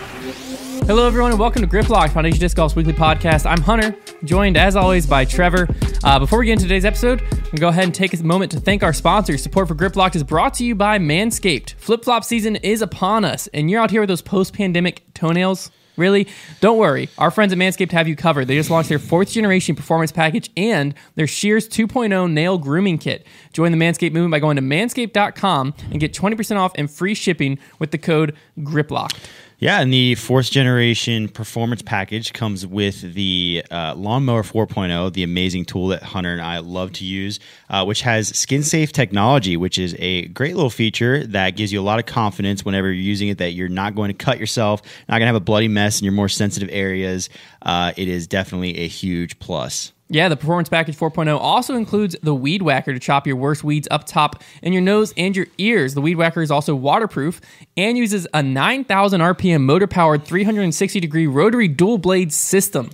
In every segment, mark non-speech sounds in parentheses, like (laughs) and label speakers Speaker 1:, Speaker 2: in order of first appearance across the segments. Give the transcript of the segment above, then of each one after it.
Speaker 1: Hello, everyone, and welcome to Grip Lock Foundation Disc Golf's weekly podcast. I'm Hunter, joined as always by Trevor. Uh, before we get into today's episode, I'm gonna go ahead and take a moment to thank our sponsors. Support for Grip Locked is brought to you by Manscaped. Flip flop season is upon us, and you're out here with those post pandemic toenails. Really? Don't worry. Our friends at Manscaped have you covered. They just launched their fourth generation performance package and their Shears 2.0 nail grooming kit. Join the Manscaped movement by going to manscaped.com and get 20% off and free shipping with the code GRIPLOCKED.
Speaker 2: Yeah, and the fourth generation performance package comes with the uh, Lawnmower 4.0, the amazing tool that Hunter and I love to use, uh, which has skin safe technology, which is a great little feature that gives you a lot of confidence whenever you're using it that you're not going to cut yourself, not going to have a bloody mess in your more sensitive areas. Uh, it is definitely a huge plus.
Speaker 1: Yeah, the Performance Package 4.0 also includes the Weed Whacker to chop your worst weeds up top in your nose and your ears. The Weed Whacker is also waterproof and uses a 9,000 RPM motor powered 360 degree rotary dual blade system.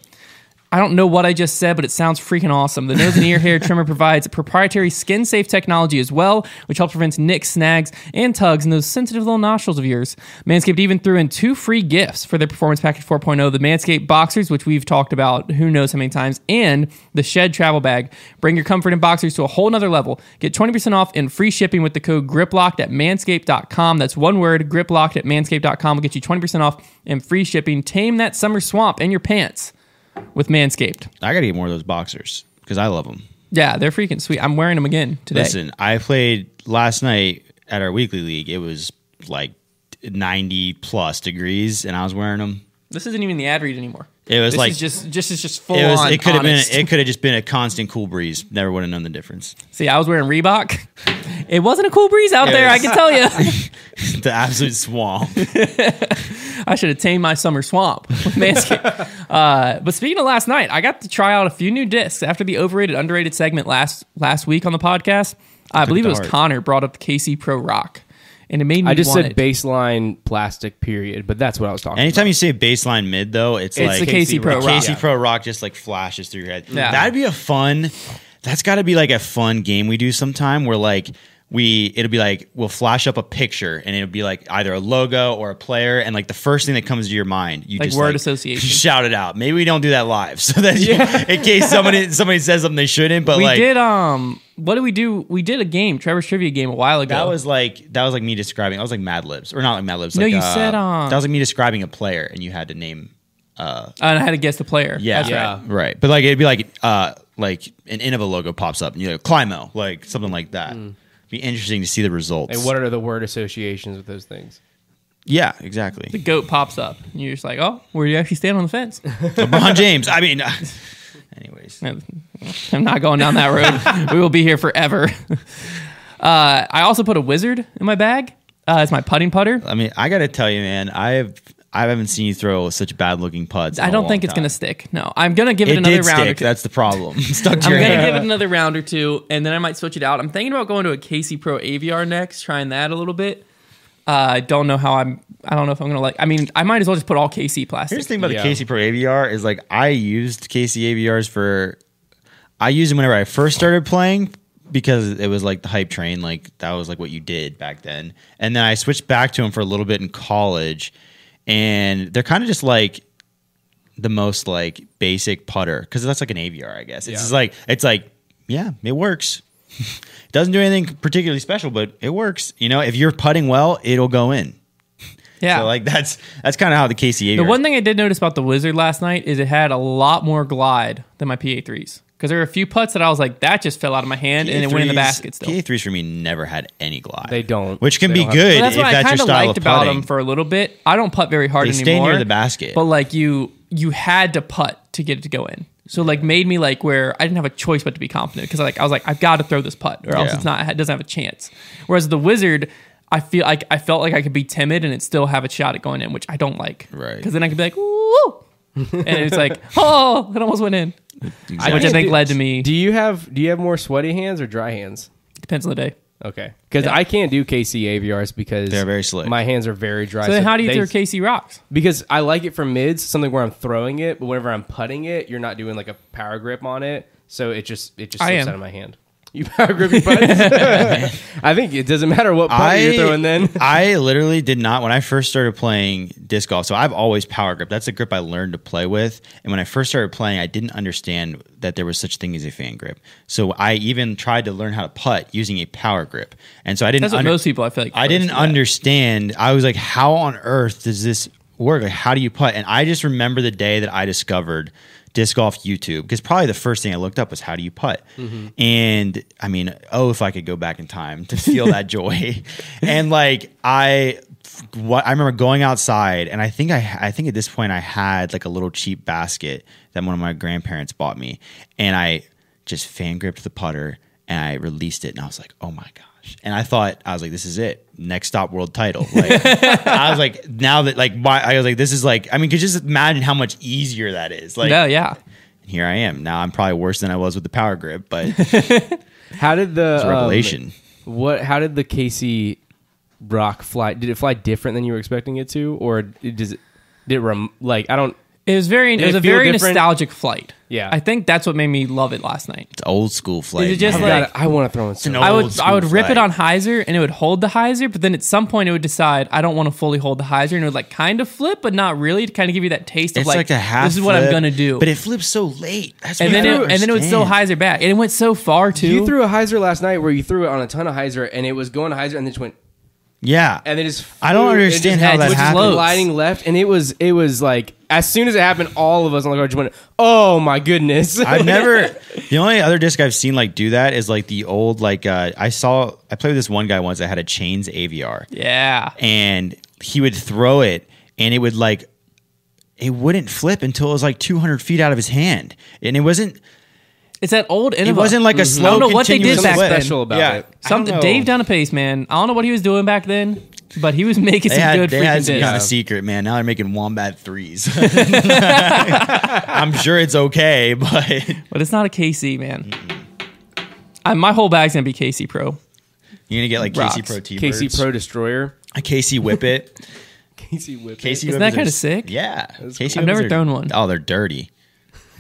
Speaker 1: I don't know what I just said, but it sounds freaking awesome. The nose and ear hair trimmer provides proprietary skin safe technology as well, which helps prevent nicks, snags, and tugs in those sensitive little nostrils of yours. Manscaped even threw in two free gifts for their Performance Package 4.0 the Manscaped Boxers, which we've talked about who knows how many times, and the Shed Travel Bag. Bring your comfort and boxers to a whole nother level. Get 20% off and free shipping with the code GRIPLOCKED at manscaped.com. That's one word, GRIPLOCKED at manscaped.com will get you 20% off and free shipping. Tame that summer swamp in your pants with Manscaped.
Speaker 2: I got to get more of those boxers because I love them.
Speaker 1: Yeah, they're freaking sweet. I'm wearing them again today.
Speaker 2: Listen, I played last night at our weekly league. It was like 90 plus degrees, and I was wearing them.
Speaker 1: this isn't even the ad read anymore.
Speaker 2: It was
Speaker 1: This
Speaker 2: like-
Speaker 1: is just just is just full
Speaker 2: It was.
Speaker 1: on.
Speaker 2: It could have been.
Speaker 1: honest.
Speaker 2: It could have just been a constant cool breeze. Never would have known the difference. (laughs)
Speaker 1: See, I was wearing Reebok. It wasn't a cool breeze out there. I can tell
Speaker 2: (laughs)
Speaker 1: you.
Speaker 2: the absolute swamp.
Speaker 1: I should have tamed my summer swamp with Manscaped. uh, but speaking of last night, I got to try out a few new discs after the overrated underrated segment last last week on the podcast. I believe it
Speaker 2: to
Speaker 1: was
Speaker 2: heart.
Speaker 1: Connor brought up the KC Pro Rock, and it made me.
Speaker 3: I just
Speaker 1: want
Speaker 3: said
Speaker 1: it.
Speaker 3: baseline plastic period, but that's what I was talking
Speaker 2: Anytime you say baseline mid, though, it's,
Speaker 1: It's
Speaker 2: like
Speaker 1: the KC Pro
Speaker 2: the
Speaker 1: Rock.
Speaker 2: KC Pro Rock just like flashes through your head.
Speaker 1: Yeah.
Speaker 2: That'd be a fun. That's got to be like a fun game we do sometime where like we it'll be like we'll flash up a picture and it'll be like either a logo or a player and like the first thing that comes to your mind you
Speaker 1: Like
Speaker 2: just
Speaker 1: word association.
Speaker 2: (laughs) shout it out maybe we don't do that live (laughs) so that you-
Speaker 1: Yeah.
Speaker 2: in case somebody somebody says something they shouldn't but
Speaker 1: We
Speaker 2: like
Speaker 1: did. Um, what did we do? We did a game, Trevor's trivia game, a while ago.
Speaker 2: That was like that was like me describing. I was like Mad Libs, or not like Mad Libs.
Speaker 1: No,
Speaker 2: like,
Speaker 1: you
Speaker 2: uh,
Speaker 1: said, um,
Speaker 2: that was like me describing a player, and you had to name. Uh,
Speaker 1: and I had to guess the player.
Speaker 2: yeah,
Speaker 1: That's
Speaker 3: Yeah.
Speaker 1: right.
Speaker 2: right. But like it'd be like uh, like an Innova logo pops up, and you know, Climo, like something like that.
Speaker 1: Mm.
Speaker 2: Be interesting to see the results.
Speaker 3: about. And what are the word associations with those things?
Speaker 2: yeah,
Speaker 1: The
Speaker 2: exactly.
Speaker 1: goat pops up, and you're just like, "Oh, where do you actually stand on the fence?" (laughs)
Speaker 2: LeBron James. I mean, (laughs) anyways,
Speaker 1: I'm not going down that road. we will be here forever. (laughs) Uh, I also put a wizard in my bag. Uh, it's my putting putter.
Speaker 2: I mean, I gotta tell you, man, I've I haven't seen you throw such bad looking putts. in
Speaker 1: I
Speaker 2: a
Speaker 1: don't
Speaker 2: long
Speaker 1: think it's
Speaker 2: time.
Speaker 1: going to stick. No, I'm going to give it,
Speaker 2: It
Speaker 1: another
Speaker 2: did
Speaker 1: round.
Speaker 2: stick.
Speaker 1: Or two.
Speaker 2: That's the
Speaker 1: (laughs)
Speaker 2: problem. Stuck to
Speaker 1: I'm
Speaker 2: your
Speaker 1: going to
Speaker 2: hand.
Speaker 1: give it another round or two, and then I might switch it out. I'm thinking about going to a Casey Pro AVR next, trying that a little bit. Uh, I don't know how I'm. I don't know if I'm going to like. I mean, I might as well just put all KC plastic.
Speaker 2: Here's the thing about
Speaker 3: Yeah.
Speaker 2: the Casey Pro AVR is like I used Casey AVRs for I used them whenever I first started playing because it was like the hype train, like that was like what you did back then. And then I switched back to them for a little bit in college, and they're kind of just like the most like basic putter because that's like an AVR, I guess. It's
Speaker 3: Yeah.
Speaker 2: just like it's like yeah, it works. (laughs) it doesn't do anything particularly special, but it works. You know, if you're putting well, it'll go in.
Speaker 1: yeah,
Speaker 2: So like that's that's kind of how the Casey AVR.
Speaker 1: The one thing I did notice about the Wizard last night is it had a lot more glide than my PA3s. Because there were a few putts that I was like, that just fell out of my hand and it went in the
Speaker 2: PA3s
Speaker 1: basket still.
Speaker 2: PA3s for me never had any glide.
Speaker 3: They don't.
Speaker 2: Which can be
Speaker 3: They don't have- Well,
Speaker 2: good
Speaker 1: But that's
Speaker 2: if
Speaker 1: what I
Speaker 2: that's your
Speaker 1: kind of
Speaker 2: style
Speaker 1: liked
Speaker 2: of
Speaker 1: about
Speaker 2: putting.
Speaker 1: them for a little bit. I don't putt very hard
Speaker 2: They
Speaker 1: anymore.
Speaker 2: stay near the basket.
Speaker 1: But like you you had to putt to get it to go in. So like made me like where I didn't have a choice but to be confident because like I was like I've got to throw this putt or else
Speaker 2: Yeah.
Speaker 1: it's not it doesn't have a chance. Whereas the wizard, I feel like I felt like I could be timid and it still have a shot at going in, which I don't like.
Speaker 2: Right.
Speaker 1: Because then I could be like woo, and it's
Speaker 2: (laughs)
Speaker 1: like oh it almost went in. Which I think led to me
Speaker 3: Do you have do you have more sweaty hands or dry hands?
Speaker 1: depends on the day.
Speaker 3: Okay, because I can't do KC AVRs because
Speaker 2: They're very slick.
Speaker 3: My hands are very dry.
Speaker 1: So then how do you
Speaker 3: they-
Speaker 1: throw KC rocks?
Speaker 3: Because I like it for mids, something where I'm throwing it, but whenever I'm putting it, you're not doing like a power grip on it, so it just it just
Speaker 1: I
Speaker 3: slips
Speaker 1: am.
Speaker 3: out of my hand. You (laughs) power grip your
Speaker 1: (laughs)
Speaker 3: putts. I think it doesn't matter what putt you're throwing then.
Speaker 2: (laughs) I literally did not when I first started playing disc golf. So I've always power grip. That's the grip I learned to play with. And when I first started playing, I didn't understand that there was such thing as a fan grip. So I even tried to learn how to putt using a power grip. And so I didn't
Speaker 1: That's what
Speaker 2: under-
Speaker 1: most people I feel like.
Speaker 2: I didn't
Speaker 1: first do that.
Speaker 2: understand. I was like, how on earth does this work? Like, how do you putt? And I just remember the day that I discovered disc golf YouTube because probably the first thing I looked up was how do you putt?
Speaker 1: Mm-hmm.
Speaker 2: And I mean, oh, if I could go back in time to feel that joy. (laughs) And like, I. What I remember going outside, and I think I, I think at this point I had like a little cheap basket that one of my grandparents bought me, and I just fan gripped the putter and I released it, and I was like, oh my god gosh. And I thought, I was like, this is it. Next stop world title.
Speaker 1: (laughs)
Speaker 2: Like, I was like, now that, like, why? I was like, this is like, I mean, could you just imagine how much easier that is. Like,
Speaker 1: No, yeah.
Speaker 2: here I am. Now I'm probably worse than I was with the power grip, but
Speaker 1: (laughs)
Speaker 2: it's
Speaker 3: How did the
Speaker 2: a
Speaker 1: Oh,
Speaker 3: um,
Speaker 2: revelation.
Speaker 3: what? How did the Casey rock fly? Did it fly different than you were expecting it to, or it- does it? Did it rem, like I don't?
Speaker 1: It was very. It,
Speaker 3: Did
Speaker 1: was
Speaker 3: it
Speaker 1: a
Speaker 3: feel
Speaker 1: very
Speaker 3: different?
Speaker 1: nostalgic flight.
Speaker 3: Yeah.
Speaker 1: I think that's what made me love it last night.
Speaker 2: it's old school flight.
Speaker 1: Is it just
Speaker 2: man.
Speaker 1: like-
Speaker 3: God, I want to throw in.
Speaker 2: an
Speaker 3: Some,
Speaker 2: old
Speaker 1: I would
Speaker 2: school
Speaker 1: I would rip
Speaker 2: flight.
Speaker 1: it on hyzer and it would hold the hyzer, but then at some point it would decide I don't want to fully hold the hyzer and it would like kind of flip, but not really to kind of give you that taste of
Speaker 2: It's like,
Speaker 1: like,
Speaker 2: a half.
Speaker 1: this is what I'm
Speaker 2: flip,
Speaker 1: gonna do.
Speaker 2: But it flips so late. That's
Speaker 1: and
Speaker 2: what
Speaker 1: then
Speaker 2: I
Speaker 1: it,
Speaker 2: don't
Speaker 1: and then it would still
Speaker 2: understand.
Speaker 1: hyzer back, and it went so far too.
Speaker 3: you threw a hyzer last night where you threw it on a ton of hyzer, and it was going to hyzer, and then just went
Speaker 2: Yeah.
Speaker 3: and then just.
Speaker 2: I don't
Speaker 3: flew, and it
Speaker 2: understand
Speaker 3: just-
Speaker 2: how
Speaker 3: it
Speaker 2: that
Speaker 3: was just
Speaker 2: happens.
Speaker 3: Gliding left, and it was it was like as soon as it happened, all of us on the car just went, "Oh my
Speaker 1: (laughs)
Speaker 3: goodness!" (laughs)
Speaker 2: I've never. The only other disc I've seen like do that is like the old like uh, I saw. I played with this one guy once that had a chains AVR,
Speaker 1: yeah,
Speaker 2: and he would throw it, and it would like it wouldn't flip until it was like 200 feet out of his hand, and it wasn't.
Speaker 1: it's that old. Innova.
Speaker 2: It wasn't like a slow.
Speaker 1: I don't know what they did
Speaker 2: continuous
Speaker 1: back
Speaker 2: flip.
Speaker 1: then.
Speaker 3: Mm-hmm. special about
Speaker 2: yeah,
Speaker 3: it.
Speaker 2: I
Speaker 1: Something
Speaker 2: don't know.
Speaker 1: Dave Dunapace, man. I don't know what he was doing back then, but he was (laughs) making
Speaker 2: They
Speaker 1: some
Speaker 2: had,
Speaker 1: good
Speaker 2: they had
Speaker 1: freaking
Speaker 2: some
Speaker 1: discs.
Speaker 2: kind of secret, man. Now they're making
Speaker 1: (laughs)
Speaker 2: wombat threes. I'm sure it's okay, but (laughs)
Speaker 1: But it's not a KC, man. I, my whole bag's gonna be KC Pro.
Speaker 2: you're gonna get like
Speaker 1: Rocks.
Speaker 2: KC Pro T
Speaker 3: KC Pro Destroyer,
Speaker 2: a KC Whip It.
Speaker 3: Casey Whip.
Speaker 2: Casey
Speaker 1: Isn't that
Speaker 2: Whippets are
Speaker 1: kinda
Speaker 2: s-
Speaker 1: sick?
Speaker 2: Yeah. Casey
Speaker 1: I've never
Speaker 2: Whippets are-
Speaker 1: thrown one.
Speaker 2: Oh, they're dirty.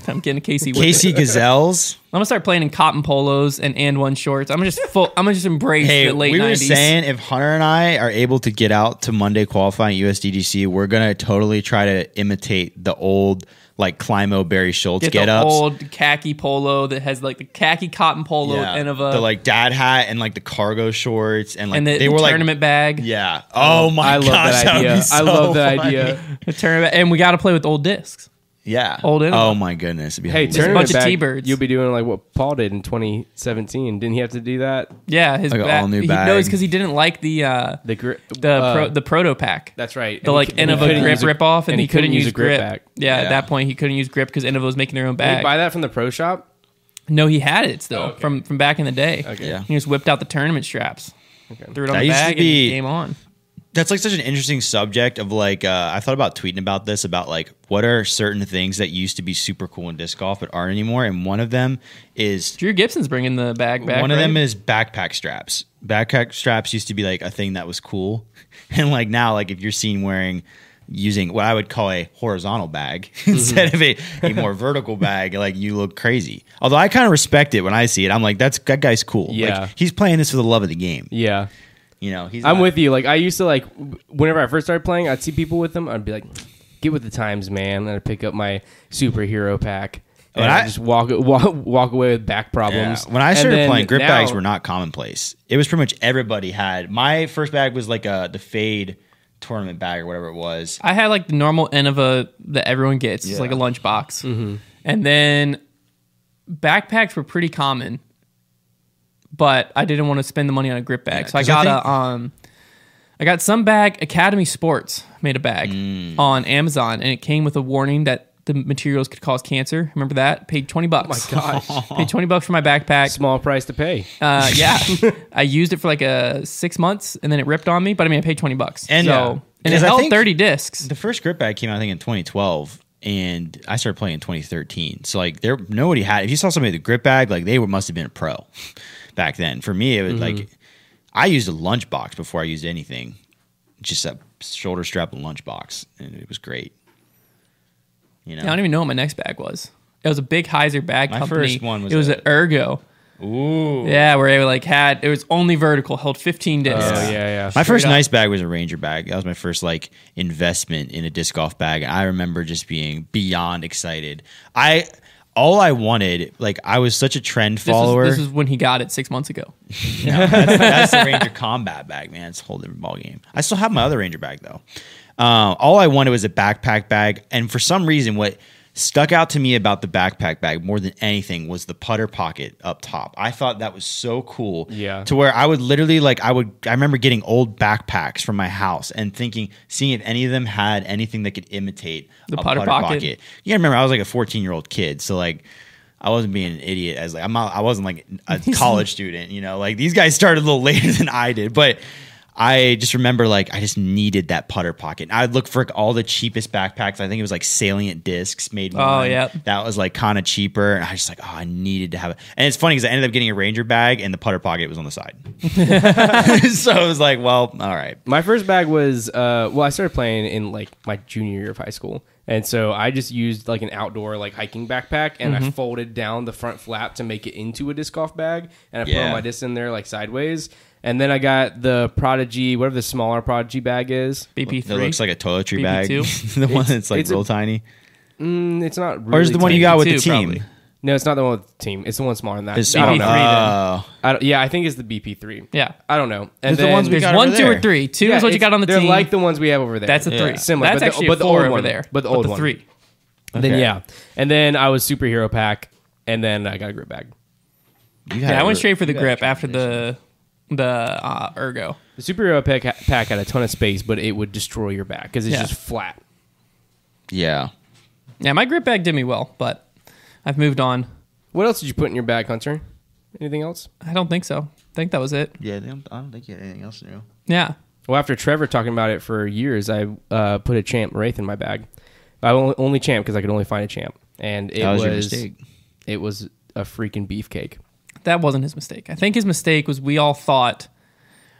Speaker 1: I'm getting a KC. with it.
Speaker 2: Casey
Speaker 1: (laughs)
Speaker 2: Gazelles.
Speaker 1: I'm gonna start playing in cotton polos and and one shorts. I'm gonna just full. I'm gonna just embrace
Speaker 2: Hey,
Speaker 1: the late
Speaker 2: we were
Speaker 1: 90s.
Speaker 2: saying if Hunter and I are able to get out to Monday qualifying at USDGC, we're gonna totally try to imitate the old like Climo Barry Schultz
Speaker 1: Get,
Speaker 2: get
Speaker 1: the
Speaker 2: ups.
Speaker 1: old khaki polo that has like the khaki cotton polo
Speaker 2: Yeah.
Speaker 1: and of a
Speaker 2: the like dad hat and like the cargo shorts and like
Speaker 1: and the,
Speaker 2: they
Speaker 1: the
Speaker 2: were like
Speaker 1: tournament bag.
Speaker 2: yeah. Oh my
Speaker 3: I love
Speaker 2: gosh,
Speaker 3: that
Speaker 2: would be
Speaker 3: idea. I
Speaker 2: so
Speaker 3: love that
Speaker 2: funny.
Speaker 3: idea.
Speaker 1: The tournament, and we got to play with old discs.
Speaker 2: Yeah.
Speaker 1: Old Enema.
Speaker 2: Oh my goodness. it'd be
Speaker 3: Hey,
Speaker 2: hilarious.
Speaker 3: turn
Speaker 1: bunch
Speaker 3: it
Speaker 1: of
Speaker 3: back.
Speaker 1: T-birds.
Speaker 3: You'll be doing like what Paul did in 2017. Didn't he have to do that?
Speaker 1: Yeah, his
Speaker 2: Like an
Speaker 1: bag.
Speaker 2: all-new
Speaker 1: he
Speaker 2: bag.
Speaker 1: knows because he didn't like the uh,
Speaker 3: The gri-
Speaker 1: the
Speaker 3: uh,
Speaker 1: pro, the proto pack.
Speaker 3: That's right.
Speaker 1: the
Speaker 3: And
Speaker 1: like
Speaker 3: he- and he
Speaker 1: Innova
Speaker 3: couldn't
Speaker 1: grip
Speaker 3: use a-
Speaker 1: rip off, and, he couldn't, use
Speaker 3: a
Speaker 1: grip.
Speaker 3: back.
Speaker 1: Yeah,
Speaker 2: Yeah.
Speaker 1: at that point he couldn't use grip because Innova was making their own
Speaker 3: Did
Speaker 1: bag.
Speaker 3: you buy that from the pro shop?
Speaker 1: No, he had it still
Speaker 3: Oh, okay.
Speaker 1: from from back in the day.
Speaker 3: Okay.
Speaker 2: Yeah.
Speaker 1: He just whipped out the tournament straps, threw it on
Speaker 2: That
Speaker 1: the
Speaker 2: used to
Speaker 1: bag,
Speaker 2: be-
Speaker 1: and game on.
Speaker 2: that's like such an interesting subject of like uh, i thought about tweeting about this about like what are certain things that used to be super cool in disc golf but aren't anymore and one of them is
Speaker 1: Drew Gibson's bringing the bag back.
Speaker 2: one of
Speaker 1: right?
Speaker 2: them is backpack straps backpack straps used to be like a thing that was cool (laughs) and like now like if you're seen wearing using what i would call a horizontal bag (laughs)
Speaker 3: Mm-hmm.
Speaker 2: instead of a, a more vertical bag like you look crazy although i kind of respect it when i see it i'm like that's that guy's cool
Speaker 3: Yeah.
Speaker 2: like, he's playing this for the love of the game
Speaker 3: Yeah.
Speaker 2: you know he's
Speaker 3: I'm
Speaker 2: not-
Speaker 3: with you. Like I used to like w- whenever I first started playing, I'd see people with them. I'd be like, "Get with the times, man!" And I'd pick up my superhero pack and
Speaker 2: When
Speaker 3: I
Speaker 2: I-
Speaker 3: just walk, (laughs) walk walk away with back problems.
Speaker 2: Yeah. When I
Speaker 3: And
Speaker 2: started
Speaker 3: then
Speaker 2: playing, grip
Speaker 3: now-
Speaker 2: bags were not commonplace. It was pretty much everybody had. My first bag was like a the fade tournament bag or whatever it was.
Speaker 1: I had like the normal Innova that everyone gets, just like a lunchbox,
Speaker 2: Mm-hmm.
Speaker 1: and then backpacks were pretty common. But I didn't want to spend the money on a grip bag, so I
Speaker 2: 'cause I
Speaker 1: got a um, I got some bag. Academy Sports made a bag
Speaker 2: Mm.
Speaker 1: on Amazon, and it came with a warning that the materials could cause cancer. Remember that? Paid twenty bucks.
Speaker 2: Oh
Speaker 3: Gosh,
Speaker 1: (laughs) Paid twenty bucks for my backpack.
Speaker 3: small price to pay.
Speaker 1: Uh,
Speaker 2: (laughs)
Speaker 1: yeah, I used it for like a six months, and then it ripped on me. But I mean, I paid twenty bucks, and
Speaker 2: And-
Speaker 1: so
Speaker 2: Yeah.
Speaker 1: and it
Speaker 2: Because I
Speaker 1: held
Speaker 2: think-
Speaker 1: thirty discs.
Speaker 2: The first grip bag came out I think in 2012, and I started playing in 2013. So like there nobody had. If you saw somebody with a grip bag, like they were, must have been a pro (laughs) back then. For me, it was like
Speaker 3: Mm-hmm.
Speaker 2: I used a lunchbox before I used anything. Just a shoulder strap and lunchbox, and it was great. You know,
Speaker 1: I don't even know what my next bag was. It was a big Heiser bag
Speaker 2: My
Speaker 1: company.
Speaker 2: first one was
Speaker 1: it was
Speaker 2: a-
Speaker 1: an Ergo,
Speaker 3: Ooh.
Speaker 1: Yeah, where it like had it was only vertical, held 15 discs.
Speaker 3: Oh yeah, yeah.
Speaker 2: My first
Speaker 1: up.
Speaker 2: nice bag was a Ranger bag. That was my first like investment in a disc golf bag, and I remember just being beyond excited. I all I wanted, like I was such a trend
Speaker 1: This is,
Speaker 2: follower.
Speaker 1: this is when he got it six months ago.
Speaker 2: No, that's, that's the Ranger combat bag, man. It's a whole different ball game. I still have my other Ranger bag though. Uh, all I wanted was a backpack bag, and for some reason, what stuck out to me about the backpack bag more than anything was the putter pocket up top. I thought that was so cool.
Speaker 3: Yeah.
Speaker 2: To where I would literally like I would I remember getting old backpacks from my house and thinking seeing if any of them had anything that could imitate
Speaker 1: The
Speaker 2: a
Speaker 1: putter pocket.
Speaker 2: Yeah, remember I was like a 14 year old kid, so like. I wasn't being an idiot as like I'm not I wasn't like
Speaker 3: (laughs)
Speaker 2: a college student, you know. Like these guys started a little (laughs) later than I did, but I just remember like I just needed that putter pocket. I'd look for all the cheapest backpacks. I think it was like Salient Discs made
Speaker 1: Oh,
Speaker 2: one.
Speaker 1: yep.
Speaker 2: That was like kind of cheaper and I was just like, "Oh, I needed to have it." And it's funny cuz I ended up getting a Ranger bag and the putter pocket was on the
Speaker 3: (laughs)
Speaker 2: side. (laughs) so I was like, "Well, all right."
Speaker 3: My first bag was uh, well, I started playing in like my junior year of high school, and so I just used like an outdoor like hiking backpack, and
Speaker 1: Mm-hmm.
Speaker 3: I folded down the front flap to make it into a disc golf bag, and I put
Speaker 2: Yeah.
Speaker 3: all my discs in there like sideways, and then I got the Prodigy, whatever the smaller Prodigy bag is.
Speaker 1: BP3.
Speaker 2: That looks like a toiletry bag. (laughs)
Speaker 1: BB2.
Speaker 2: the one
Speaker 3: It's-
Speaker 2: that's like
Speaker 3: it's a-
Speaker 2: real tiny.
Speaker 3: Mm, it's not. Really
Speaker 2: Or is the one you
Speaker 3: tiny.
Speaker 2: got with the
Speaker 1: BB2
Speaker 2: team?
Speaker 1: probably.
Speaker 3: No, it's not the one with the team. It's the one smaller than that.
Speaker 2: It's
Speaker 3: I don't
Speaker 2: smaller.
Speaker 3: know.
Speaker 1: BB3 then.
Speaker 2: Oh.
Speaker 3: I don't- yeah, I think it's the BP three.
Speaker 1: Yeah.
Speaker 3: I don't know. And
Speaker 2: It's the ones we
Speaker 1: There's
Speaker 2: got
Speaker 1: one,
Speaker 2: over
Speaker 1: two, or
Speaker 2: there.
Speaker 1: three. Two
Speaker 3: Yeah,
Speaker 1: is what you
Speaker 3: it's-
Speaker 1: got on the
Speaker 3: they're
Speaker 1: team.
Speaker 3: like the ones we have over there.
Speaker 1: That's a
Speaker 2: Yeah.
Speaker 1: three.
Speaker 3: Similar,
Speaker 1: That's
Speaker 3: but the-
Speaker 1: actually
Speaker 3: but
Speaker 1: a
Speaker 3: the
Speaker 1: four
Speaker 3: old
Speaker 1: over
Speaker 3: one.
Speaker 1: there.
Speaker 3: But the old one.
Speaker 1: three.
Speaker 3: Then
Speaker 2: Okay.
Speaker 3: yeah, and then I was superhero pack, and then I got a grip bag.
Speaker 2: You
Speaker 1: Yeah,
Speaker 2: had
Speaker 1: I
Speaker 2: a-
Speaker 1: went straight for the
Speaker 2: you had
Speaker 1: grip
Speaker 2: a-
Speaker 1: after the the uh, ergo.
Speaker 3: The superhero pack pack had a ton of space, but it would destroy your back because it's
Speaker 1: Yeah.
Speaker 3: just flat.
Speaker 2: Yeah.
Speaker 1: Yeah, my grip bag did me well, but I've moved on.
Speaker 3: What else did you put in your bag, Hunter? Anything else?
Speaker 1: I don't think so. I think that was it.
Speaker 2: Yeah, they don't, I don't think you had anything else new.
Speaker 1: Yeah.
Speaker 3: Well, after Trevor talking about it for years, I uh, put a champ wraith in my bag. I only, only champ because I could only find a champ, and it
Speaker 2: That was
Speaker 3: was,
Speaker 2: your mistake.
Speaker 3: it was a freaking beefcake.
Speaker 1: That wasn't his mistake. I think his mistake was we all thought,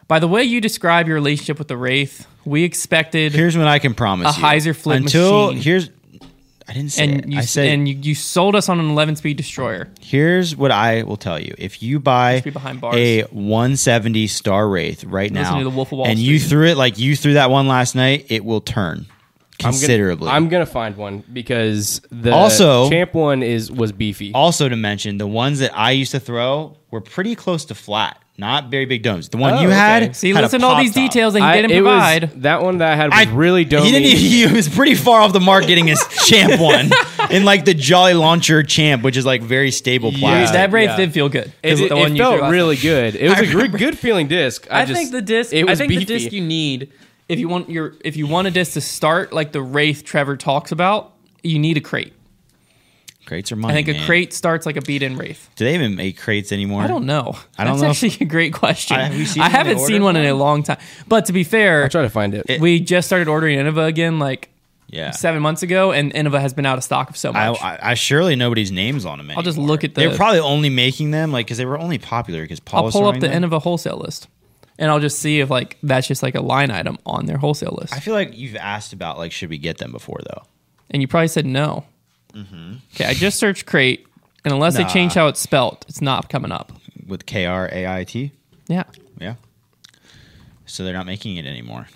Speaker 1: by the way you describe your relationship with the Wraith, we expected,
Speaker 2: Here's what I can promise
Speaker 1: A
Speaker 2: you.
Speaker 1: Heiserflit
Speaker 2: Until
Speaker 1: machine.
Speaker 2: here's, I didn't say. it.
Speaker 1: and you
Speaker 2: I said
Speaker 1: and you, you sold us on an 11 speed destroyer.
Speaker 2: here's what I will tell you. If you buy
Speaker 1: be behind bars.
Speaker 2: a 170 Star Wraith right
Speaker 1: Listen
Speaker 2: now,
Speaker 1: to the Wolf of Wall
Speaker 2: and you
Speaker 1: Street.
Speaker 2: threw it like you threw that one last night, it will turn considerably.
Speaker 3: I'm gonna, I'm gonna find one because the
Speaker 2: Also-
Speaker 3: champ one is was beefy.
Speaker 2: also to mention the ones that I used to throw were pretty close to flat, not very big domes. The one
Speaker 3: Oh,
Speaker 2: you
Speaker 3: okay.
Speaker 2: had,
Speaker 1: See,
Speaker 2: had a
Speaker 1: listen to all
Speaker 2: pop
Speaker 1: these
Speaker 2: top.
Speaker 1: details that he
Speaker 3: I-
Speaker 1: didn't
Speaker 3: it was-
Speaker 1: provide.
Speaker 3: that one that I had was really dope.
Speaker 2: He didn't. (laughs) He was pretty far off the mark getting his champ one (laughs) in like the Jolly Launcher champ, which is like very stable
Speaker 1: Dude,
Speaker 3: Yeah.
Speaker 2: plastic.
Speaker 1: that Wraith
Speaker 3: yeah.
Speaker 1: did feel good. 'Cause
Speaker 3: It, it,
Speaker 1: the one you threw
Speaker 3: felt
Speaker 1: last
Speaker 3: really good.
Speaker 1: (laughs)
Speaker 3: It was
Speaker 2: I
Speaker 3: a
Speaker 2: remember-
Speaker 3: good, good feeling disc. I,
Speaker 1: I,
Speaker 3: just,
Speaker 1: think the disc.
Speaker 3: It was
Speaker 1: I think
Speaker 3: beefy.
Speaker 1: the disc you need if you want your if you want a disc to start like the Wraith Trevor talks about, you need a crate.
Speaker 2: Crates are money.
Speaker 1: I think a
Speaker 2: man.
Speaker 1: crate starts like a beat in Wraith.
Speaker 2: Do they even make crates anymore?
Speaker 1: I don't know.
Speaker 2: I
Speaker 1: That's
Speaker 2: don't know if-
Speaker 1: actually a great question.
Speaker 2: I- have we seen
Speaker 1: I
Speaker 2: them in
Speaker 1: haven't
Speaker 2: order
Speaker 1: seen one in a long time. But to be fair,
Speaker 3: I'll try to find it.
Speaker 1: we just started ordering Innova again like
Speaker 2: Yeah.
Speaker 1: seven months ago, and Innova has been out of stock of so
Speaker 2: I,
Speaker 1: much.
Speaker 2: I, I surely nobody's names on them. Anymore.
Speaker 1: I'll just look at
Speaker 2: They were
Speaker 1: the-
Speaker 2: probably only making them like because they were only popular because Paul.
Speaker 1: I'll
Speaker 2: was
Speaker 1: pull up
Speaker 2: throwing
Speaker 1: the
Speaker 2: them.
Speaker 1: Innova wholesale list, and I'll just see if like that's just like a line item on their wholesale list.
Speaker 2: I feel like you've asked about like should we get them before though.
Speaker 1: and you probably said no. Okay, I just searched crate, and unless they
Speaker 2: Mm-hmm. Nah.
Speaker 1: change how it's spelt, it's not coming up.
Speaker 2: With K R A I T,
Speaker 1: Yeah.
Speaker 2: yeah. So they're not making it anymore.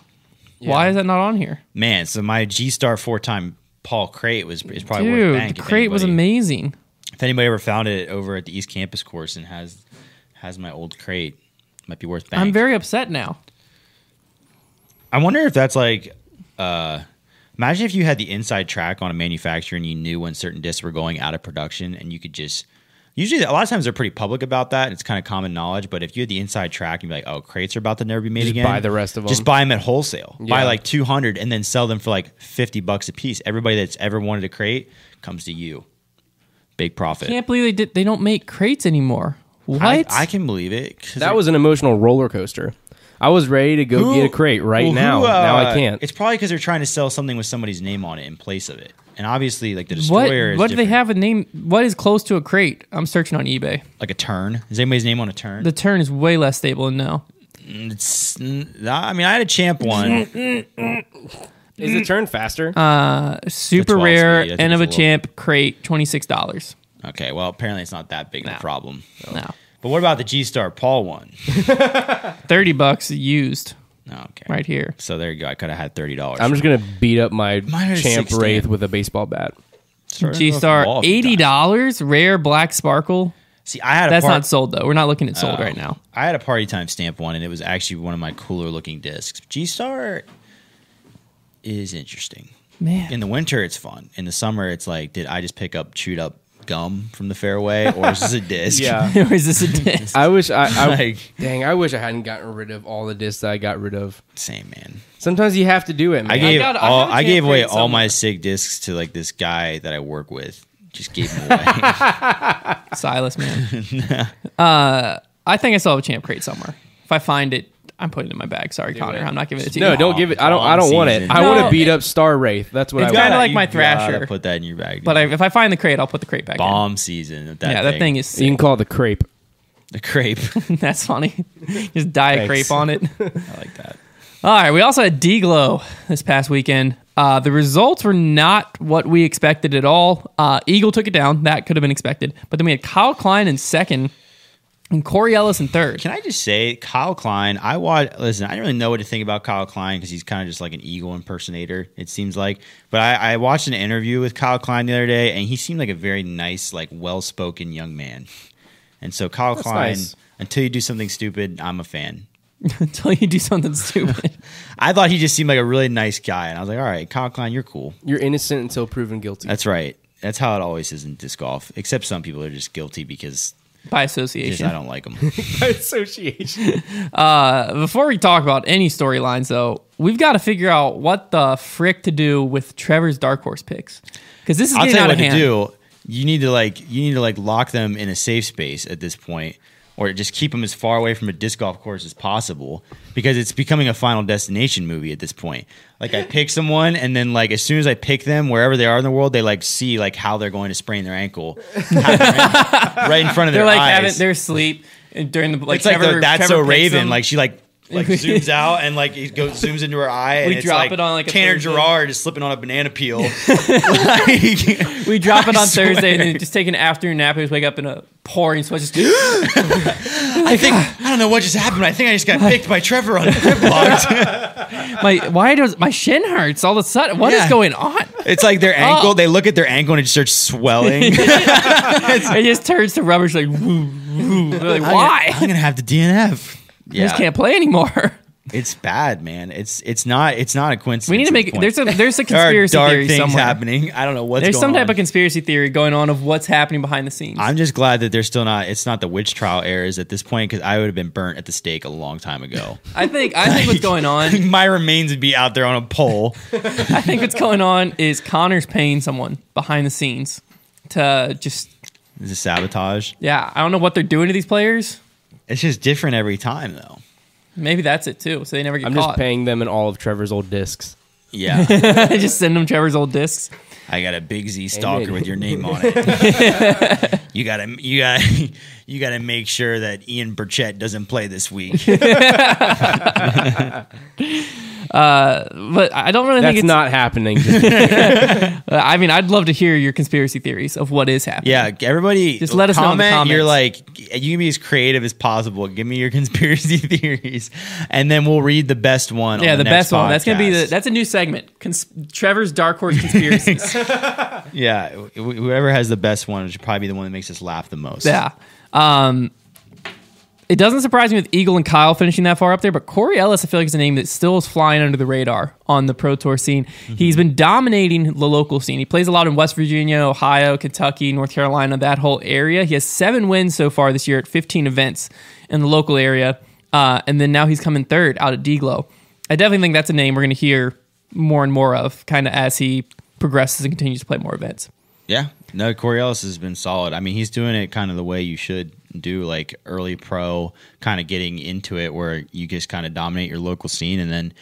Speaker 1: Why is that not on here?
Speaker 2: Man, so my G Star four time Paul crate was is probably worth
Speaker 1: Dude,
Speaker 2: bank.
Speaker 1: the
Speaker 2: if
Speaker 1: crate was
Speaker 2: anybody-
Speaker 1: amazing.
Speaker 2: If anybody ever found it over at the East Campus course and has has my old crate, might be worth bank.
Speaker 1: I'm very upset now.
Speaker 2: I wonder if that's like, uh, imagine if you had the inside track on a manufacturer and you knew when certain discs were going out of production and you could just. Usually, a lot of times they're pretty public about that. It's kind of common knowledge. But if you had the inside track and be like, "Oh, crates are about to never be made
Speaker 3: Just
Speaker 2: again,"
Speaker 3: buy the rest of
Speaker 2: Just
Speaker 3: them.
Speaker 2: buy them at wholesale. Buy
Speaker 3: Yeah.
Speaker 2: like two hundred and then sell them for like fifty bucks a piece. Everybody that's ever wanted a crate comes to you. Big profit.
Speaker 1: Can't believe they did. They don't make crates anymore. What?
Speaker 2: I, I can believe it. 'cause
Speaker 3: that was an emotional roller coaster. I was ready to go
Speaker 2: Who-
Speaker 3: get a crate right
Speaker 2: well, who,
Speaker 3: now. now I
Speaker 2: uh,
Speaker 3: can't.
Speaker 2: It's probably because they're trying to sell something with somebody's name on it in place of it. And obviously, like the
Speaker 1: what?
Speaker 2: destroyer is
Speaker 1: What do they
Speaker 2: different.
Speaker 1: have a name? What is close to a crate? I'm searching on eBay.
Speaker 2: Like a turn. Is anybody's name on a turn?
Speaker 1: The turn is way less stable than no.
Speaker 2: It's- mm, I mean, I had a champ one.
Speaker 1: (laughs)
Speaker 3: is the turn faster?
Speaker 1: Super
Speaker 2: 12
Speaker 1: rare
Speaker 2: speed, I think
Speaker 1: end
Speaker 2: it's
Speaker 1: of a
Speaker 2: a little-
Speaker 1: champ crate, twenty six dollars.
Speaker 2: okay, well, apparently it's not that big of
Speaker 1: No.
Speaker 2: a problem.
Speaker 1: No,
Speaker 2: But what about the G Star Paul one?
Speaker 1: Thirty bucks used
Speaker 2: Oh, okay.
Speaker 1: right here.
Speaker 2: So there you go. I could have had thirty dollars.
Speaker 1: Uh,
Speaker 3: I'm just gonna beat up my
Speaker 2: Mine are
Speaker 3: champ
Speaker 2: 16.
Speaker 3: wraith with a
Speaker 2: (laughs)
Speaker 3: baseball bat.
Speaker 1: G Star eighty dollars, rare black sparkle.
Speaker 2: See, I had a
Speaker 1: That's
Speaker 2: part-
Speaker 1: not sold though. We're not looking at
Speaker 2: Uh,
Speaker 1: sold right now.
Speaker 2: I had a party time stamp one, and it was actually one of my cooler looking discs. G Star is interesting.
Speaker 1: Man,
Speaker 2: In the winter, it's fun. In the summer, it's like, did I just pick up chewed up gum from the fairway, or is this (laughs) a disc?
Speaker 1: (laughs)
Speaker 3: Yeah.
Speaker 1: or is this a
Speaker 2: (laughs)
Speaker 1: disc?
Speaker 3: I wish I, I
Speaker 2: Like-
Speaker 3: dang, I wish I hadn't gotten rid of all the discs that I got rid of.
Speaker 2: same man.
Speaker 3: Sometimes you have to do it, man.
Speaker 2: I gave
Speaker 1: got- I
Speaker 2: all
Speaker 1: got a
Speaker 2: I gave
Speaker 1: tape
Speaker 2: away
Speaker 1: grade
Speaker 2: all my sig discs to like this guy that I work with. Just gave
Speaker 1: (laughs)
Speaker 2: them away.
Speaker 1: Silas, man. uh,
Speaker 2: (laughs)
Speaker 1: I think I still have a champ crate somewhere. If I find it, I'm putting it in my bag. Sorry, Connor.
Speaker 3: it.
Speaker 1: I'm not giving it to
Speaker 3: no,
Speaker 1: you.
Speaker 3: don't give it. I don't. I don't
Speaker 2: Long
Speaker 3: want it.
Speaker 2: season.
Speaker 3: I want
Speaker 1: No,
Speaker 3: to beat
Speaker 1: it-
Speaker 3: up Star Wraith. That's what
Speaker 1: It's
Speaker 3: I
Speaker 1: kinda
Speaker 3: want.
Speaker 1: like my
Speaker 2: You gotta
Speaker 1: Thrasher.
Speaker 2: Put that in your bag.
Speaker 1: But I,
Speaker 2: dude.
Speaker 1: if I find the crate, I'll put the crate back.
Speaker 2: bomb season. That
Speaker 1: In. Yeah, that thing is (laughs)
Speaker 3: You
Speaker 1: sick.
Speaker 3: can call it the crepe.
Speaker 2: the crepe.
Speaker 1: That's funny. (laughs) Just dye a
Speaker 3: Thanks.
Speaker 1: crepe on it.
Speaker 2: (laughs) I like that.
Speaker 1: All right, we also had D-Glow this past weekend. Uh, the results were not what we expected at all. Uh, Eagle took it down. That could have been expected. But then we had Kyle Klein in second and Corey Ellis in third.
Speaker 2: Can I just say, Kyle Klein? I watch. Listen, I don't really know what to think about Kyle Klein because he's kind of just like an eagle impersonator. It seems like. But I, I watched an interview with Kyle Klein the other day, and he seemed like a very nice, like well-spoken young man. And so, Kyle Klein,
Speaker 3: nice.
Speaker 2: until you do something stupid, I'm a fan.
Speaker 1: (laughs) Until you do something
Speaker 2: (laughs)
Speaker 1: stupid.
Speaker 2: I thought he just seemed like a really nice guy, and I was like, all right, Kyle Klein, you're cool.
Speaker 3: You're innocent until proven guilty.
Speaker 2: That's right. That's how it always is in disc golf. Except some people are just guilty because
Speaker 1: By
Speaker 2: just,
Speaker 1: association.
Speaker 2: I don't like them.
Speaker 3: (laughs) association.
Speaker 1: Before we talk about any storylines, though, we've got to figure out what the frick to do with Trevor's dark horse picks because this is
Speaker 2: I'll
Speaker 1: getting
Speaker 2: tell you
Speaker 1: out
Speaker 2: what
Speaker 1: of hand.
Speaker 2: to do. You need to like you need to like lock them in a safe space at this point, or just keep them as far away from a disc golf course as possible because it's becoming a Final Destination movie at this point. Like I pick someone, and then like as soon as I pick them, wherever they are in the world, they like see like how they're going to sprain their ankle (laughs) how they're in- right in front of
Speaker 1: They're
Speaker 2: their
Speaker 1: like
Speaker 2: eyes.
Speaker 1: having their sleep and during the like.
Speaker 2: it's like
Speaker 1: Trevor,
Speaker 2: the, that's
Speaker 1: Trevor
Speaker 2: so
Speaker 1: picks
Speaker 2: Raven.
Speaker 1: them.
Speaker 2: Like she like.
Speaker 1: (laughs)
Speaker 2: Like zooms out and like it goes zooms into her eye and
Speaker 1: We
Speaker 2: it's
Speaker 1: drop
Speaker 2: like
Speaker 1: it on, like, a
Speaker 2: Tanner
Speaker 1: Thursday.
Speaker 2: Gerard is slipping on a banana peel.
Speaker 1: (laughs)
Speaker 2: (laughs) Like-
Speaker 1: we drop it
Speaker 2: I
Speaker 1: on Thursday and
Speaker 2: swear.
Speaker 1: then just take an afternoon nap. We just wake up in a pouring sweat. Just (gasps)
Speaker 2: I think I don't know what just happened. but I think I just got picked by Trevor
Speaker 1: (laughs)
Speaker 2: on Crib Logs.
Speaker 1: my why does my shin hurts all of a sudden? What is
Speaker 2: Yeah.
Speaker 1: going
Speaker 2: (laughs)
Speaker 1: on?
Speaker 2: it's like their
Speaker 1: ankle-
Speaker 2: ankle. They look at their ankle and it just
Speaker 1: (laughs)
Speaker 2: starts swelling.
Speaker 1: It just turns to rubbish. Like, woo, woo. They're like (laughs) why?
Speaker 2: I'm gonna have the DNF.
Speaker 1: I
Speaker 2: Yeah,
Speaker 1: just can't play anymore. (laughs)
Speaker 2: it's bad, man. It's it's not it's not a coincidence.
Speaker 1: We need to
Speaker 2: at
Speaker 1: make
Speaker 2: the point.
Speaker 1: there's a there's a
Speaker 2: There are
Speaker 1: conspiracy
Speaker 2: dark
Speaker 1: theory
Speaker 2: things
Speaker 1: somewhere.
Speaker 2: happening. I don't know what's
Speaker 1: There's
Speaker 2: going
Speaker 1: some type
Speaker 2: on.
Speaker 1: of conspiracy theory going on of what's happening behind the scenes.
Speaker 2: I'm just glad that they're still not. It's not the witch trial errors at this point because I would have been burnt at the stake a long
Speaker 1: (laughs)
Speaker 2: time ago.
Speaker 1: I think I think what's going on.
Speaker 2: My remains would be out there on a pole.
Speaker 1: I think what's going on is Connor's paying someone behind the scenes to just
Speaker 2: This is sabotage.
Speaker 1: yeah. I don't know what they're doing to these players.
Speaker 2: It's just different every
Speaker 1: (laughs)
Speaker 2: time, though.
Speaker 1: Maybe that's it too. So they never get
Speaker 3: I'm just
Speaker 1: caught.
Speaker 3: paying them in all of Trevor's old discs.
Speaker 2: Yeah.
Speaker 1: I just send them Trevor's old discs.
Speaker 2: I got a Big Z stalker
Speaker 3: Amen.
Speaker 2: with your
Speaker 1: (laughs)
Speaker 2: name on it. you gotta, you gotta, (laughs) you gotta make sure that Ian Burchett doesn't play this week.
Speaker 1: (laughs) But I don't really think
Speaker 3: That's
Speaker 1: it's.
Speaker 3: not happening.
Speaker 1: (laughs) I mean, I'd love to hear your conspiracy theories of what is happening.
Speaker 2: yeah, everybody,
Speaker 1: Just let us know in the
Speaker 2: comment, You're
Speaker 1: comments.
Speaker 2: like, you can be as creative as possible. Give me your conspiracy (laughs) theories, and then we'll read the best one.
Speaker 1: Yeah,
Speaker 2: on
Speaker 1: the,
Speaker 2: the,
Speaker 1: best
Speaker 2: next
Speaker 1: one. That's gonna be the.
Speaker 2: podcast.
Speaker 1: That's a new segment. Cons- Trevor's dark horse
Speaker 2: (laughs)
Speaker 1: conspiracies.
Speaker 2: yeah. wh- Whoever has the best one should probably be the one that makes us laugh the most.
Speaker 1: yeah. Um, it doesn't surprise me with Eagle and Kyle finishing that far up there, but Corey Ellis, I feel like, is a name that still is flying under the radar on the pro tour scene. He's been dominating the local scene. He plays a lot in West Virginia, Ohio, Kentucky, North Carolina, that whole area. He has seven wins so far this year at 15 events in the local area. Uh, and then now he's coming third out at Deglow. I definitely think that's a name we're going to hear more and more of kind of as he progresses and continues to play more events.
Speaker 2: Yeah. No, Corey Ellis has been solid. I mean, he's doing it kind of the way you should do, like early pro, kind of getting into it where you just kind of dominate your local scene and then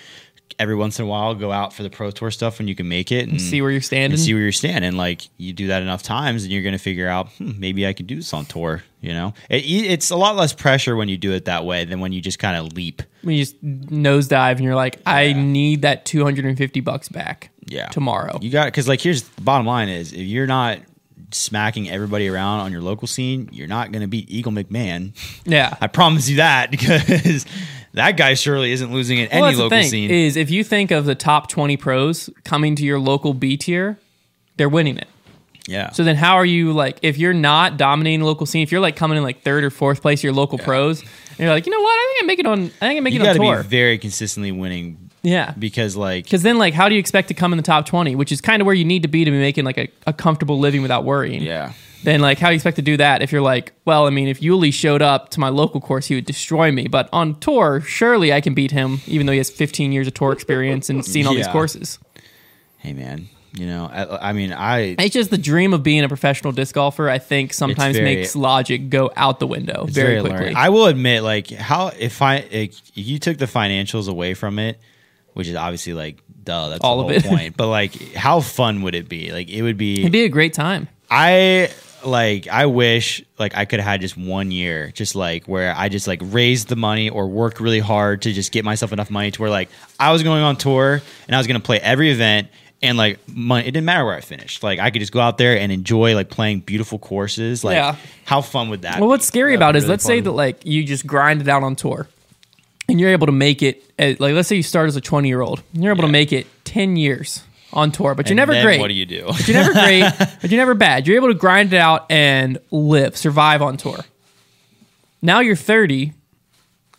Speaker 2: every once in a while go out for the pro tour stuff when you can make it and
Speaker 1: See where you're standing.
Speaker 2: and see where you're standing. Like you do that enough times, and you're going to figure out hmm, maybe I could do this on tour. You know, it, it's a lot less pressure when you do it that way than when you just kind of leap.
Speaker 1: when you just nosedive and you're like, I need that 250 bucks back
Speaker 2: yeah
Speaker 1: tomorrow.
Speaker 2: you got because like here's the bottom line is if you're not smacking everybody around on your local scene, you're not going to beat Eagle McMahon.
Speaker 1: Yeah.
Speaker 2: I promise you that (laughs) because that guy surely isn't losing in
Speaker 1: Well,
Speaker 2: any
Speaker 1: that's the
Speaker 2: local
Speaker 1: thing,
Speaker 2: scene.
Speaker 1: Is if you think of the top 20 pros coming to your local B tier, they're winning it.
Speaker 2: yeah.
Speaker 1: So then how are you like if you're not dominating the local scene, if you're like coming in like third or fourth place, your local pros, and you're like, you know what, I think I make it on I think I make
Speaker 2: you
Speaker 1: it
Speaker 2: got
Speaker 1: on
Speaker 2: to
Speaker 1: tour.
Speaker 2: be very consistently winning
Speaker 1: yeah.
Speaker 2: because, like,
Speaker 1: Because then, like, how do you expect to come in the top 20, which is kind of where you need to be to be making, like, a, a comfortable living without worrying?
Speaker 2: yeah.
Speaker 1: Then, like, how do you expect to do that if you're like, well, I mean, if Yuli showed up to my local course, he would destroy me. But on tour, surely I can beat him, even though he has 15 years of tour experience and seen all these
Speaker 2: Yeah.
Speaker 1: courses.
Speaker 2: Hey, man. You know, I, I mean, I
Speaker 1: It's just the dream of being a professional disc golfer, I think, sometimes
Speaker 2: very-
Speaker 1: makes logic go out the window
Speaker 2: it's
Speaker 1: very,
Speaker 2: learning.
Speaker 1: quickly.
Speaker 2: I will admit, like, how if I if you took the financials away from it, which is obviously like, duh, that's
Speaker 1: All
Speaker 2: the
Speaker 1: of
Speaker 2: whole
Speaker 1: it.
Speaker 2: point. But like, how fun would it be? Like, it would
Speaker 1: It'd be a great time.
Speaker 2: I like I wish like I could have had just one year just like where I just like raised the money or worked really hard to just get myself enough money to where like I was going on tour and I was going to play every event and like money it didn't matter where I finished like I could just go out there and enjoy like playing beautiful courses like
Speaker 1: Yeah.
Speaker 2: how fun would that
Speaker 1: Well,
Speaker 2: be?
Speaker 1: what's scary
Speaker 3: That'd
Speaker 1: about it
Speaker 3: be
Speaker 1: is
Speaker 3: really
Speaker 1: let's say
Speaker 3: fun.
Speaker 1: that like you just grind it out on tour, and you're able to make it. At, like let's say you start as a 20 year old, and you're able to
Speaker 2: Yeah.
Speaker 1: make it 10 years on tour, but you're
Speaker 2: And
Speaker 1: never
Speaker 2: then
Speaker 1: great.
Speaker 2: What do you do? (laughs)
Speaker 1: But you're never great, but you're never bad. You're able to grind it out and live, survive on tour. Now you're 30,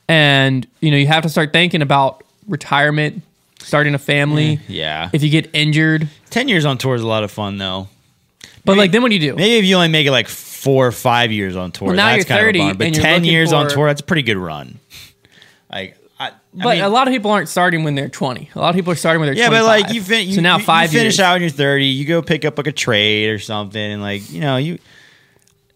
Speaker 1: and you know you have to start thinking about retirement, starting a family.
Speaker 2: Eh, yeah.
Speaker 1: If you get injured,
Speaker 2: 10 years on tour is a lot of fun though.
Speaker 1: but like then what do you do?
Speaker 2: Maybe if you only make it like 4 or 5 years on tour
Speaker 1: Well, now
Speaker 2: that's
Speaker 1: you're 30
Speaker 2: kind of a bummer.
Speaker 1: and
Speaker 2: but
Speaker 1: you're
Speaker 2: 10
Speaker 1: looking
Speaker 2: years on
Speaker 1: for-
Speaker 2: tour that's a pretty good run. Like I
Speaker 1: But
Speaker 2: I mean,
Speaker 1: a lot of people aren't starting when they're 20. A lot of people are starting when they're
Speaker 2: Yeah, but like
Speaker 1: 25.
Speaker 2: you, fin- you
Speaker 1: so now
Speaker 2: you- you
Speaker 1: five
Speaker 2: finish
Speaker 1: years.
Speaker 2: out when you're 30. You go pick up like a trade or something, and like you know you.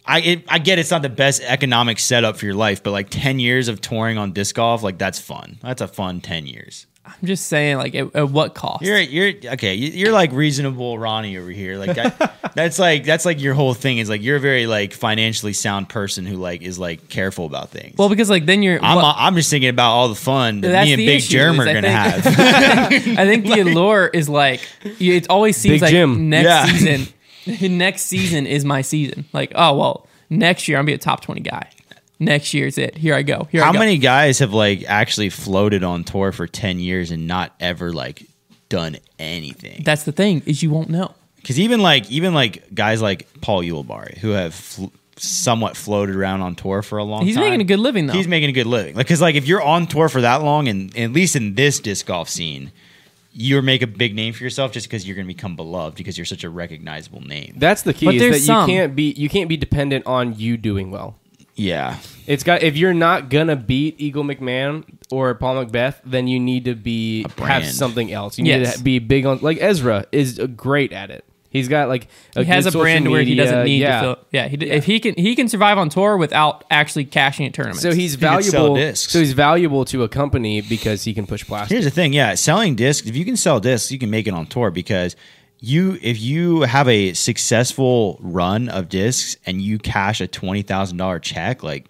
Speaker 2: I it, I get it's not the best economic setup for your life, but like 10 years of touring on disc golf, like that's fun. That's a fun 10 years.
Speaker 1: I'm just saying, like, at, at what cost?
Speaker 2: You're you're okay. you- You're like reasonable Ronnie over here. Like
Speaker 1: (laughs)
Speaker 2: that, that's like that's like your whole thing is like you're a very like financially sound person who like is like careful about things.
Speaker 1: well, because like then you're.
Speaker 2: I'm
Speaker 1: what-
Speaker 2: I'm just thinking about all the fun that
Speaker 1: That's
Speaker 2: me and
Speaker 1: the
Speaker 2: Big
Speaker 1: issue
Speaker 2: Germ
Speaker 1: is
Speaker 2: are
Speaker 1: I (laughs)
Speaker 2: gonna
Speaker 1: think-
Speaker 2: have.
Speaker 1: I think the allure is like you- it always seems
Speaker 3: Big
Speaker 1: like
Speaker 3: Jim.
Speaker 1: next
Speaker 2: Yeah.
Speaker 1: season. (laughs) next season is my season. Like, oh well, next year I'm gonna be a top 20 guy. Next year's it. Here I go. Here I
Speaker 2: How
Speaker 1: go.
Speaker 2: many guys have like actually floated on tour for ten years and not ever like done anything?
Speaker 1: That's the thing is you won't know.
Speaker 2: Because even like even like guys like Paul Ulibarri who have fl- somewhat floated around on tour for a long
Speaker 1: He's
Speaker 2: time.
Speaker 1: making a good living though.
Speaker 2: He's making a good living. Like because like if you're on tour for that long and, and at least in this disc golf scene. You make a big name for yourself just because you're going to become beloved because you're such a recognizable name.
Speaker 3: That's the key.
Speaker 1: But
Speaker 3: is
Speaker 1: there's
Speaker 3: that
Speaker 1: some.
Speaker 3: you can't be you can't be dependent on you doing well.
Speaker 2: Yeah,
Speaker 3: It's got if you're not gonna beat Eagle McMahon or Paul Macbeth, then you need to be
Speaker 2: brand.
Speaker 3: have something else. You need
Speaker 1: Yes.
Speaker 3: to ha- be big on like Ezra is uh, great at it. He's got like a
Speaker 1: he has
Speaker 3: good
Speaker 1: a
Speaker 3: social
Speaker 1: brand where he doesn't
Speaker 3: media,
Speaker 1: need
Speaker 3: yeah.
Speaker 1: to feel. Yeah, he, if he can, he can survive on tour without actually cashing at tournaments.
Speaker 3: So he's
Speaker 2: could sell
Speaker 3: valuable.
Speaker 2: discs.
Speaker 3: So he's valuable to a company because he can push plastic.
Speaker 2: Here's the thing, yeah, selling discs. If you can sell discs, you can make it on tour because you, if you have a successful run of discs and you cash a twenty thousand dollar check, like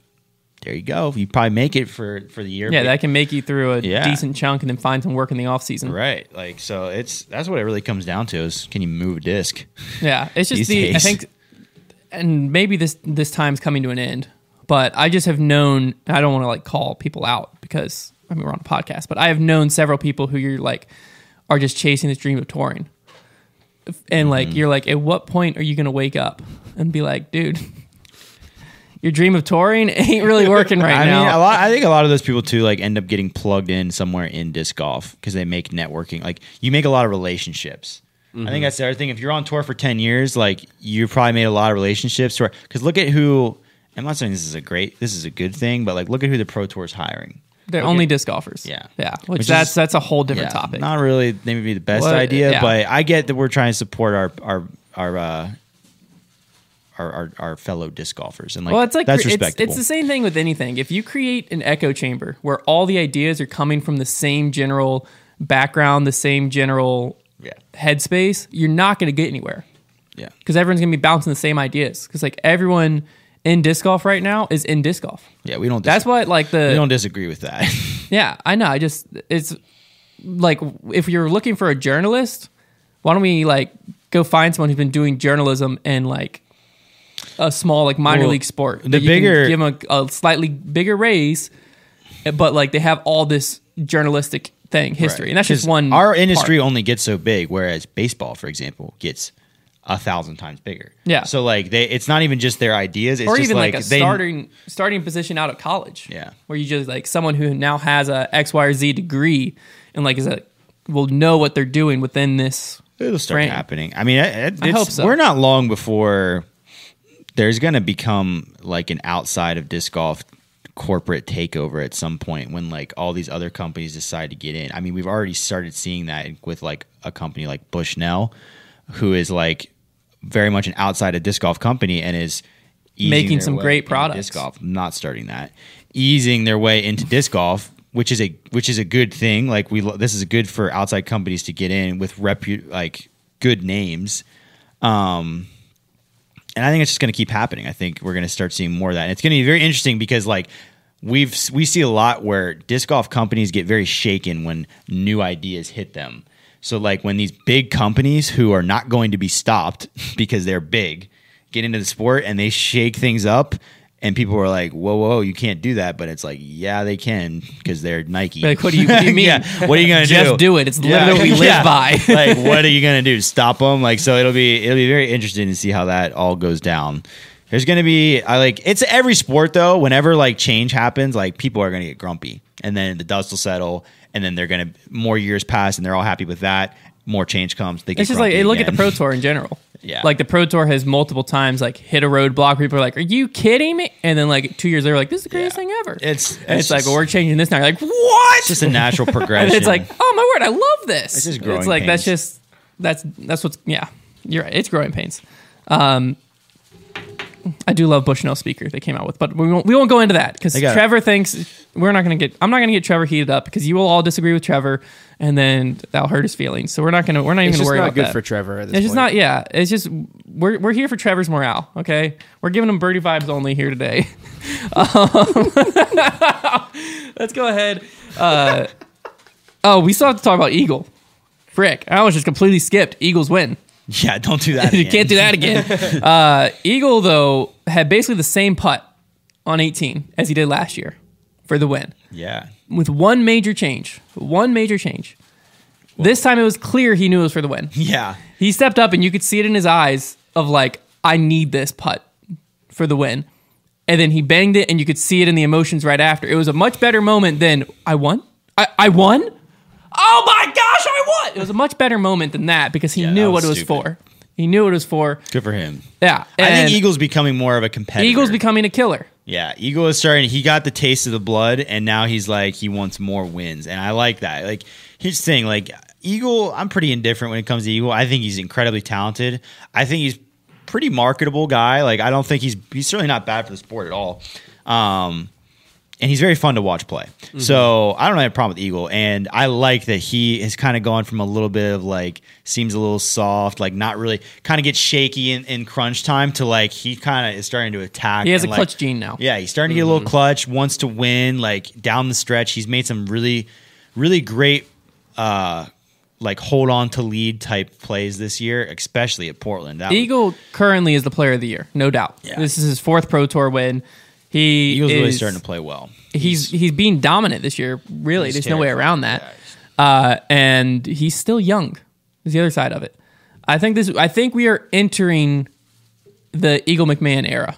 Speaker 2: there you go, you probably make it for for the year.
Speaker 1: Yeah, that can make you through a
Speaker 2: Yeah.
Speaker 1: decent chunk and then find some work in the off season.
Speaker 2: right. Like so, it's that's what it really comes down to is can you move a disc?
Speaker 1: Yeah, it's just
Speaker 2: These
Speaker 1: the I
Speaker 2: days.
Speaker 1: think, and maybe this this time's coming to an end. But I just have known. and I don't want to like call people out because I mean we're on a podcast, but I have known several people who you're like are just chasing this dream of touring, and like
Speaker 2: Mm-hmm.
Speaker 1: you're like, at what point are you going to wake up and be like, dude? Your dream of touring ain't really
Speaker 2: (laughs)
Speaker 1: working right
Speaker 2: I
Speaker 1: now.
Speaker 2: mean, a lot. I think a lot of those people too, like, end up getting plugged in somewhere in disc golf because they make networking. Like, you make a lot of relationships. I
Speaker 1: Mm-hmm.
Speaker 2: think that's the other thing. If you're on tour for ten years, like, you probably made a lot of relationships. Where, because look at who. I'm not saying this is a great, this is a good thing, but like, look at who the pro tour is hiring.
Speaker 1: They're only disc golfers.
Speaker 2: Yeah.
Speaker 1: yeah. Which,
Speaker 2: Which is-
Speaker 1: that's that's a whole different topic.
Speaker 2: Not really, maybe the best
Speaker 1: Well,
Speaker 2: idea,
Speaker 1: yeah.
Speaker 2: but I get that we're trying to support our our our. Uh, our, our, our fellow disc golfers and like,
Speaker 1: well, it's like
Speaker 2: that's
Speaker 1: cre- it's,
Speaker 2: respectable.
Speaker 1: it's the same thing with anything. If you create an echo chamber where all the ideas are coming from the same general background, the same general
Speaker 2: Yeah.
Speaker 1: headspace, you're not going to get anywhere
Speaker 2: yeah,
Speaker 1: because everyone's going to be bouncing the same ideas. Because like everyone in disc golf right now is in disc golf.
Speaker 2: yeah, we don't.
Speaker 1: That's what like the
Speaker 2: we don't disagree with that. (laughs)
Speaker 1: yeah, I know. I just it's like if you're looking for a journalist, why don't we like go find someone who's been doing journalism and like a small like minor
Speaker 2: Well,
Speaker 1: league sport.
Speaker 2: the
Speaker 1: that you can
Speaker 2: bigger-
Speaker 1: give them a, a slightly bigger raise, but like they have all this journalistic thing history, and that's just
Speaker 2: 'Cause
Speaker 1: one.
Speaker 2: Our industry
Speaker 1: part.
Speaker 2: only gets so big, whereas baseball, for example, gets a thousand times bigger.
Speaker 1: Yeah.
Speaker 2: So like they, it's not even just their ideas. It's
Speaker 1: or
Speaker 2: just
Speaker 1: even like, a
Speaker 2: they,
Speaker 1: starting starting position out of college.
Speaker 2: Yeah.
Speaker 1: where you just like someone who now has a X Y or Z degree and like is a will know what they're doing within this.
Speaker 2: It'll start
Speaker 1: Right.
Speaker 2: happening. I mean, it, it- it's,
Speaker 1: hope so.
Speaker 2: We're not long before there's going to become like an outside of disc golf corporate takeover at some point when like all these other companies decide to get in. I mean, we've already started seeing that with like a company like Bushnell, who is like very much an outside of disc golf company and is easing
Speaker 1: Making
Speaker 2: their
Speaker 1: some
Speaker 2: way
Speaker 1: great
Speaker 2: into
Speaker 1: products.
Speaker 2: Disc golf, not starting that, easing their way into disc golf, which is a which is a good thing. Like we, lo- this is good for outside companies to get in with repu like good names. and I think it's just going to keep happening. I think we're going to start seeing more of that. And it's going to be very interesting because like we've we see a lot where disc golf companies get very shaken when new ideas hit them. So like when these big companies who are not going to be stopped (laughs) because they're big get into the sport and they shake things up and people are like, "Whoa, whoa, whoa, you can't do that." But it's like, "Yeah, they can because they're Nike."
Speaker 1: Like, what do you, what do you mean?
Speaker 2: (laughs) yeah, what are you going to do?
Speaker 1: Just do it. It's literally
Speaker 2: (laughs)
Speaker 1: what we live by.
Speaker 2: like, what are you gonna do? Stop them? Like, so it'll be it'll be very interesting to see how that all goes down. There's gonna be I like it's every sport though. Whenever like change happens, like people are gonna get grumpy, and then the dust will settle, and then they're gonna more years pass, and they're all happy with that. More change comes. They get
Speaker 1: It's just like
Speaker 2: grumpy
Speaker 1: hey, look at
Speaker 2: again.
Speaker 1: the pro tour in general.
Speaker 2: (laughs) Yeah.
Speaker 1: Like the pro tour has multiple times like hit a roadblock. People are like, "Are you kidding me?" And then like two years later, like this is the greatest
Speaker 2: Yeah.
Speaker 1: thing ever.
Speaker 2: It's-
Speaker 1: and
Speaker 2: it's
Speaker 1: it's, like
Speaker 2: just-
Speaker 1: well, we're changing this now. You're like what?
Speaker 2: It's just a natural progression.
Speaker 1: and (laughs) it's like oh my word, I love this.
Speaker 2: It's just growing
Speaker 1: It's like that's
Speaker 2: pains.
Speaker 1: just that's that's what's yeah. You're right. It's growing pains. Um, I do love Bushnell speaker they came out with, but we won't we won't go into that because
Speaker 2: They got-
Speaker 1: Trevor thinks we're not gonna get. I'm not gonna get Trevor heated up because you will all disagree with Trevor, and then that'll hurt his feelings. So we're not gonna we're not even
Speaker 3: It's
Speaker 1: gonna
Speaker 3: just
Speaker 1: worry
Speaker 3: not
Speaker 1: about
Speaker 3: good
Speaker 1: that.
Speaker 3: for Trevor. At this
Speaker 1: It's just not.
Speaker 3: point.
Speaker 1: Yeah, it's just we're we're here for Trevor's morale. Okay, we're giving him birdie vibes only here today. (laughs) um, (laughs) let's go ahead. Uh, oh, we still have to talk about Eagle. Frick, I was just completely skipped. Eagles win. (laughs)
Speaker 2: yeah, don't do that.
Speaker 1: You
Speaker 2: again.
Speaker 1: can't do that
Speaker 3: (laughs)
Speaker 1: again. uh, Eagle though had basically the same putt on 18 as he did last year for the win
Speaker 2: Yeah,
Speaker 1: with one major change. One major change. This time it was clear he knew it was for the win
Speaker 2: yeah.
Speaker 1: he stepped up and you could see it in his eyes of like i need this putt for the win and then he banged it and you could see it in the emotions right after it was a much better moment than i won i, I won oh my gosh i won it was a much better moment than that because he
Speaker 2: Yeah,
Speaker 1: knew
Speaker 2: that
Speaker 1: what
Speaker 2: was
Speaker 1: it was
Speaker 2: stupid.
Speaker 1: for he knew what it was for
Speaker 2: Good for him.
Speaker 1: yeah
Speaker 2: I
Speaker 1: and
Speaker 2: think Eagles becoming more of a competitor.
Speaker 1: eagles becoming a killer
Speaker 2: Yeah, Eagle is starting. He got the taste of the blood, and now he's like he wants more wins, and I like that. Like here's the thing, like Eagle, I'm pretty indifferent when it comes to Eagle. I think he's incredibly talented. I think he's pretty marketable guy. Like I don't think he's he's certainly not bad for the sport at all. Um, and he's very fun to watch play.
Speaker 1: Mm-hmm.
Speaker 2: So I don't have a problem with Eagle, and I like that he has kind of gone from a little bit of like seems a little soft, like not really kind of gets shaky in, in crunch time to like he kind of is starting to attack.
Speaker 1: He has a
Speaker 2: and, like-
Speaker 1: clutch gene now. Mm-hmm.
Speaker 2: Yeah, he's starting to get a little clutch, wants to win. Like down the stretch, he's made some really, really great. uh like hold on to lead type plays this year, especially at Portland. That was-
Speaker 1: eagle currently is the player of the year no doubt
Speaker 2: Yeah.
Speaker 1: this is his fourth pro tour win he
Speaker 2: Eagles
Speaker 1: is,
Speaker 2: really starting to play well.
Speaker 1: he's he's being dominant this year. Really,
Speaker 2: He's
Speaker 1: there's no way
Speaker 2: terrifying.
Speaker 1: around that. Uh, and he's still young. Is the other side of it. I think this. I think we are entering the Eagle McMahon era.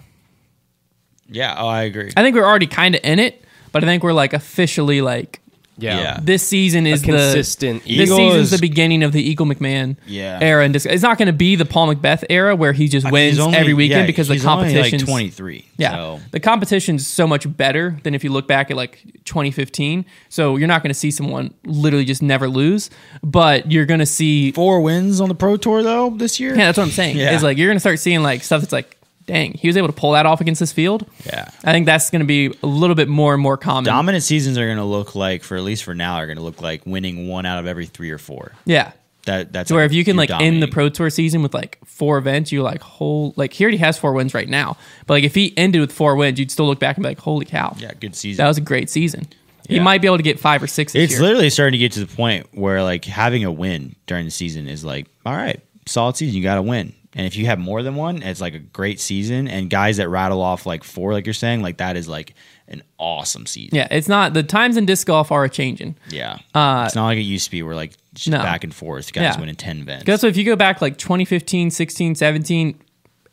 Speaker 2: Yeah, oh, I agree.
Speaker 1: I think we're already kind of in it, but I think we're like officially like
Speaker 3: Yeah.
Speaker 2: Yeah.
Speaker 1: this season is
Speaker 3: consistent
Speaker 1: the this
Speaker 3: Eagle
Speaker 1: season's
Speaker 2: is-
Speaker 1: the beginning of the Eagle McMahon
Speaker 2: Yeah.
Speaker 1: era. And it's not going to be the Paul McBeth era where he just
Speaker 2: I mean,
Speaker 1: wins
Speaker 2: he's only-
Speaker 1: every weekend
Speaker 2: yeah,
Speaker 1: because the
Speaker 2: he's only,
Speaker 1: competition.
Speaker 2: like 23.
Speaker 1: Yeah.
Speaker 2: so-
Speaker 1: The competition's so much better than if you look back at like 2015. So you're not going to see someone literally just never lose, but you're going to see.
Speaker 2: four wins on the Pro Tour though this year.
Speaker 1: Yeah, that's what I'm saying.
Speaker 2: Yeah.
Speaker 1: Is like you're going to start seeing like stuff that's like, dang, he was able to pull that off against this field.
Speaker 2: Yeah.
Speaker 1: I think that's going to be a little bit more and more common.
Speaker 2: Dominant seasons are going to look like, for at least for now, are going to look like winning one out of every three or four.
Speaker 1: yeah.
Speaker 2: That that's
Speaker 1: To where if you can
Speaker 2: you're
Speaker 1: like end the
Speaker 2: dominating.
Speaker 1: pro tour season with like four events, you like whole like he already has four wins right now. But like if he ended with four wins, you'd still look back and be like, holy cow,
Speaker 2: yeah, good season.
Speaker 1: that was a great season. He
Speaker 2: Yeah.
Speaker 1: might be able to get five or six. This
Speaker 2: it's
Speaker 1: year.
Speaker 2: literally starting to get to the point where like having a win during the season is like, all right, solid season. You got to win. And if you have more than one, it's like a great season. And guys that rattle off like four, like you're saying, like that is like an awesome season.
Speaker 1: Yeah, it's not the times in disc golf are a changing.
Speaker 2: Yeah. it's not like it used to be where like just
Speaker 1: Uh, no.
Speaker 2: back and forth, guys
Speaker 1: Yeah.
Speaker 2: winning 10 events.
Speaker 1: Because if you go back like 2015, 16, 17,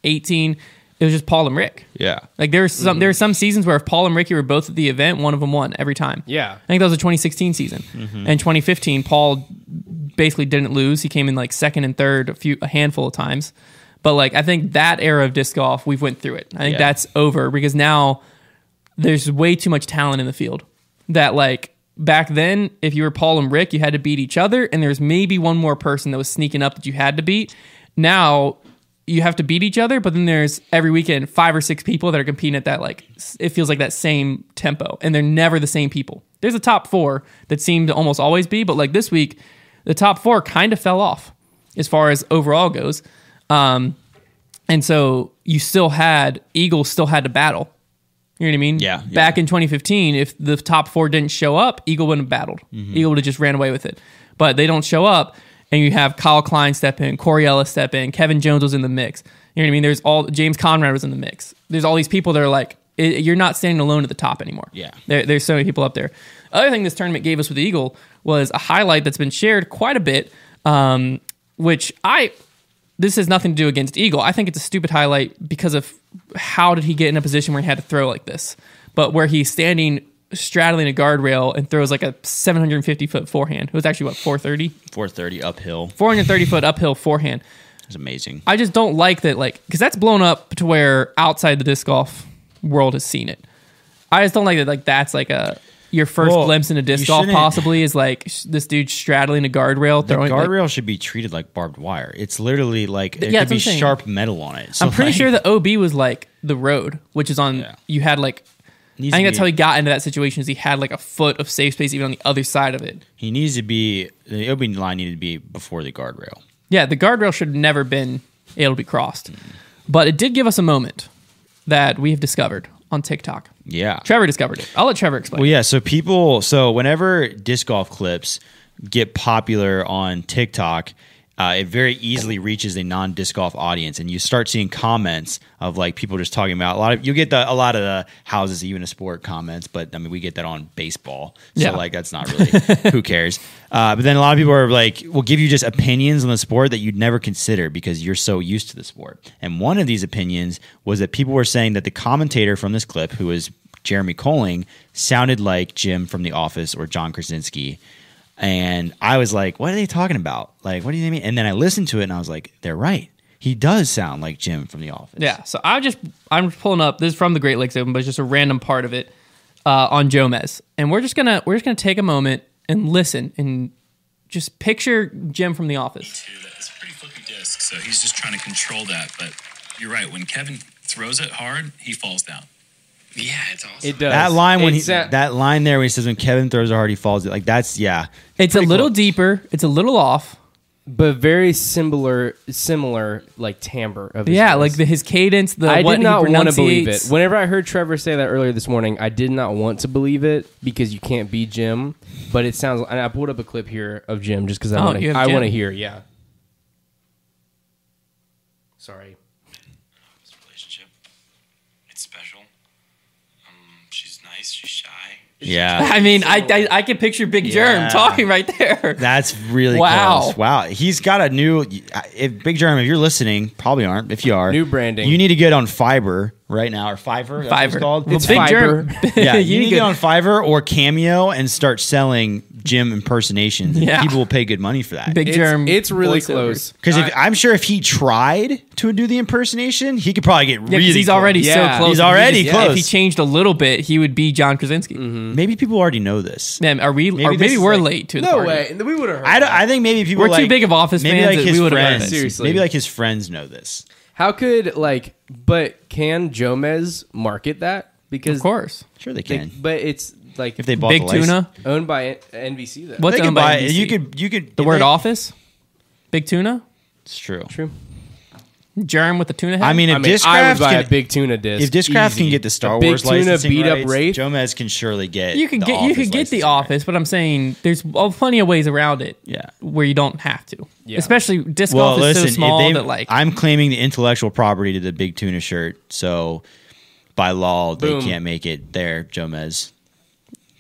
Speaker 1: 18, it was just Paul and Rick.
Speaker 2: yeah.
Speaker 1: Like there were some there were some seasons where if Paul and Ricky were both at the event, one of them won every time.
Speaker 3: Yeah.
Speaker 1: I think that was a 2016 season. And 2015, Paul basically didn't lose. He came in like second and third a few a handful of times. But like I think that era of disc golf, we've went through it. I think
Speaker 2: Yeah.
Speaker 1: that's over because now there's way too much talent in the field. That like back then, if you were Paul and Rick, you had to beat each other, and there's maybe one more person that was sneaking up that you had to beat. Now you have to beat each other, but then there's every weekend five or six people that are competing at that like s- it feels like that same tempo, and they're never the same people. There's a top four that seem to almost always be, but like this week, the top four kind of fell off as far as overall goes. Um, and so you still had Eagles still had to battle. You know what I mean?
Speaker 2: Yeah, yeah.
Speaker 1: Back in 2015, if the top four didn't show up, Eagle wouldn't have battled. Eagle would have just ran away with it. But they don't show up, and you have Kyle Klein step in, Corey Ellis step in, Kevin Jones was in the mix. You know what I mean? There's all James Conrad was in the mix. There's all these people that are like, i you're not standing alone at the top anymore.
Speaker 2: Yeah.
Speaker 1: There, there's so many people up there. Other thing this tournament gave us with the Eagle was a highlight that's been shared quite a bit, um, which I this has nothing to do against Eagle. I think it's a stupid highlight because of how did he get in a position where he had to throw like this, but where he's standing straddling a guardrail and throws like a 750 foot forehand. It was actually what 430,
Speaker 2: 430 uphill.
Speaker 1: 430 foot uphill forehand.
Speaker 2: It's amazing.
Speaker 1: I just don't like that, like, because that's blown up to where outside the disc golf world has seen it. I just don't like that, like, that's like a your first
Speaker 2: Well,
Speaker 1: glimpse into disc
Speaker 2: you
Speaker 1: golf
Speaker 2: shouldn't-
Speaker 1: possibly is like sh- this dude straddling a guardrail,
Speaker 2: The
Speaker 1: throwing. like-
Speaker 2: guardrail should be treated like barbed wire. It's literally like it
Speaker 1: Yeah,
Speaker 2: could
Speaker 1: that's what
Speaker 2: be
Speaker 1: I'm saying.
Speaker 2: sharp metal on it. So
Speaker 1: I'm pretty
Speaker 2: like,
Speaker 1: sure the OB was like the road, which is on.
Speaker 2: Yeah.
Speaker 1: You had like, I
Speaker 2: needs
Speaker 1: think
Speaker 2: to
Speaker 1: that's how
Speaker 2: be-
Speaker 1: he got into that situation. Is he had like a foot of safe space even on the other side of it.
Speaker 2: He needs to be the opening line needed to be before the guardrail.
Speaker 1: Yeah, the guardrail should have never been able to be crossed, but it did give us a moment that we have discovered on TikTok.
Speaker 2: Yeah.
Speaker 1: Trevor discovered it. I'll let Trevor explain.
Speaker 2: Well, yeah. So people, so whenever disc golf clips get popular on TikTok, uh, it very easily reaches a non-disc golf audience, and you start seeing comments of like people just talking about a lot of. You get the, a lot of the houses, even a sport comments, but I mean we get that on baseball, so
Speaker 1: Yeah.
Speaker 2: like that's not really who cares. Uh, but then a lot of people are like, will give you just opinions on the sport that you'd never consider because you're so used to the sport. And one of these opinions was that people were saying that the commentator from this clip, who is Jeremy Colling sounded like Jim from The Office or John Krasinski. And I was like, what are they talking about? Like, what do you mean? And then I listened to it and I was like, they're right. He does sound like Jim from The Office.
Speaker 1: Yeah. So I just I'm pulling up this is from the Great Lakes Open, but it's just a random part of it uh, on Jomez, and we're just gonna we're just gonna take a moment and listen and just picture Jim from The Office.
Speaker 4: too. That's a pretty flippy disc, so he's just trying to control that. But you're right. When Kevin throws it hard, he falls down. Yeah, it's awesome.
Speaker 3: It does
Speaker 2: That line when he,
Speaker 3: Exact-
Speaker 2: that line there when he says when Kevin throws a hard he falls like that's yeah
Speaker 1: It's a little deeper. It's a little off.
Speaker 3: but very similar, similar like timbre of his
Speaker 1: Yeah,
Speaker 3: voice.
Speaker 1: like the, his cadence. The
Speaker 3: I
Speaker 1: what
Speaker 3: did not
Speaker 1: want to
Speaker 3: believe it. Whenever I heard Trevor say that earlier this morning, I did not want to believe it because you can't be Jim. But it sounds. And I pulled up a clip here of Jim just because I
Speaker 1: Oh,
Speaker 3: want
Speaker 1: you
Speaker 3: to.
Speaker 1: have
Speaker 3: I
Speaker 1: Jim?
Speaker 3: want to hear. Yeah. Sorry.
Speaker 4: This relationship, it's special. Um, she's nice. She's shy.
Speaker 2: yeah
Speaker 1: I
Speaker 2: (laughs)
Speaker 1: mean, I I, I can picture Big Germ
Speaker 2: Yeah.
Speaker 1: talking right there. (laughs)
Speaker 2: that's really
Speaker 1: Wow.
Speaker 2: close. wow he's got a new if Big Germ if you're listening probably aren't if you are
Speaker 3: New branding.
Speaker 2: you need to get on Fiverr right now or Fiverr that's what it's
Speaker 1: Fiverr.
Speaker 2: called
Speaker 1: Well,
Speaker 3: It's
Speaker 1: Big
Speaker 3: fiber.
Speaker 1: Germ. (laughs)
Speaker 2: yeah, you,
Speaker 1: you
Speaker 2: need to
Speaker 1: could-
Speaker 2: get on Fiverr or Cameo and start selling Jim impersonations. and
Speaker 1: Yeah.
Speaker 2: People will pay good money for that.
Speaker 1: Big
Speaker 3: It's,
Speaker 1: Germ.
Speaker 3: it's really
Speaker 1: voiceover.
Speaker 3: close.
Speaker 2: Because I'm sure if he tried to do the impersonation, he could probably get
Speaker 1: Yeah,
Speaker 2: really.
Speaker 1: because he's
Speaker 2: close.
Speaker 1: already
Speaker 3: Yeah.
Speaker 1: so close.
Speaker 2: He's
Speaker 1: If he
Speaker 2: already
Speaker 1: just-
Speaker 2: close.
Speaker 1: If he changed a little bit, he would be John Krasinski.
Speaker 2: Maybe people already know this.
Speaker 1: Man, are we? Maybe,
Speaker 2: this
Speaker 1: maybe
Speaker 2: is
Speaker 1: we're
Speaker 2: like-
Speaker 1: late to the
Speaker 3: No
Speaker 1: party.
Speaker 3: way. We would have heard.
Speaker 2: I, don't, I think maybe people
Speaker 1: We're too
Speaker 2: like-
Speaker 1: big of Office
Speaker 2: maybe
Speaker 1: fans
Speaker 2: Like
Speaker 1: that
Speaker 2: his
Speaker 1: we would've heard
Speaker 2: friends.
Speaker 1: it.
Speaker 3: Seriously.
Speaker 2: maybe like his friends know this.
Speaker 3: How could like? But can Jomez market that? Because
Speaker 1: Of course.
Speaker 2: Sure, they
Speaker 3: they-
Speaker 2: can
Speaker 3: but it's like
Speaker 2: if they bought
Speaker 1: Big
Speaker 2: the license.
Speaker 1: tuna.
Speaker 3: owned by N- NBC. Though.
Speaker 1: What's
Speaker 2: They
Speaker 1: owned
Speaker 2: could
Speaker 1: by
Speaker 2: buy it.
Speaker 1: NBC?
Speaker 2: You could you could
Speaker 1: The word
Speaker 2: they-
Speaker 1: office? Big tuna?
Speaker 2: It's true.
Speaker 3: True.
Speaker 1: Germ with the tuna head.
Speaker 2: I mean, if
Speaker 3: I mean,
Speaker 2: Discraft
Speaker 3: I would buy
Speaker 2: can,
Speaker 3: a big tuna disc.
Speaker 2: if Discraft
Speaker 3: easy.
Speaker 2: can get the Star
Speaker 3: a big
Speaker 2: Wars
Speaker 3: tuna
Speaker 2: licensing
Speaker 3: beat
Speaker 2: rights,
Speaker 3: up Wraith.
Speaker 2: Jomez can surely get
Speaker 1: you could
Speaker 2: the
Speaker 1: get you could
Speaker 2: Office
Speaker 1: get the
Speaker 2: licensing rights.
Speaker 1: office, but I'm saying there's well, plenty of ways around it.
Speaker 2: Yeah.
Speaker 1: where you don't have to.
Speaker 3: Yeah.
Speaker 1: Especially disc golf
Speaker 2: Well,
Speaker 1: is
Speaker 2: listen,
Speaker 1: so
Speaker 2: if
Speaker 1: small
Speaker 2: they-
Speaker 1: that like
Speaker 2: I'm claiming the intellectual property to the Big Tuna shirt, so by law they
Speaker 3: Boom.
Speaker 2: can't make it there. Jomez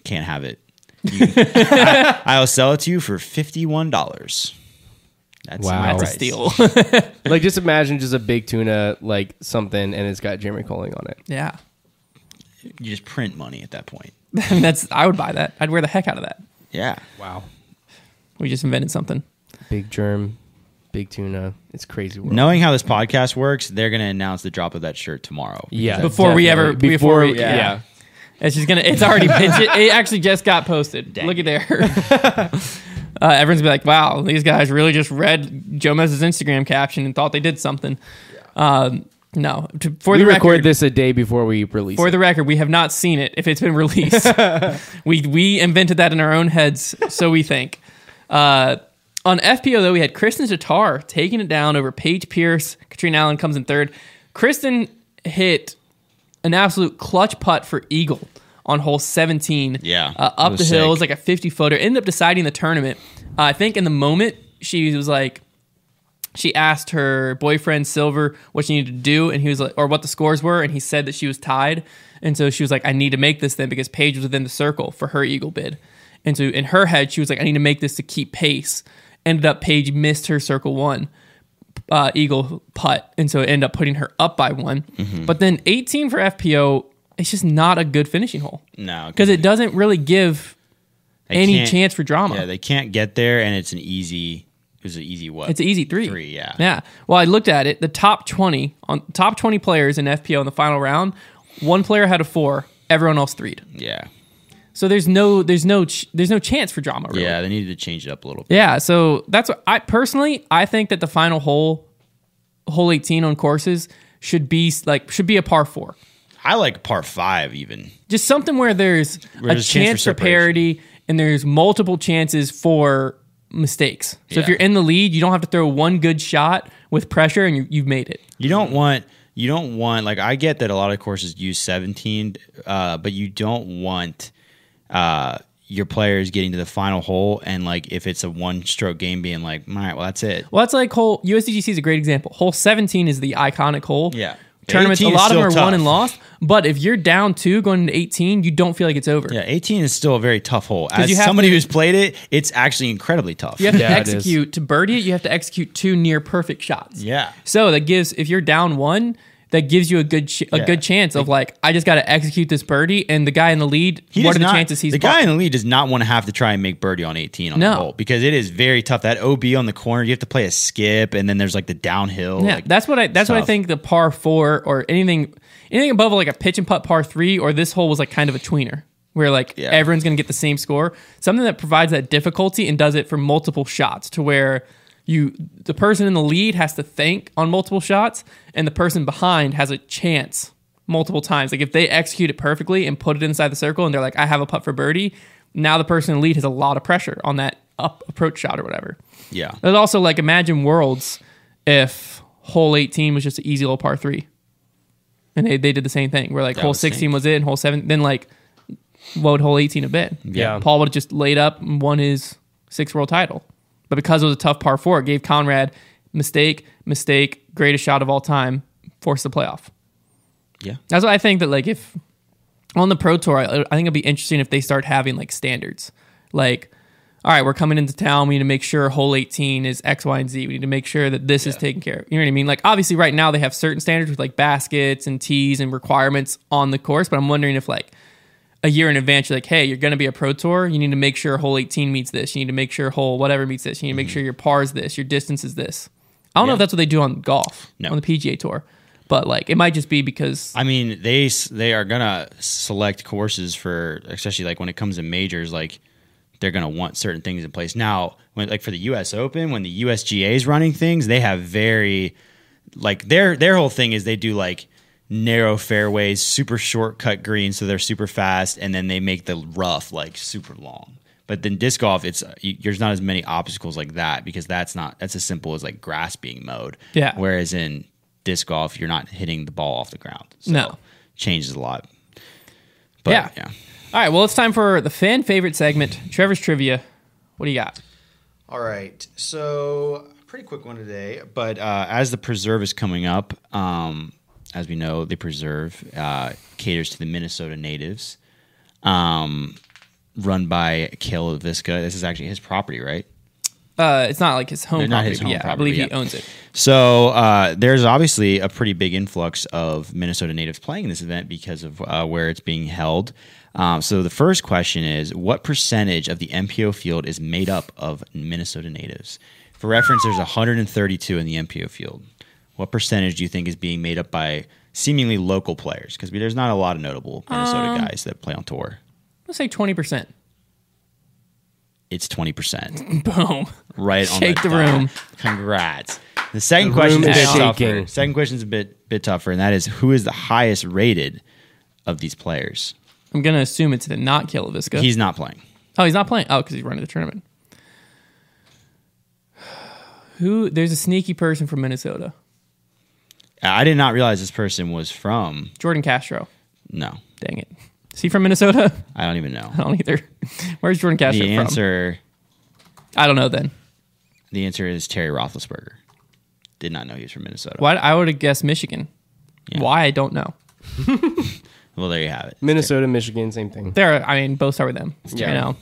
Speaker 2: can't have it. You- I, will sell it to you for fifty one dollars. That's
Speaker 3: Wow.
Speaker 2: my
Speaker 3: That's a
Speaker 2: price.
Speaker 1: steal.
Speaker 3: like just imagine just a big tuna like something and it's got Jeremy Colling on it.
Speaker 1: (laughs) yeah,
Speaker 2: You just print money at that point.
Speaker 1: I mean, that's I would buy that. I'd wear the heck out of that.
Speaker 2: Yeah.
Speaker 3: Wow.
Speaker 1: We just invented something.
Speaker 3: Big germ, big tuna. It's crazy world.
Speaker 2: Knowing how this podcast works, they're going to announce the drop of that shirt tomorrow.
Speaker 3: Yeah.
Speaker 1: Before we ever-
Speaker 3: definitely.
Speaker 1: before
Speaker 3: before
Speaker 1: we- yeah. It's just gonna. It's already. It's ju- it actually just got posted. Look at there. (laughs) uh, everyone's be like, "Wow, these guys really just read Jomez's Instagram caption and thought they did something." Um, no, to, for
Speaker 3: We
Speaker 1: the
Speaker 3: record
Speaker 1: record,
Speaker 3: this a day before we release
Speaker 1: for
Speaker 3: it.
Speaker 1: the record, we have not seen it if it's been released. we we invented that in our own heads, so we think. Uh, on FPO though, we had Kristen Tatar taking it down over Paige Pierce. Katrina Allen comes in third. Kristen hit an absolute clutch putt for eagle on hole 17.
Speaker 2: Yeah,
Speaker 1: uh,
Speaker 2: that
Speaker 1: up
Speaker 2: was
Speaker 1: the hill. It was
Speaker 2: sick.
Speaker 1: like a 50 footer. Ended up deciding the tournament. Uh, I think in the moment she was like. She asked her boyfriend Silver what she needed to do, and he was like, or what the scores were, and he said that she was tied, and so she was like, "I need to make this then because Paige was within the circle for her eagle bid," and so in her head she was like, "I need to make this to keep pace." Ended up Paige missed her circle one, uh, eagle putt, and so it ended up putting her up by one.
Speaker 2: Mm-hmm.
Speaker 1: But then 18 for FPO, it's just not a good finishing hole
Speaker 2: No,
Speaker 1: because it doesn't really give
Speaker 2: they
Speaker 1: any
Speaker 2: can't-
Speaker 1: chance for drama.
Speaker 2: Yeah, they can't get there, and it's an easy. It was an easy what?
Speaker 1: It's an easy three.
Speaker 2: Three, yeah.
Speaker 1: Yeah. Well, I looked at it. The top twenty on top twenty players in FPO in the final round, one player had a four. Everyone else threed.
Speaker 2: Yeah,
Speaker 1: So there's no there's no ch- there's no chance for drama. Really.
Speaker 2: yeah. They needed to change it up a little bit.
Speaker 1: Yeah. So that's what I personally I think that the final hole, hole eighteen on courses should be like should be a par four.
Speaker 2: I like par five even.
Speaker 1: Just something where there's a chance,
Speaker 2: There's a chance for
Speaker 1: for parity and there's multiple chances for mistakes. So if
Speaker 2: Yeah.
Speaker 1: you're in the lead, you don't have to throw one good shot with pressure and you, you've made it.
Speaker 2: You don't want you don't want like I get that a lot of courses use 17, uh, but you don't want uh, your players getting to the final hole and like if it's a one stroke game being like, all right, well that's it.
Speaker 1: Well, that's like hole USDGC is a great example. Hole 17 is the iconic hole.
Speaker 2: Yeah.
Speaker 1: Tournaments, a
Speaker 2: 18 is
Speaker 1: lot of them are
Speaker 2: still
Speaker 1: won
Speaker 2: tough.
Speaker 1: and lost, but if you're down two going into 18, you don't feel like it's over.
Speaker 2: Yeah, 18 is still a very tough hole. As
Speaker 1: you have
Speaker 2: somebody
Speaker 1: to-
Speaker 2: who's played it, it's actually incredibly tough.
Speaker 1: You have to
Speaker 3: Yeah, it is.
Speaker 1: execute to birdie it. You have to execute two near perfect shots.
Speaker 2: Yeah.
Speaker 1: So that gives if you're down one, that gives you a good ch- a
Speaker 2: Yeah.
Speaker 1: good chance of like I just got to execute this birdie, and the guy in the lead.
Speaker 2: He
Speaker 1: what
Speaker 2: does
Speaker 1: are the
Speaker 2: not-
Speaker 1: chances he's
Speaker 2: the guy
Speaker 1: bu-
Speaker 2: in the lead does not want to have to try and make birdie on 18 on
Speaker 1: No.
Speaker 2: the hole because it is very tough. That OB on the corner, you have to play a skip, and then there's like the downhill.
Speaker 1: Yeah,
Speaker 2: like-
Speaker 1: that's what I that's what I
Speaker 2: tough.
Speaker 1: think the par four or anything anything above like a pitch and putt par three or this hole was like kind of a tweener where like
Speaker 2: Yeah.
Speaker 1: everyone's gonna get the same score. Something that provides that difficulty and does it for multiple shots to where you the person in the lead has to think on multiple shots and the person behind has a chance multiple times. Like if they execute it perfectly and put it inside the circle and they're like, I have a putt for birdie, now the person in the lead has a lot of pressure on that up approach shot or whatever.
Speaker 2: yeah.
Speaker 1: But also, like, imagine worlds if hole 18 was just an easy little par three. And they, they did the same thing where, like, hole
Speaker 2: was
Speaker 1: 16 was it and hole 7, then, like, what would hole 18 have been?
Speaker 3: Yeah.
Speaker 1: Paul would have just laid up and won his sixth world title. But because it was a tough par four, it gave Conrad mistake, mistake, greatest shot of all time, forced the playoff.
Speaker 2: Yeah.
Speaker 1: That's why I think that like if on the pro tour, I, I think it'd be interesting if they start having like standards, like. All right, we're coming into town. We need to make sure hole 18 is X, Y, and Z. We need to make sure that this is taken care of. You know what I mean? Like, obviously, right now they have certain standards with like baskets and tees and requirements on the course, but I'm wondering if like a year in advance, you're like, hey, you're going to be a pro tour. You need to make sure hole 18 meets this. You need to make sure hole whatever meets this. You need to make sure your par is this, your distance is this. I don't know if that's what they do on golf,
Speaker 2: No.
Speaker 1: on the PGA tour, but like it might just be because
Speaker 2: I mean, they s- they are gonna select courses for, especially like when it comes to majors, like they're gonna want certain things in place. Now, when like for the U.S. Open, when the USGA is running things, they have very like their their whole thing is they do like narrow fairways, super shortcut greens, so they're super fast, and then they make the rough like super long. But then disc golf, it's uh, y- there's not as many obstacles like that because that's not that's as simple as like grass being mowed.
Speaker 1: Yeah.
Speaker 2: Whereas in disc golf, you're not hitting the ball off the ground. So
Speaker 1: No.
Speaker 2: changes a lot. But
Speaker 1: Yeah.
Speaker 2: yeah,
Speaker 1: All right, well, it's time for the fan favorite segment, Trevor's Trivia. What do you got?
Speaker 2: All right, so pretty quick one today. But uh, as the preserve is coming up, um, as we know, the preserve uh, caters to the Minnesota natives, um, run by Kale Visca. This is actually his property, right?
Speaker 1: Uh, it's not like his home
Speaker 2: No, not
Speaker 1: property.
Speaker 2: his
Speaker 1: but
Speaker 2: home
Speaker 1: yeah, I
Speaker 2: property,
Speaker 1: believe he
Speaker 2: yeah.
Speaker 1: owns it.
Speaker 2: So uh, there's obviously a pretty big influx of Minnesota natives playing this event because of uh, where it's being held. Um, so the first question is, what percentage of the MPO field is made up of Minnesota natives? For reference, there's 132 in the MPO field. What percentage do you think is being made up by seemingly local players? Because there's not a lot of notable Minnesota guys that play on tour.
Speaker 1: Let's say twenty percent. (laughs)
Speaker 2: It's 20%.
Speaker 1: Boom.
Speaker 2: Right on
Speaker 1: Shake the
Speaker 2: dot.
Speaker 1: room.
Speaker 2: Congrats. The second
Speaker 3: The
Speaker 2: question
Speaker 3: room
Speaker 2: is
Speaker 1: is
Speaker 3: shaking.
Speaker 2: tougher. Second question is a bit bit tougher, and that is who is the highest rated of these players?
Speaker 1: I'm gonna assume it's the not Kilovisca.
Speaker 2: He's not playing.
Speaker 1: oh, he's not playing. Oh, because he's running the tournament. (sighs) Who? There's a sneaky person from Minnesota,
Speaker 2: I did not realize this person was from.
Speaker 1: Jordan Castro.
Speaker 2: No,
Speaker 1: Dang it. Is he from Minnesota? (laughs)
Speaker 2: I don't even know.
Speaker 1: I don't either. (laughs) Where's Jordan Castro
Speaker 2: The answer
Speaker 1: from? I don't know. Then
Speaker 2: the answer is Terry Roethlisberger. Did not know he was from Minnesota.
Speaker 1: why? I would have guessed Michigan.
Speaker 2: Yeah.
Speaker 1: Why? I don't know.
Speaker 2: Well, there you have it.
Speaker 3: Minnesota, Michigan, same thing.
Speaker 1: There. I mean, both start with them.
Speaker 3: Yeah.
Speaker 1: You know.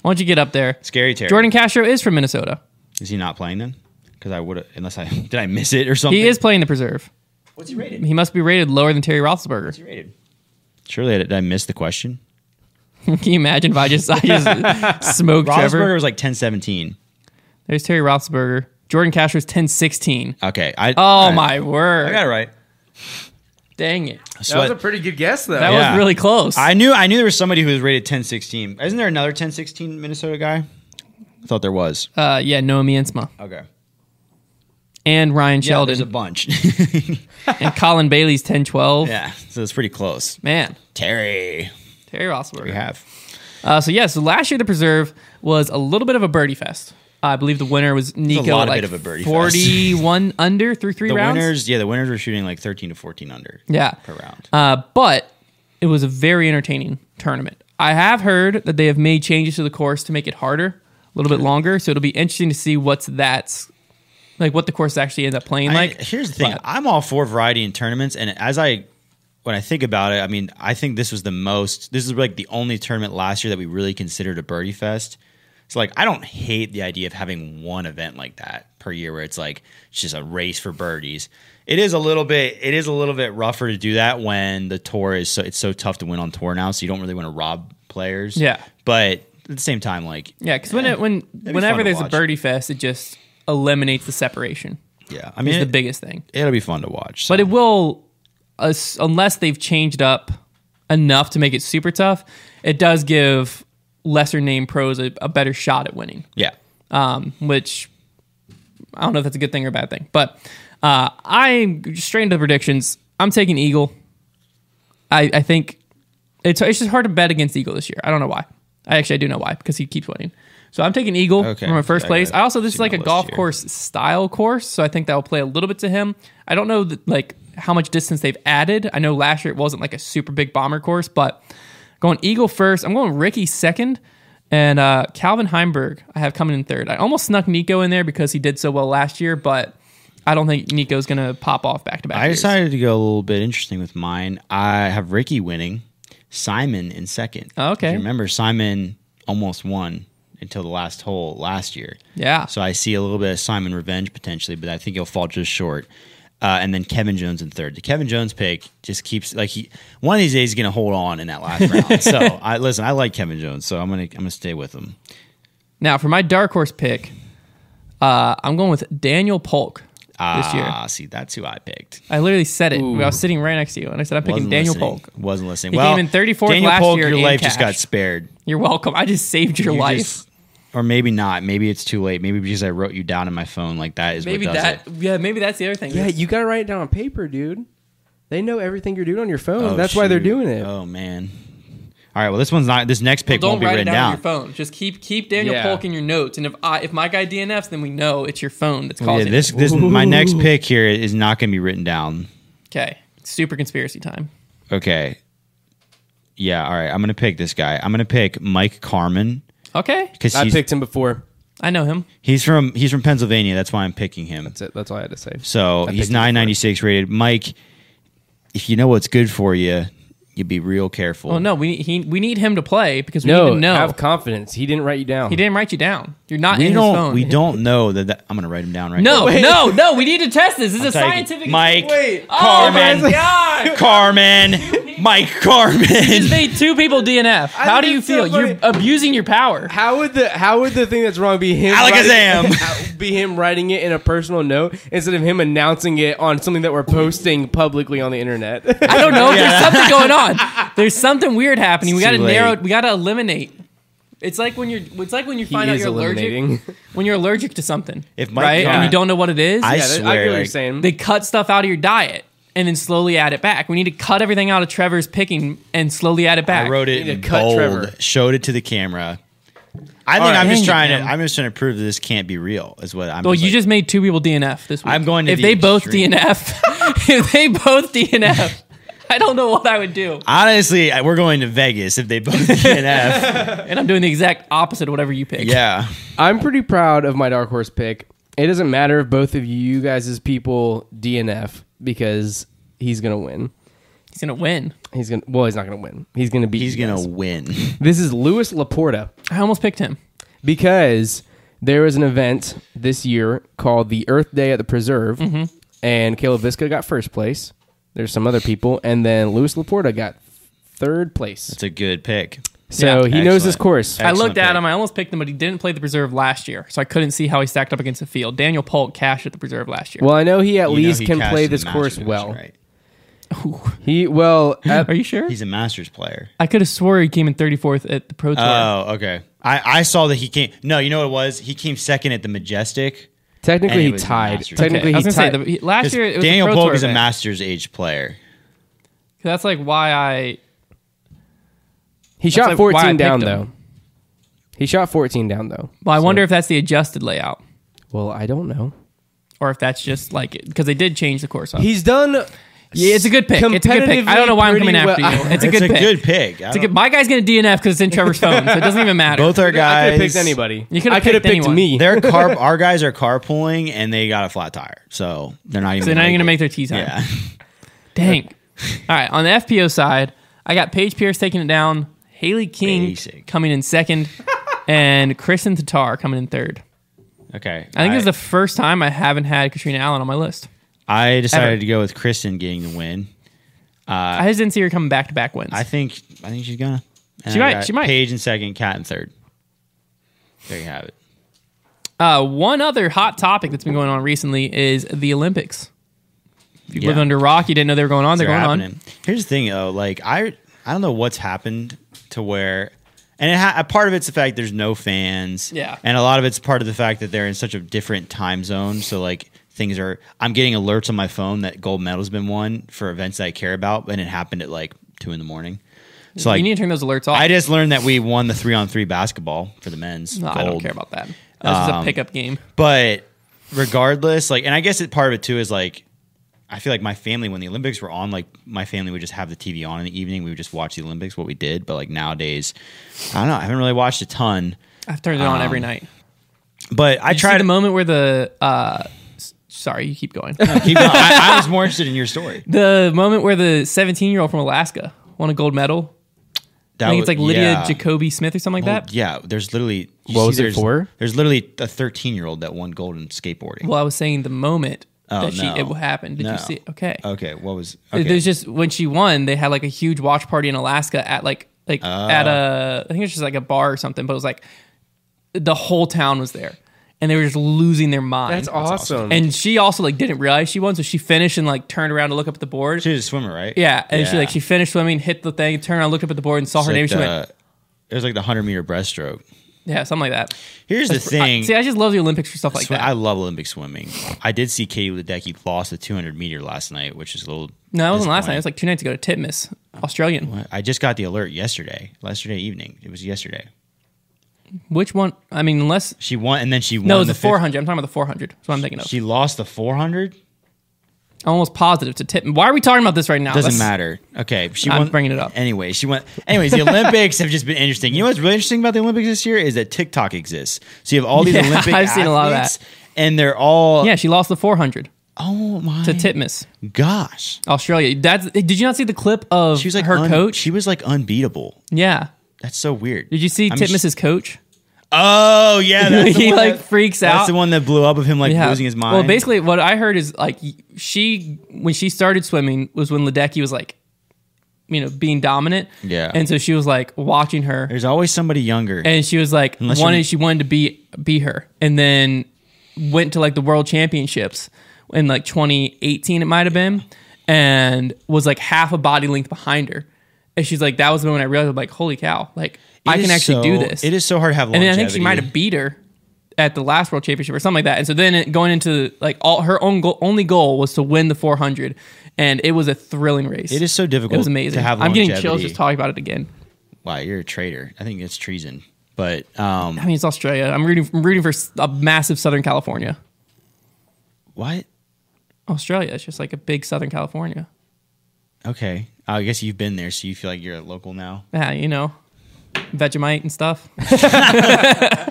Speaker 1: Why don't you get up there?
Speaker 2: Scary Terry.
Speaker 1: Jordan Castro is from Minnesota.
Speaker 2: is he not playing then? Because I would have unless I (laughs) did I miss it or something.
Speaker 1: He is playing the preserve.
Speaker 2: What's he rated?
Speaker 1: He must be rated lower than Terry Roethlisberger. (laughs)
Speaker 2: What's he rated? Surely I- did I miss the question?
Speaker 1: Can you imagine if I just I
Speaker 2: (laughs)
Speaker 1: just smoked
Speaker 2: Roethlisberger
Speaker 1: Trevor?
Speaker 2: was like ten seventeen.
Speaker 1: There's Terry Roethlisberger. Jordan Castro's 10-16.
Speaker 2: Okay. I
Speaker 1: Oh
Speaker 2: I-
Speaker 1: my word!
Speaker 2: I got it right.
Speaker 1: Dang it!
Speaker 3: That was
Speaker 2: Sweat-
Speaker 3: a pretty good guess, though.
Speaker 1: That
Speaker 2: Yeah.
Speaker 1: was really close.
Speaker 2: I knew I knew there was somebody who was rated 1016. Isn't there another 1016 Minnesota guy? I thought there was.
Speaker 1: uh, yeah, Noam Insma
Speaker 2: Okay.
Speaker 1: and Ryan
Speaker 2: Yeah, there's
Speaker 1: Sheldon
Speaker 2: a bunch. (laughs)
Speaker 1: and Colin Bailey's 10-12.
Speaker 2: yeah, so it's pretty close.
Speaker 1: Man,
Speaker 2: Terry,
Speaker 1: Terry
Speaker 2: we
Speaker 1: Roethlisberger.
Speaker 2: have.
Speaker 1: Uh, so yeah, so last year the preserve was a little bit of a birdie fest. I believe the winner was Nico,
Speaker 2: lot of
Speaker 1: like
Speaker 2: bit of a birdie fest.
Speaker 1: forty-one under through three
Speaker 2: The
Speaker 1: rounds.
Speaker 2: winners, yeah, the winners were shooting like 13 to 14 under.
Speaker 1: yeah,
Speaker 2: Per round.
Speaker 1: Uh, but it was a very entertaining tournament. I have heard that they have made changes to the course to make it harder, a little bit longer. So it'll be interesting to see what's that's like what the course actually ends up playing
Speaker 2: I-
Speaker 1: like.
Speaker 2: here's the thing
Speaker 1: but-
Speaker 2: i'm all for variety in tournaments and as i when i think about it i mean i think this was the most this is like the only tournament last year that we really considered a birdie fest so like i don't hate the idea of having one event like that per year where it's like it's just a race for birdies it is a little bit it is a little bit rougher to do that when the tour is so it's so tough to win on tour now so you don't really want to rob players
Speaker 1: Yeah.
Speaker 2: but at the same time like
Speaker 1: Yeah, because when it, when
Speaker 2: be
Speaker 1: whenever
Speaker 2: fun to
Speaker 1: there's a
Speaker 2: watch.
Speaker 1: birdie fest, it just eliminates the separation.
Speaker 2: yeah i
Speaker 1: Is
Speaker 2: mean
Speaker 1: the
Speaker 2: it-
Speaker 1: biggest thing.
Speaker 2: it'll be fun to watch
Speaker 1: but it will us unless they've changed up enough to make it super tough it does give lesser name pros a, a better shot at winning
Speaker 2: yeah
Speaker 1: um, which i don't know if that's a good thing or a bad thing but uh, i'm straight into the predictions i'm taking eagle i, I think it's, it's just hard to bet against eagle this year i don't know why i actually I do know why because he keeps winning so i'm taking eagle
Speaker 2: Okay.
Speaker 1: from my first
Speaker 2: I
Speaker 1: place
Speaker 2: gotta
Speaker 1: i also this
Speaker 2: see
Speaker 1: is like
Speaker 2: my
Speaker 1: a
Speaker 2: list
Speaker 1: golf
Speaker 2: here.
Speaker 1: course course style course, so I think that will play a little bit to him. I don't know that, like how much distance they've added. I know last year it wasn't like a super big bomber course, but going Eagle first, I'm going Ricky second, and uh, Calvin Heimberg I have coming in third. I almost snuck Nico in there because he did so well last year, but I don't think Nico's gonna pop off back to back.
Speaker 2: I decided to go a little bit interesting with mine. I have Ricky winning, Simon in second.
Speaker 1: Oh, okay.
Speaker 2: If you remember, Simon almost won until the last hole last year.
Speaker 1: Yeah.
Speaker 2: So I see a little bit of Simon revenge potentially, but I think he'll fall just short. Uh, and then Kevin Jones in third. The Kevin Jones pick just keeps like he one of these days he's gonna hold on in that
Speaker 1: (laughs)
Speaker 2: last round. So I listen, I like Kevin Jones, so I'm gonna I'm gonna stay with him.
Speaker 1: Now for my dark horse pick, uh, I'm going with Daniel Polk this year.
Speaker 2: Ah, see, that's who I picked.
Speaker 1: I literally said it. I was sitting right next to you, and I said I'm picking
Speaker 2: Wasn't
Speaker 1: Daniel
Speaker 2: listening.
Speaker 1: Polk.
Speaker 2: Wasn't listening.
Speaker 1: He
Speaker 2: well,
Speaker 1: came in 34th
Speaker 2: Daniel
Speaker 1: last
Speaker 2: Polk,
Speaker 1: year
Speaker 2: your
Speaker 1: in
Speaker 2: life just
Speaker 1: cash.
Speaker 2: got spared.
Speaker 1: You're welcome. I just saved your
Speaker 2: You
Speaker 1: life.
Speaker 2: just- or maybe not. Maybe it's too late. Maybe because I wrote you down in my phone, like that is
Speaker 1: Maybe
Speaker 2: what does
Speaker 1: that.
Speaker 2: it.
Speaker 1: Yeah, maybe that's the other thing.
Speaker 3: yeah, you got to write it down on paper, dude. They know everything you're doing on your phone.
Speaker 2: Oh,
Speaker 3: That's why they're
Speaker 2: shoot.
Speaker 3: doing it.
Speaker 2: Oh man. All right. Well, this one's not. This next pick
Speaker 1: Don't
Speaker 2: won't be
Speaker 1: write it
Speaker 2: written
Speaker 1: down, on
Speaker 2: down.
Speaker 1: your phone. Just keep keep Daniel
Speaker 3: Yeah.
Speaker 1: Polk in your notes. And if I if my guy DNFs, then we know it's your phone that's
Speaker 2: Yeah,
Speaker 1: causing
Speaker 2: this
Speaker 1: it.
Speaker 2: this my next pick here is not going to be written down.
Speaker 1: Okay, super conspiracy time.
Speaker 2: Okay. Yeah. All right. I'm going to pick this guy. I'm going to pick Mike Carmen
Speaker 1: Okay,
Speaker 2: because
Speaker 3: I
Speaker 2: he's
Speaker 3: picked him before.
Speaker 1: I know him.
Speaker 2: he's from he's from Pennsylvania. That's why I'm picking him.
Speaker 3: That's it. That's all I had to say.
Speaker 2: So
Speaker 3: I
Speaker 2: he's
Speaker 3: picked him
Speaker 2: 996 rated. Mike, if you know what's good for you, you be real careful.
Speaker 1: Well, no, we need, he, we need him to play because we
Speaker 3: No,
Speaker 1: need to know.
Speaker 3: have confidence. He didn't write you down.
Speaker 1: he didn't write you down. You're not
Speaker 2: we
Speaker 1: in
Speaker 2: don't.
Speaker 1: his phone.
Speaker 2: We don't know that. that I'm going to write him down right
Speaker 1: No,
Speaker 2: (laughs) now.
Speaker 1: no, no. We need to test this. This is a
Speaker 2: Sorry,
Speaker 1: scientific. (laughs)
Speaker 2: Mike
Speaker 1: Wait.
Speaker 2: Carmen.
Speaker 1: Oh my god.
Speaker 2: Carmen,
Speaker 1: (laughs)
Speaker 2: Mike
Speaker 1: Just
Speaker 2: Carmen.
Speaker 1: made two people DNF. How do
Speaker 3: think
Speaker 1: you
Speaker 3: it's so
Speaker 1: feel? You're abusing your
Speaker 3: (laughs)
Speaker 1: power.
Speaker 3: How would the how would the thing that's wrong be him?
Speaker 2: Alakazam.
Speaker 3: writing- be him writing it in a personal note instead of him announcing it on something that we're posting publicly on the internet. (laughs)
Speaker 1: I don't know. if There's something going
Speaker 2: (laughs)
Speaker 1: on. There's something weird happening. We
Speaker 2: It's
Speaker 1: got to
Speaker 2: too late.
Speaker 1: narrow. We got to eliminate. It's like when you're. It's like when you find out
Speaker 3: is
Speaker 1: you're allergic.
Speaker 3: eliminating.
Speaker 1: When you're allergic to something,
Speaker 2: If Mike
Speaker 1: right, and
Speaker 2: Carmen-
Speaker 1: you don't know what it is,
Speaker 2: I
Speaker 3: Yeah, that- I
Speaker 2: swear,
Speaker 3: get what you're
Speaker 2: like,
Speaker 3: saying.
Speaker 1: they cut stuff out of your diet and then slowly add it back. We need to cut everything out of Trevor's picking and slowly add it back.
Speaker 2: I wrote it
Speaker 3: Need to
Speaker 2: in
Speaker 3: cut
Speaker 2: bold.
Speaker 3: Trevor.
Speaker 2: Showed it to the camera. I think
Speaker 1: right,
Speaker 2: I'm
Speaker 1: hang
Speaker 2: just
Speaker 1: it,
Speaker 2: trying to.
Speaker 1: man.
Speaker 2: I'm just trying to prove that this can't be real. Is what I'm.
Speaker 1: Well,
Speaker 2: just
Speaker 1: you
Speaker 2: like-
Speaker 1: just made two people DNF this week.
Speaker 2: I'm going to
Speaker 1: if
Speaker 2: the
Speaker 1: they both
Speaker 2: extreme.
Speaker 1: DNF. (laughs) if they both DNF, I don't know what I would do,
Speaker 2: honestly. I- We're going to Vegas if they both (laughs)
Speaker 1: (laughs)
Speaker 2: get F.
Speaker 1: and I'm doing the exact opposite of whatever you pick.
Speaker 2: Yeah.
Speaker 3: I'm pretty proud of my dark horse pick. It doesn't matter if both of you guys as people DNF because he's gonna win.
Speaker 1: he's gonna win.
Speaker 3: He's gonna well, he's not gonna win. He's gonna beat.
Speaker 2: He's
Speaker 3: you
Speaker 2: gonna
Speaker 3: guys.
Speaker 2: win.
Speaker 3: This is Louis Laporta.
Speaker 1: I almost picked him.
Speaker 3: because there was an event this year called the Earth Day at the Preserve,
Speaker 1: Mm-hmm.
Speaker 3: and Caleb Visca got first place. There's some other people, and then Luis Laporta got third place.
Speaker 2: It's a good pick.
Speaker 3: So
Speaker 1: Yeah.
Speaker 3: he knows his
Speaker 2: Excellent.
Speaker 3: course.
Speaker 2: Excellent
Speaker 1: I looked at
Speaker 2: pick.
Speaker 1: him. I almost picked him, but he didn't play the preserve last year, so I couldn't see how he stacked up against the field. Daniel Polk cashed at the preserve last year.
Speaker 3: Well, I know he at
Speaker 2: You know
Speaker 3: least
Speaker 2: he
Speaker 3: can
Speaker 2: cashed
Speaker 3: play
Speaker 2: in the
Speaker 3: this course
Speaker 2: Masters,
Speaker 3: well.
Speaker 2: right?
Speaker 3: He well, uh, at-
Speaker 1: Hmm, Are you sure?
Speaker 2: He's a Masters player.
Speaker 1: I could have swore he came in 34th at the Pro Tour.
Speaker 2: Oh, okay. I, I saw that he came. No, you know what it was? He came second at the Majestic. And
Speaker 3: technically
Speaker 2: he
Speaker 3: he
Speaker 2: was a
Speaker 3: tied.
Speaker 2: master.
Speaker 1: okay.
Speaker 3: Technically
Speaker 1: I was
Speaker 3: he
Speaker 1: gonna say
Speaker 3: tied.
Speaker 1: the, he- last
Speaker 2: 'Cause
Speaker 1: year it was
Speaker 2: Daniel
Speaker 1: a Pro
Speaker 2: Polk
Speaker 1: Tour
Speaker 2: is a
Speaker 1: event.
Speaker 2: Masters age player.
Speaker 1: That's like why I
Speaker 3: he shot
Speaker 1: like why I
Speaker 3: 14
Speaker 1: picked
Speaker 3: down
Speaker 1: him.
Speaker 3: though. He shot 14 down though.
Speaker 1: Well, I wonder if that's the adjusted layout
Speaker 3: Well, I don't know.
Speaker 1: or if that's just like it because they did change the course up.
Speaker 3: He's done.
Speaker 1: yeah, it's a good pick. It's a good pick. I don't know why I'm coming after you. (laughs) It's a good
Speaker 2: it's
Speaker 1: pick.
Speaker 2: a good pick. I
Speaker 1: It's a
Speaker 2: don't-
Speaker 1: good, my guy's gonna DNF because it's in Trevor's phone, so it doesn't
Speaker 2: (laughs)
Speaker 1: even matter.
Speaker 2: both our
Speaker 3: I
Speaker 2: guys.
Speaker 3: could have picked anybody.
Speaker 1: You could've
Speaker 3: I could have
Speaker 1: picked
Speaker 3: picked
Speaker 1: anyone.
Speaker 2: (laughs)
Speaker 3: me.
Speaker 2: They're car. our guys are carpooling, and they got a flat tire, so they're not even.
Speaker 1: So they're not even gonna make their tees
Speaker 2: it.
Speaker 1: on.
Speaker 2: Yeah.
Speaker 1: (laughs) Dang. All right, on the FPO side, I got Paige Pierce taking it down, Haley King
Speaker 2: Basic.
Speaker 1: coming in
Speaker 2: (laughs)
Speaker 1: second, and Kristen Tatar coming in third.
Speaker 2: Okay.
Speaker 1: I think this is
Speaker 2: I,
Speaker 1: the first time I haven't had Katrina Allen on my list.
Speaker 2: I decided
Speaker 1: ever.
Speaker 2: to go with Kristen getting the win.
Speaker 1: I just didn't see her coming back to back wins.
Speaker 2: I think. I think she's gonna. And
Speaker 1: She
Speaker 2: I
Speaker 1: might-
Speaker 2: got
Speaker 1: she might.
Speaker 2: Paige in second. Cat in third. There you have it.
Speaker 1: Uh, one other hot topic that's been going on recently is the Olympics. If you
Speaker 2: Yeah.
Speaker 1: live under a rock, you didn't know they were going on. They're,
Speaker 2: they're
Speaker 1: going on.
Speaker 2: happening. Here's the thing, though. Like I, I don't know what's happened to where, and it ha- a part of it's the fact there's no fans.
Speaker 1: Yeah.
Speaker 2: and a lot of it's part of the fact that they're in such a different time zone. So like things are, I'm getting alerts on my phone that gold medal's been won for events that I care about, and it happened at like two in the morning. So like,
Speaker 1: you need to turn those alerts off.
Speaker 2: I just learned that we won the three on three basketball for the men's.
Speaker 1: No, I don't
Speaker 2: gold.
Speaker 1: care about that. That's just a
Speaker 2: Um,
Speaker 1: pickup game.
Speaker 2: But regardless, like, and I guess it part of it too is like, I feel like my family when the Olympics were on, like my family would just have the TV on in the evening. We would just watch the Olympics, what we did. But like nowadays, I don't know. I haven't really watched a ton.
Speaker 1: I've turned it on every night.
Speaker 2: But
Speaker 1: I tried
Speaker 2: I um, tried
Speaker 1: the
Speaker 2: to.
Speaker 1: moment where the. Uh, s- sorry, you keep
Speaker 2: (laughs)
Speaker 1: going.
Speaker 2: Keep going. I, I
Speaker 1: (laughs)
Speaker 2: was more interested in your story.
Speaker 1: the moment where the 17 year old from Alaska won a gold medal.
Speaker 2: That
Speaker 1: I think
Speaker 2: was-
Speaker 1: it's like Lydia
Speaker 2: yeah.
Speaker 1: Jacoby Smith or something like
Speaker 2: Well,
Speaker 1: that.
Speaker 2: yeah, there's literally. you
Speaker 3: What
Speaker 2: see
Speaker 3: was it
Speaker 2: there's,
Speaker 3: for?
Speaker 2: There's literally a 13 year old that won gold in skateboarding.
Speaker 1: Well, I was saying the moment
Speaker 2: Oh,
Speaker 1: that she
Speaker 2: no.
Speaker 1: it happened. Did
Speaker 2: No.
Speaker 1: you see? it? Okay.
Speaker 2: okay, what was? Okay.
Speaker 1: There's just when she won, they had like a huge watch party in Alaska at like like
Speaker 2: Ah.
Speaker 1: at a I think it was just like a bar or something, but it was like the whole town was there, and they were just losing their mind.
Speaker 3: That's awesome.
Speaker 1: And she also like didn't realize she won, so she finished and like turned around to look up at the board.
Speaker 2: she was a swimmer, right?
Speaker 1: yeah, and she like
Speaker 2: Yeah.
Speaker 1: she finished swimming, hit the thing, turned around, looked up at the board, and saw
Speaker 2: It's
Speaker 1: her
Speaker 2: like
Speaker 1: name. She
Speaker 2: the-
Speaker 1: went,
Speaker 2: it was like the 100 meter breaststroke.
Speaker 1: Yeah, something like that.
Speaker 2: Here's the thing.
Speaker 1: I, see, I just love the Olympics for stuff like
Speaker 2: Swi-
Speaker 1: that.
Speaker 2: I love Olympic swimming. I did see Katie Ledecky lost the 200 meter last night, which is a little.
Speaker 1: no, it wasn't last night. It was
Speaker 2: disappointing.
Speaker 1: like two nights ago to Titmus, Australian.
Speaker 2: I just got the alert yesterday, yesterday evening. It was yesterday.
Speaker 1: Which one? I mean, unless
Speaker 2: She won, and then she won
Speaker 1: no, it was
Speaker 2: the
Speaker 1: the
Speaker 2: fif-
Speaker 1: 400. I'm talking about the 400. That's what I'm thinking of.
Speaker 2: She lost the 400.
Speaker 1: I'm almost positive to Titmus. Why are we talking about this right now?
Speaker 2: Doesn't
Speaker 1: Let's-
Speaker 2: matter. Okay, she
Speaker 1: I'm
Speaker 2: won-
Speaker 1: bringing it up.
Speaker 2: Anyway, she went. Anyways, the Olympics have just been interesting. You know what's really interesting about the Olympics this year is that TikTok exists. So you have all these
Speaker 1: Yeah, (laughs)
Speaker 2: Olympic.
Speaker 1: I've seen a lot of
Speaker 2: athletes, and they're all.
Speaker 1: Yeah, she lost the 400
Speaker 2: Oh my
Speaker 1: to Titmus,
Speaker 2: gosh!
Speaker 1: Australia. That's. Did you not see the clip of
Speaker 2: She was like
Speaker 1: her
Speaker 2: un-
Speaker 1: coach?
Speaker 2: She was like unbeatable.
Speaker 1: yeah.
Speaker 2: That's so weird.
Speaker 1: Did you see
Speaker 2: I mean, she-
Speaker 1: Titmus's
Speaker 2: (laughs)
Speaker 1: coach? (laughs)
Speaker 2: Oh yeah, that's the
Speaker 1: he
Speaker 2: one
Speaker 1: like
Speaker 2: that-
Speaker 1: freaks
Speaker 2: That's
Speaker 1: out.
Speaker 2: the one that blew up of him like
Speaker 1: Yeah.
Speaker 2: losing his mind.
Speaker 1: Well, basically, what I heard is like y- she when she started swimming was when Ledecky was like, you know, being dominant.
Speaker 2: Yeah.
Speaker 1: and so she was like watching her,
Speaker 2: there's always somebody younger.
Speaker 1: and she was like
Speaker 2: Unless you're-
Speaker 1: wanted she wanted to be be her, and then went to like the world championships in like 2018 it might have been, and was like half a body length behind her, and she's like that was the moment I realized like holy cow like
Speaker 2: It
Speaker 1: I can
Speaker 2: is
Speaker 1: actually
Speaker 2: so-
Speaker 1: do this.
Speaker 2: It is so hard to have
Speaker 1: and
Speaker 2: longevity.
Speaker 1: then I think she might have beat her at the last world championship or something like that. And so then it, going into like all her own goal, only goal was to win the 400, and it was a thrilling race.
Speaker 2: It is so difficult.
Speaker 1: It was amazing.
Speaker 2: To have
Speaker 1: I'm
Speaker 2: longevity.
Speaker 1: getting chills just talking about it again.
Speaker 2: Wow, you're a traitor. I think it's treason. But um,
Speaker 1: I mean, it's Australia. I'm rooting. I'm rooting for s- a massive Southern California.
Speaker 2: what?
Speaker 1: Australia. It's just like a big Southern California.
Speaker 2: Okay, Oh, I guess you've been there, so you feel like you're a local
Speaker 1: (laughs)
Speaker 2: now.
Speaker 1: Yeah, you know, Vegemite and stuff.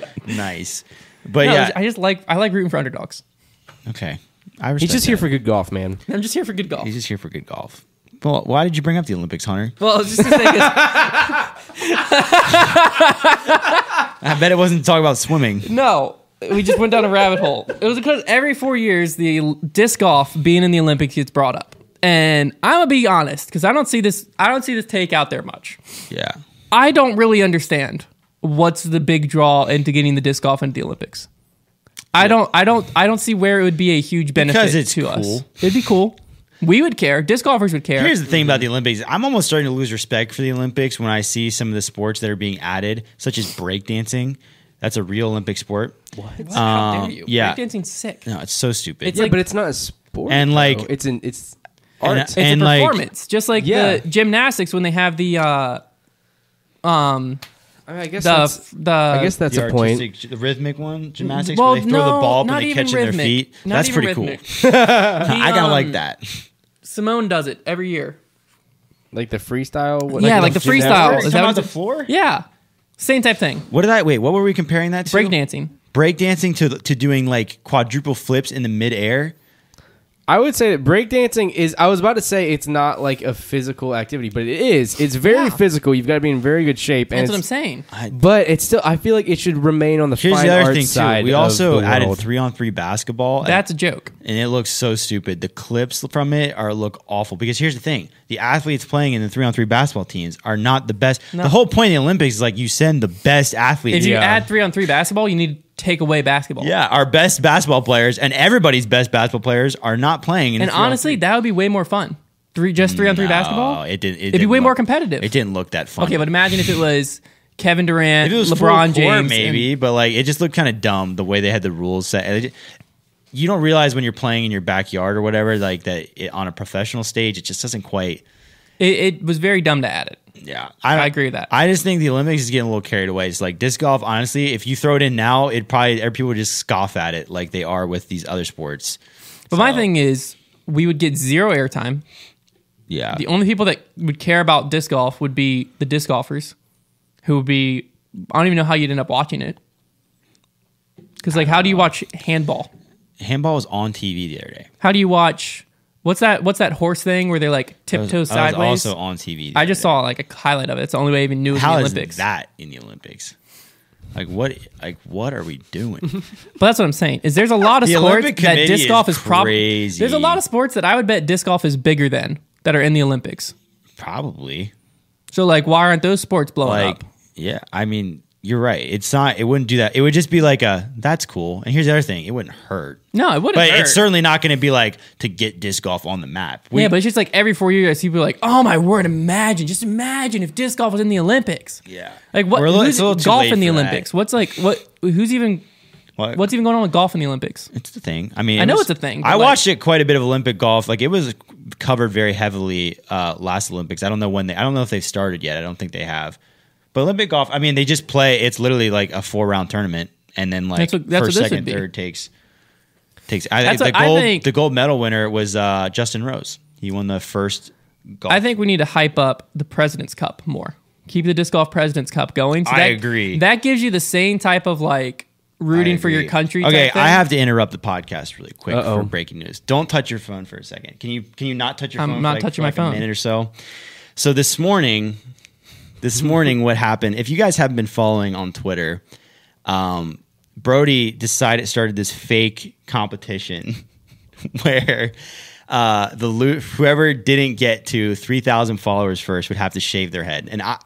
Speaker 1: (laughs)
Speaker 2: Nice, but
Speaker 1: No,
Speaker 2: yeah,
Speaker 1: I just like I like rooting for underdogs.
Speaker 2: okay. I
Speaker 3: He's
Speaker 2: respect
Speaker 3: just here
Speaker 2: that.
Speaker 3: for good golf, man.
Speaker 1: I'm just here for good golf.
Speaker 2: He's just here for good golf. Well, why did you bring up the Olympics, Hunter? (laughs)
Speaker 1: Well, it's just to say 'cause-
Speaker 2: I bet it wasn't talking about swimming.
Speaker 1: (laughs) No, we just went down a rabbit hole. It was because every four years, the disc golf being in the Olympics gets brought up, and I'm gonna be honest because I don't see this. I don't see this take out there much.
Speaker 2: Yeah,
Speaker 1: I don't really understand what's the big draw into getting the disc golf into the Olympics. I don't. I don't. I don't see where it would be a huge benefit
Speaker 2: Because it's
Speaker 1: to us.
Speaker 2: cool.
Speaker 1: It'd be cool. We would care. Disc golfers would care.
Speaker 2: Here's the thing about the Olympics. I'm almost starting to lose respect for the Olympics when I see some of the sports that are being added, such as breakdancing. That's a real Olympic sport.
Speaker 1: What? How dare you?
Speaker 2: um, yeah.
Speaker 1: Breakdancing's sick.
Speaker 2: No, it's so stupid.
Speaker 1: It's
Speaker 3: Yeah,
Speaker 1: like-
Speaker 3: but it's not a sport.
Speaker 2: And,
Speaker 3: though.
Speaker 2: like-
Speaker 3: it's an it's
Speaker 2: and,
Speaker 3: art.
Speaker 1: It's
Speaker 2: and,
Speaker 1: a
Speaker 2: like,
Speaker 1: performance, just like
Speaker 3: Yeah.
Speaker 1: the gymnastics when they have the uh,
Speaker 3: I, mean, I guess
Speaker 1: the
Speaker 3: that's,
Speaker 1: the.
Speaker 3: I guess that's
Speaker 2: the
Speaker 3: a point.
Speaker 2: artistic, the rhythmic one, gymnastics,
Speaker 1: Well,
Speaker 2: where they throw
Speaker 1: no,
Speaker 2: the ball up
Speaker 1: not
Speaker 2: and they
Speaker 1: even
Speaker 2: catch in
Speaker 1: rhythmic.
Speaker 2: their feet.
Speaker 1: Not
Speaker 2: That's
Speaker 1: even
Speaker 2: pretty (laughs)
Speaker 1: rhythmic.
Speaker 2: cool. I kind of
Speaker 1: um,
Speaker 2: like that.
Speaker 1: Simone does it every year.
Speaker 3: Like the freestyle. What,
Speaker 1: Yeah, like the freestyle.
Speaker 2: Is
Speaker 1: Is that
Speaker 2: that
Speaker 1: what
Speaker 2: on the
Speaker 1: it's-
Speaker 2: floor?
Speaker 1: Yeah, same type thing.
Speaker 2: What did I wait? What were we comparing that to?
Speaker 1: Breakdancing.
Speaker 2: Breakdancing to to doing like quadruple flips in the midair.
Speaker 3: I would say that breakdancing is. I was about to say it's not like a physical activity, but it is. It's very
Speaker 1: Yeah.
Speaker 3: physical. You've got to be in very good shape. And
Speaker 1: That's what I'm
Speaker 3: it's-
Speaker 1: saying.
Speaker 3: But it's still. I feel like it should remain on the
Speaker 2: Here's
Speaker 3: fine
Speaker 2: the other
Speaker 3: arts
Speaker 2: thing
Speaker 3: side.
Speaker 2: too. We
Speaker 3: of
Speaker 2: also
Speaker 3: the
Speaker 2: added
Speaker 3: world.
Speaker 2: three on three basketball. and-
Speaker 1: That's a joke.
Speaker 2: and it looks so stupid. The clips from it are look awful because here's the thing: the athletes playing in the three on three basketball teams are not the best. The whole point of the Olympics is like you send the best
Speaker 1: If
Speaker 2: athletes.
Speaker 1: you
Speaker 3: Yeah.
Speaker 1: add three on three basketball, you need to take away basketball.
Speaker 2: Yeah, our best basketball players and everybody's best basketball players are not playing. In
Speaker 1: And
Speaker 2: the three-on-three.
Speaker 1: honestly, that would be way more fun. Three just three on three
Speaker 2: Oh,
Speaker 1: basketball.
Speaker 2: it didn't. It
Speaker 1: It'd be
Speaker 2: didn't
Speaker 1: way
Speaker 2: look-
Speaker 1: more competitive.
Speaker 2: It didn't look that fun.
Speaker 1: Okay, but imagine if it was Kevin Durant,
Speaker 2: if it was
Speaker 1: LeBron
Speaker 2: full court,
Speaker 1: James, and-
Speaker 2: maybe, but like it just looked kind of dumb the way they had the rules set. It ju- You don't realize when you're playing in your backyard or whatever, like that it, on a professional stage, it just doesn't quite.
Speaker 1: it, it was very dumb to add it.
Speaker 2: Yeah, I,
Speaker 1: I agree with that.
Speaker 2: I just think the Olympics is getting a little carried away. It's like disc golf. Honestly, if you throw it in now, it probably every people would just scoff at it like they are with these other sports.
Speaker 1: But my
Speaker 2: So,
Speaker 1: thing is, we would get zero airtime.
Speaker 2: yeah,
Speaker 1: The only people that would care about disc golf would be the disc golfers, who would be. I don't even know how you'd end up watching it. Because like, how do you watch handball?
Speaker 2: handball was on TV the other day.
Speaker 1: How do you watch? What's that? What's that horse thing where they're like
Speaker 2: That was-
Speaker 1: tiptoe
Speaker 2: that was
Speaker 1: sideways?
Speaker 2: also on TV. the
Speaker 1: I
Speaker 2: other
Speaker 1: just
Speaker 2: day.
Speaker 1: saw like a highlight of it. It's the only way I even knew it was
Speaker 2: How
Speaker 1: the
Speaker 2: is
Speaker 1: Olympics.
Speaker 2: that in the Olympics? Like what? Like what are we
Speaker 1: (laughs)
Speaker 2: doing?
Speaker 1: But that's what I'm saying. Is there's a lot of
Speaker 2: The
Speaker 1: sports
Speaker 2: Olympic
Speaker 1: that
Speaker 2: committee
Speaker 1: disc
Speaker 2: is
Speaker 1: golf is, probably
Speaker 2: crazy.
Speaker 1: there's a lot of sports that I would bet disc golf is bigger than that are in the Olympics.
Speaker 2: Probably
Speaker 1: So like, why aren't those sports blowing
Speaker 2: like
Speaker 1: up?
Speaker 2: yeah. I mean, You're right. It's not. It wouldn't do that. It would just be like a that's cool. And here's the other thing. It wouldn't hurt.
Speaker 1: No, (laughs) it wouldn't.
Speaker 2: But
Speaker 1: hurt.
Speaker 2: it's certainly not going to be like to get disc golf on the map. We-
Speaker 1: yeah, but it's just like every four years, I see people like, oh my word, imagine, just imagine if disc golf was in the Olympics.
Speaker 2: Yeah.
Speaker 1: Like what?
Speaker 2: We're a little-
Speaker 1: who's
Speaker 2: it's a little too
Speaker 1: golf
Speaker 2: late
Speaker 1: in the
Speaker 2: for that.
Speaker 1: Olympics? What's like what? Who's even?
Speaker 2: What?
Speaker 1: What's even going on with golf in the Olympics?
Speaker 2: It's the thing. I mean,
Speaker 1: I
Speaker 2: it
Speaker 1: know it's
Speaker 2: was-
Speaker 1: a thing, but,
Speaker 2: I
Speaker 1: like-
Speaker 2: watched it quite a bit of Olympic golf. Like it was covered very heavily uh, last Olympics. I don't know when they. I don't know if they've started yet. I don't think they have. But Olympic golf. I mean, they just play. It's literally like a four round tournament, and then like
Speaker 1: That's what- that's
Speaker 2: first,
Speaker 1: what this would
Speaker 2: second,
Speaker 1: be.
Speaker 2: third takes takes. I,
Speaker 1: That's
Speaker 2: the
Speaker 1: what I
Speaker 2: gold
Speaker 1: think-
Speaker 2: the gold medal winner was uh, Justin Rose. He won the first. Golf.
Speaker 1: I think we need to hype up the President's Cup more. Keep the disc golf President's Cup going. So
Speaker 2: I
Speaker 1: that-
Speaker 2: agree.
Speaker 1: That gives you the same type of like rooting
Speaker 2: I
Speaker 1: for your
Speaker 2: agree.
Speaker 1: country.
Speaker 2: Okay,
Speaker 1: type thing.
Speaker 2: I have to interrupt the podcast really quick
Speaker 3: Uh-oh.
Speaker 2: for breaking news. Don't touch your phone for a second. Can you can you not touch your
Speaker 1: I'm
Speaker 2: phone? for
Speaker 1: not
Speaker 2: like-
Speaker 1: touching
Speaker 2: for
Speaker 1: my
Speaker 2: like
Speaker 1: phone.
Speaker 2: A minute or so. So this morning, this morning, what happened? If you guys haven't been following on Twitter, um, Brody decided started this fake competition (laughs) where. Uh, the lo- whoever didn't get to three thousand followers first would have to shave their head, and I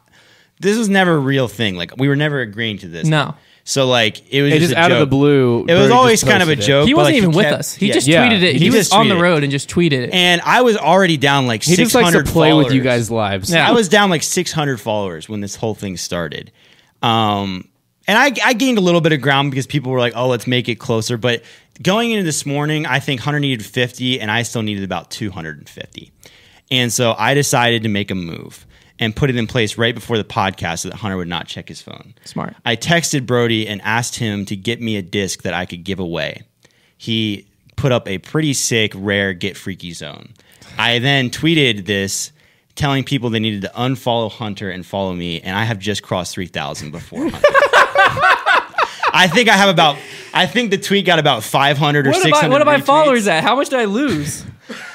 Speaker 2: this was never a real thing. Like we were never agreeing to this.
Speaker 1: No.
Speaker 2: So like it was
Speaker 3: It
Speaker 2: just
Speaker 3: just
Speaker 2: a
Speaker 3: out of the
Speaker 2: joke.
Speaker 3: blue,
Speaker 2: It was
Speaker 3: Brody
Speaker 2: always
Speaker 3: just
Speaker 2: kind of a
Speaker 3: posted it.
Speaker 2: joke.
Speaker 1: He
Speaker 2: but,
Speaker 1: wasn't
Speaker 2: like,
Speaker 1: even with
Speaker 2: kept-
Speaker 1: us. He
Speaker 2: yeah.
Speaker 1: just
Speaker 3: Yeah.
Speaker 1: tweeted it.
Speaker 2: He
Speaker 1: He, was
Speaker 2: just
Speaker 1: on the
Speaker 2: tweeted it.
Speaker 1: road and just tweeted it.
Speaker 2: And I was already down like
Speaker 3: He
Speaker 2: six
Speaker 3: just likes to
Speaker 2: hundred.
Speaker 3: play with you guys lives.
Speaker 1: Yeah.
Speaker 2: I was down like six hundred followers when this whole thing started. Um, and I, I gained a little bit of ground because people were like, "Oh, let's make it closer." But going into this morning, I think Hunter needed fifty, and I still needed about two hundred and fifty. And so I decided to make a move and put it in place right before the podcast so that Hunter would not check his phone.
Speaker 1: Smart.
Speaker 2: I texted Brody and asked him to get me a disc that I could give away. He put up a pretty sick, rare Get Freaky Zone. I then tweeted this telling people they needed to unfollow Hunter and follow me, and I have just crossed 3,000 before Hunter. (laughs) I think I have about, I think the tweet got about 500 or
Speaker 1: What
Speaker 2: 600.
Speaker 1: about what about my
Speaker 2: retweets.
Speaker 1: followers at? How much did I
Speaker 2: (laughs)
Speaker 1: lose?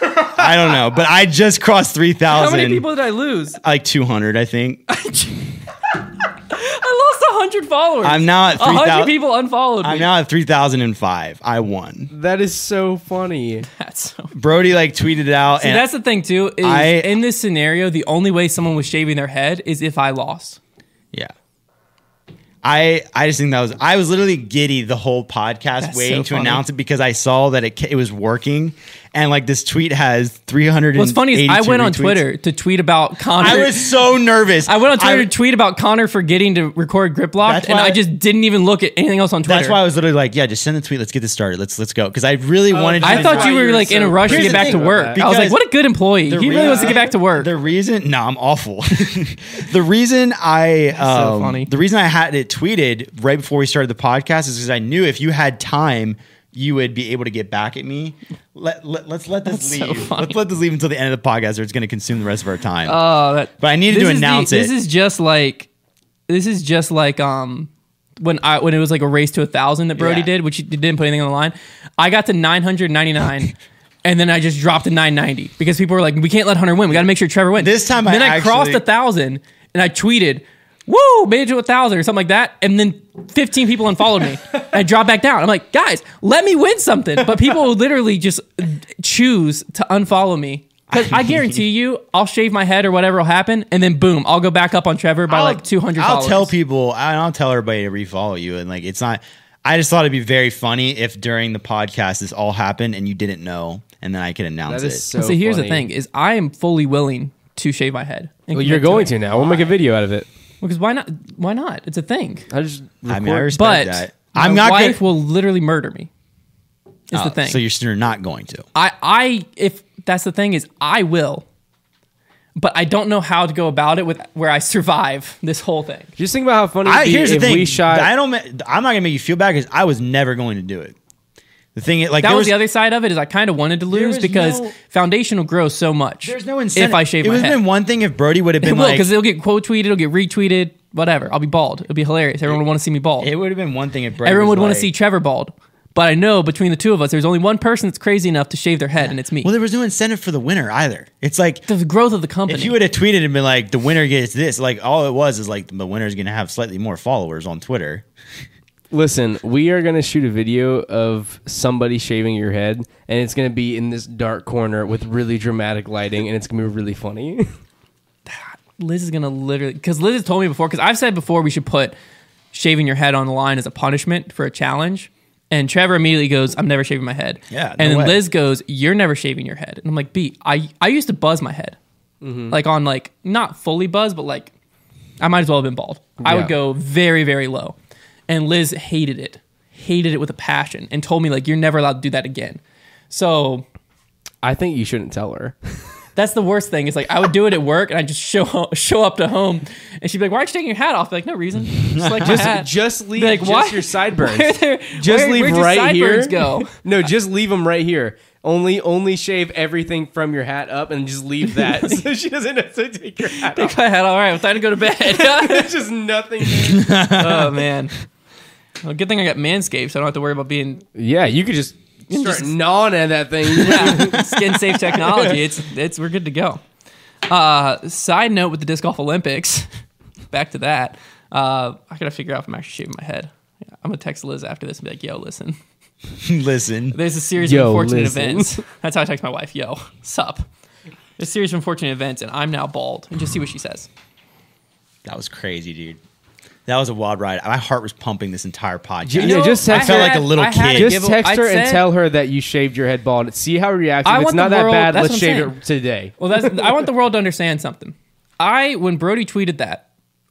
Speaker 2: I don't know, but I just crossed 3,000.
Speaker 1: How many people did I
Speaker 2: (laughs)
Speaker 1: lose?
Speaker 2: Like 200,
Speaker 1: (laughs)
Speaker 2: I think.
Speaker 1: I lost hundred followers.
Speaker 2: I'm now at
Speaker 1: hundred
Speaker 2: 3,000.
Speaker 1: people unfollowed
Speaker 2: I'm
Speaker 1: me.
Speaker 2: now at 3,005. I won.
Speaker 3: That is so funny.
Speaker 1: (laughs) That's so
Speaker 2: Brody like tweeted it out,
Speaker 1: See,
Speaker 2: and
Speaker 1: that's the thing too. Is
Speaker 2: I-
Speaker 1: in this scenario, the only way someone was shaving their head is if I lost.
Speaker 2: Yeah. I I just think that was I was literally giddy the whole podcast
Speaker 1: That's
Speaker 2: waiting
Speaker 1: so
Speaker 2: to
Speaker 1: funny.
Speaker 2: announce it because I saw that it ca- it was working and like this tweet has 300
Speaker 1: What's funny is I went on Twitter to tweet about Connor.
Speaker 2: I was so nervous.
Speaker 1: I went on Twitter to tweet about Connor forgetting to record grip lock,
Speaker 2: That's
Speaker 1: and
Speaker 2: why-
Speaker 1: I just didn't even look at anything else on Twitter.
Speaker 2: That's why I was literally like, yeah, just send the tweet. Let's get this started. Let's let's go because I really wanted. to
Speaker 1: I
Speaker 2: just-
Speaker 3: That's
Speaker 1: thought
Speaker 3: why
Speaker 1: you were
Speaker 3: you're
Speaker 1: like in a
Speaker 3: so-
Speaker 1: rush to
Speaker 2: Here's
Speaker 1: get
Speaker 2: the
Speaker 1: back to
Speaker 2: thing
Speaker 1: work.
Speaker 2: about that.
Speaker 1: I was like,
Speaker 2: Because
Speaker 1: what a good employee. He really
Speaker 2: reason-
Speaker 1: wants to get back to work.
Speaker 2: The reason, no, I'm awful. (laughs) the reason I,
Speaker 1: so
Speaker 2: um,
Speaker 1: funny.
Speaker 2: the reason I had it tweeted right before we started the podcast is because I knew if you had time, you would be able to get back at me. Let, let, let's let this
Speaker 1: That's so
Speaker 2: leave.
Speaker 1: funny.
Speaker 2: let's let this leave until the end of the podcast, or it's going to consume the rest of our time.
Speaker 1: Oh, that.
Speaker 2: but I needed
Speaker 1: This
Speaker 2: to
Speaker 1: is the-
Speaker 2: announce it.
Speaker 1: This is just like, this is just like um when I when it was like a race to a thousand that Brody
Speaker 2: Yeah.
Speaker 1: did, which he didn't put anything on the line. I got to nine hundred ninety
Speaker 2: (laughs)
Speaker 1: nine. And then I just dropped to 990 because people were like, "We can't let Hunter win. We got to make sure Trevor wins."
Speaker 2: This time I
Speaker 1: then I, crossed
Speaker 2: actually-
Speaker 1: a thousand and I tweeted, "Woo, made it to a thousand or something like that." And then 15 people unfollowed
Speaker 2: (laughs)
Speaker 1: me. and I dropped back down. I'm like, "Guys, let me win something." But people will literally just choose to unfollow me because I guarantee you, I'll shave my head or whatever will happen, and then boom, I'll go back up on Trevor by like 200.
Speaker 2: I'll
Speaker 1: followers.
Speaker 2: tell people, and I'll tell everybody to refollow you. And like, it's not. I just thought it'd be very funny if during the podcast this all happened and you didn't know, and then I could announce
Speaker 3: That
Speaker 2: it.
Speaker 3: is so.
Speaker 1: See, here's the
Speaker 3: funny.
Speaker 1: thing: is I am fully willing to shave my head. and
Speaker 3: Well, you're
Speaker 1: commit
Speaker 3: going
Speaker 1: it.
Speaker 3: to now. We'll make a video out of it.
Speaker 1: because why not? Why not? It's a thing.
Speaker 3: I just.
Speaker 2: I mean, I
Speaker 3: record-
Speaker 2: respect
Speaker 1: But
Speaker 2: that.
Speaker 1: my
Speaker 2: I'm not
Speaker 1: wife
Speaker 2: gonna,
Speaker 1: will literally murder me. Is the
Speaker 2: Oh,
Speaker 1: thing.
Speaker 2: So you're still not going to.
Speaker 1: I, I, if that's the thing is, I will. But I don't know how to go about it with where I survive (laughs) this whole thing.
Speaker 3: just think about how funny.
Speaker 2: I,
Speaker 3: it'd be
Speaker 2: here's the
Speaker 3: if
Speaker 2: thing.
Speaker 3: We shot.
Speaker 2: I don't. ma- I'm not gonna make you feel bad because I was never going to do it. The thing is, like
Speaker 1: That
Speaker 2: there
Speaker 1: was,
Speaker 2: was
Speaker 1: the other side of it. Is I kind of wanted to lose
Speaker 2: was
Speaker 1: because
Speaker 2: no-
Speaker 1: foundational grows so much.
Speaker 2: There's no incentive.
Speaker 1: if I shave
Speaker 2: it
Speaker 1: my
Speaker 2: would
Speaker 1: head.
Speaker 2: have been one thing if Brody would have
Speaker 1: It (laughs)
Speaker 2: been
Speaker 1: will
Speaker 2: like.
Speaker 1: because it'll get quote tweeted, it'll get retweeted, whatever. I'll be bald. It'll be hilarious. Everyone will want to see me bald.
Speaker 2: It would have been one thing if Brody.
Speaker 1: Everyone
Speaker 2: was
Speaker 1: would want
Speaker 2: like-
Speaker 1: to see Trevor bald. But I know between the two of us, there's only one person that's crazy enough to shave their head, and it's me.
Speaker 2: Well, there was no incentive for the winner either. It's like
Speaker 1: the growth of the company.
Speaker 2: if you would have tweeted and been like, "The winner gets this," like all it was is like the winner's gonna have slightly more followers on Twitter. (laughs)
Speaker 3: Listen, we are going to shoot a video of somebody shaving your head, and it's going to be in this dark corner with really dramatic lighting, and it's going to be really funny. (laughs)
Speaker 1: Liz is gonna literally because Liz has told me before because I've said before we should put shaving your head on the line as a punishment for a challenge. And Trevor immediately goes, I'm never shaving my head.
Speaker 2: Yeah, no
Speaker 1: and then
Speaker 2: way.
Speaker 1: Liz goes, You're never shaving your head. And I'm like, B, I, I used to buzz my head.
Speaker 2: Mm-hmm.
Speaker 1: Like on like not fully buzz, but like I might as well have been bald. I
Speaker 3: Yeah.
Speaker 1: would go very, very low. And Liz hated it. Hated it with a passion and told me like you're never allowed to do that again. So
Speaker 3: I think you shouldn't tell (laughs) her.
Speaker 1: that's the worst thing. Is like I would do it at work, and I just show up, show up to home, and she'd be like, "Why aren't you taking your hat off?" I'd be like, no reason. Just like just,
Speaker 3: just leave
Speaker 1: Like,
Speaker 3: just
Speaker 1: why-
Speaker 3: your sideburns. (laughs)
Speaker 1: Where they're-
Speaker 3: just
Speaker 1: where-
Speaker 3: leave
Speaker 1: where'd your
Speaker 3: right here.
Speaker 1: sideburns Go.
Speaker 3: (laughs) no, just leave them right here. Only only shave everything from your hat up and just leave (laughs) that so she doesn't have to take your (laughs) hat
Speaker 1: Take
Speaker 3: off.
Speaker 1: my hat. All right, I'm time to go to bed. (laughs)
Speaker 3: It's just nothing.
Speaker 1: oh man. Well, good thing I got Manscaped, so I don't have to worry about being
Speaker 3: Yeah, you could just start
Speaker 1: just-
Speaker 3: gnawing at that thing.
Speaker 1: (laughs) skin safe technology. It's it's we're good to go. Uh, side note with the disc golf Olympics, (laughs) back to that. Uh, I gotta figure out if I'm actually shaving my head. Yeah, I'm gonna text Liz after this and be like, "Yo, listen,
Speaker 2: Listen,
Speaker 1: there's a series
Speaker 3: Yo,
Speaker 1: of unfortunate
Speaker 3: listen.
Speaker 1: events." (laughs) That's how I text my wife. Yo, sup? A series of unfortunate events, and I'm now bald. And just see what she says.
Speaker 2: that was crazy, dude. That was a wild ride. My heart was pumping this entire podcast.
Speaker 3: Yeah, just text
Speaker 2: I felt like a little kid.
Speaker 1: to
Speaker 2: Just
Speaker 1: give
Speaker 3: Just
Speaker 1: a-
Speaker 3: text
Speaker 1: I
Speaker 3: her and
Speaker 1: said-
Speaker 3: tell her that you shaved your head bald. See how it reacts.
Speaker 1: I
Speaker 3: If it's
Speaker 1: want
Speaker 3: not
Speaker 1: the
Speaker 3: that
Speaker 1: world-
Speaker 3: bad,
Speaker 1: that's
Speaker 3: let's
Speaker 1: what I'm
Speaker 3: shave
Speaker 1: saying.
Speaker 3: it today.
Speaker 1: Well, that's, I want the world to understand something. I when Brody tweeted that,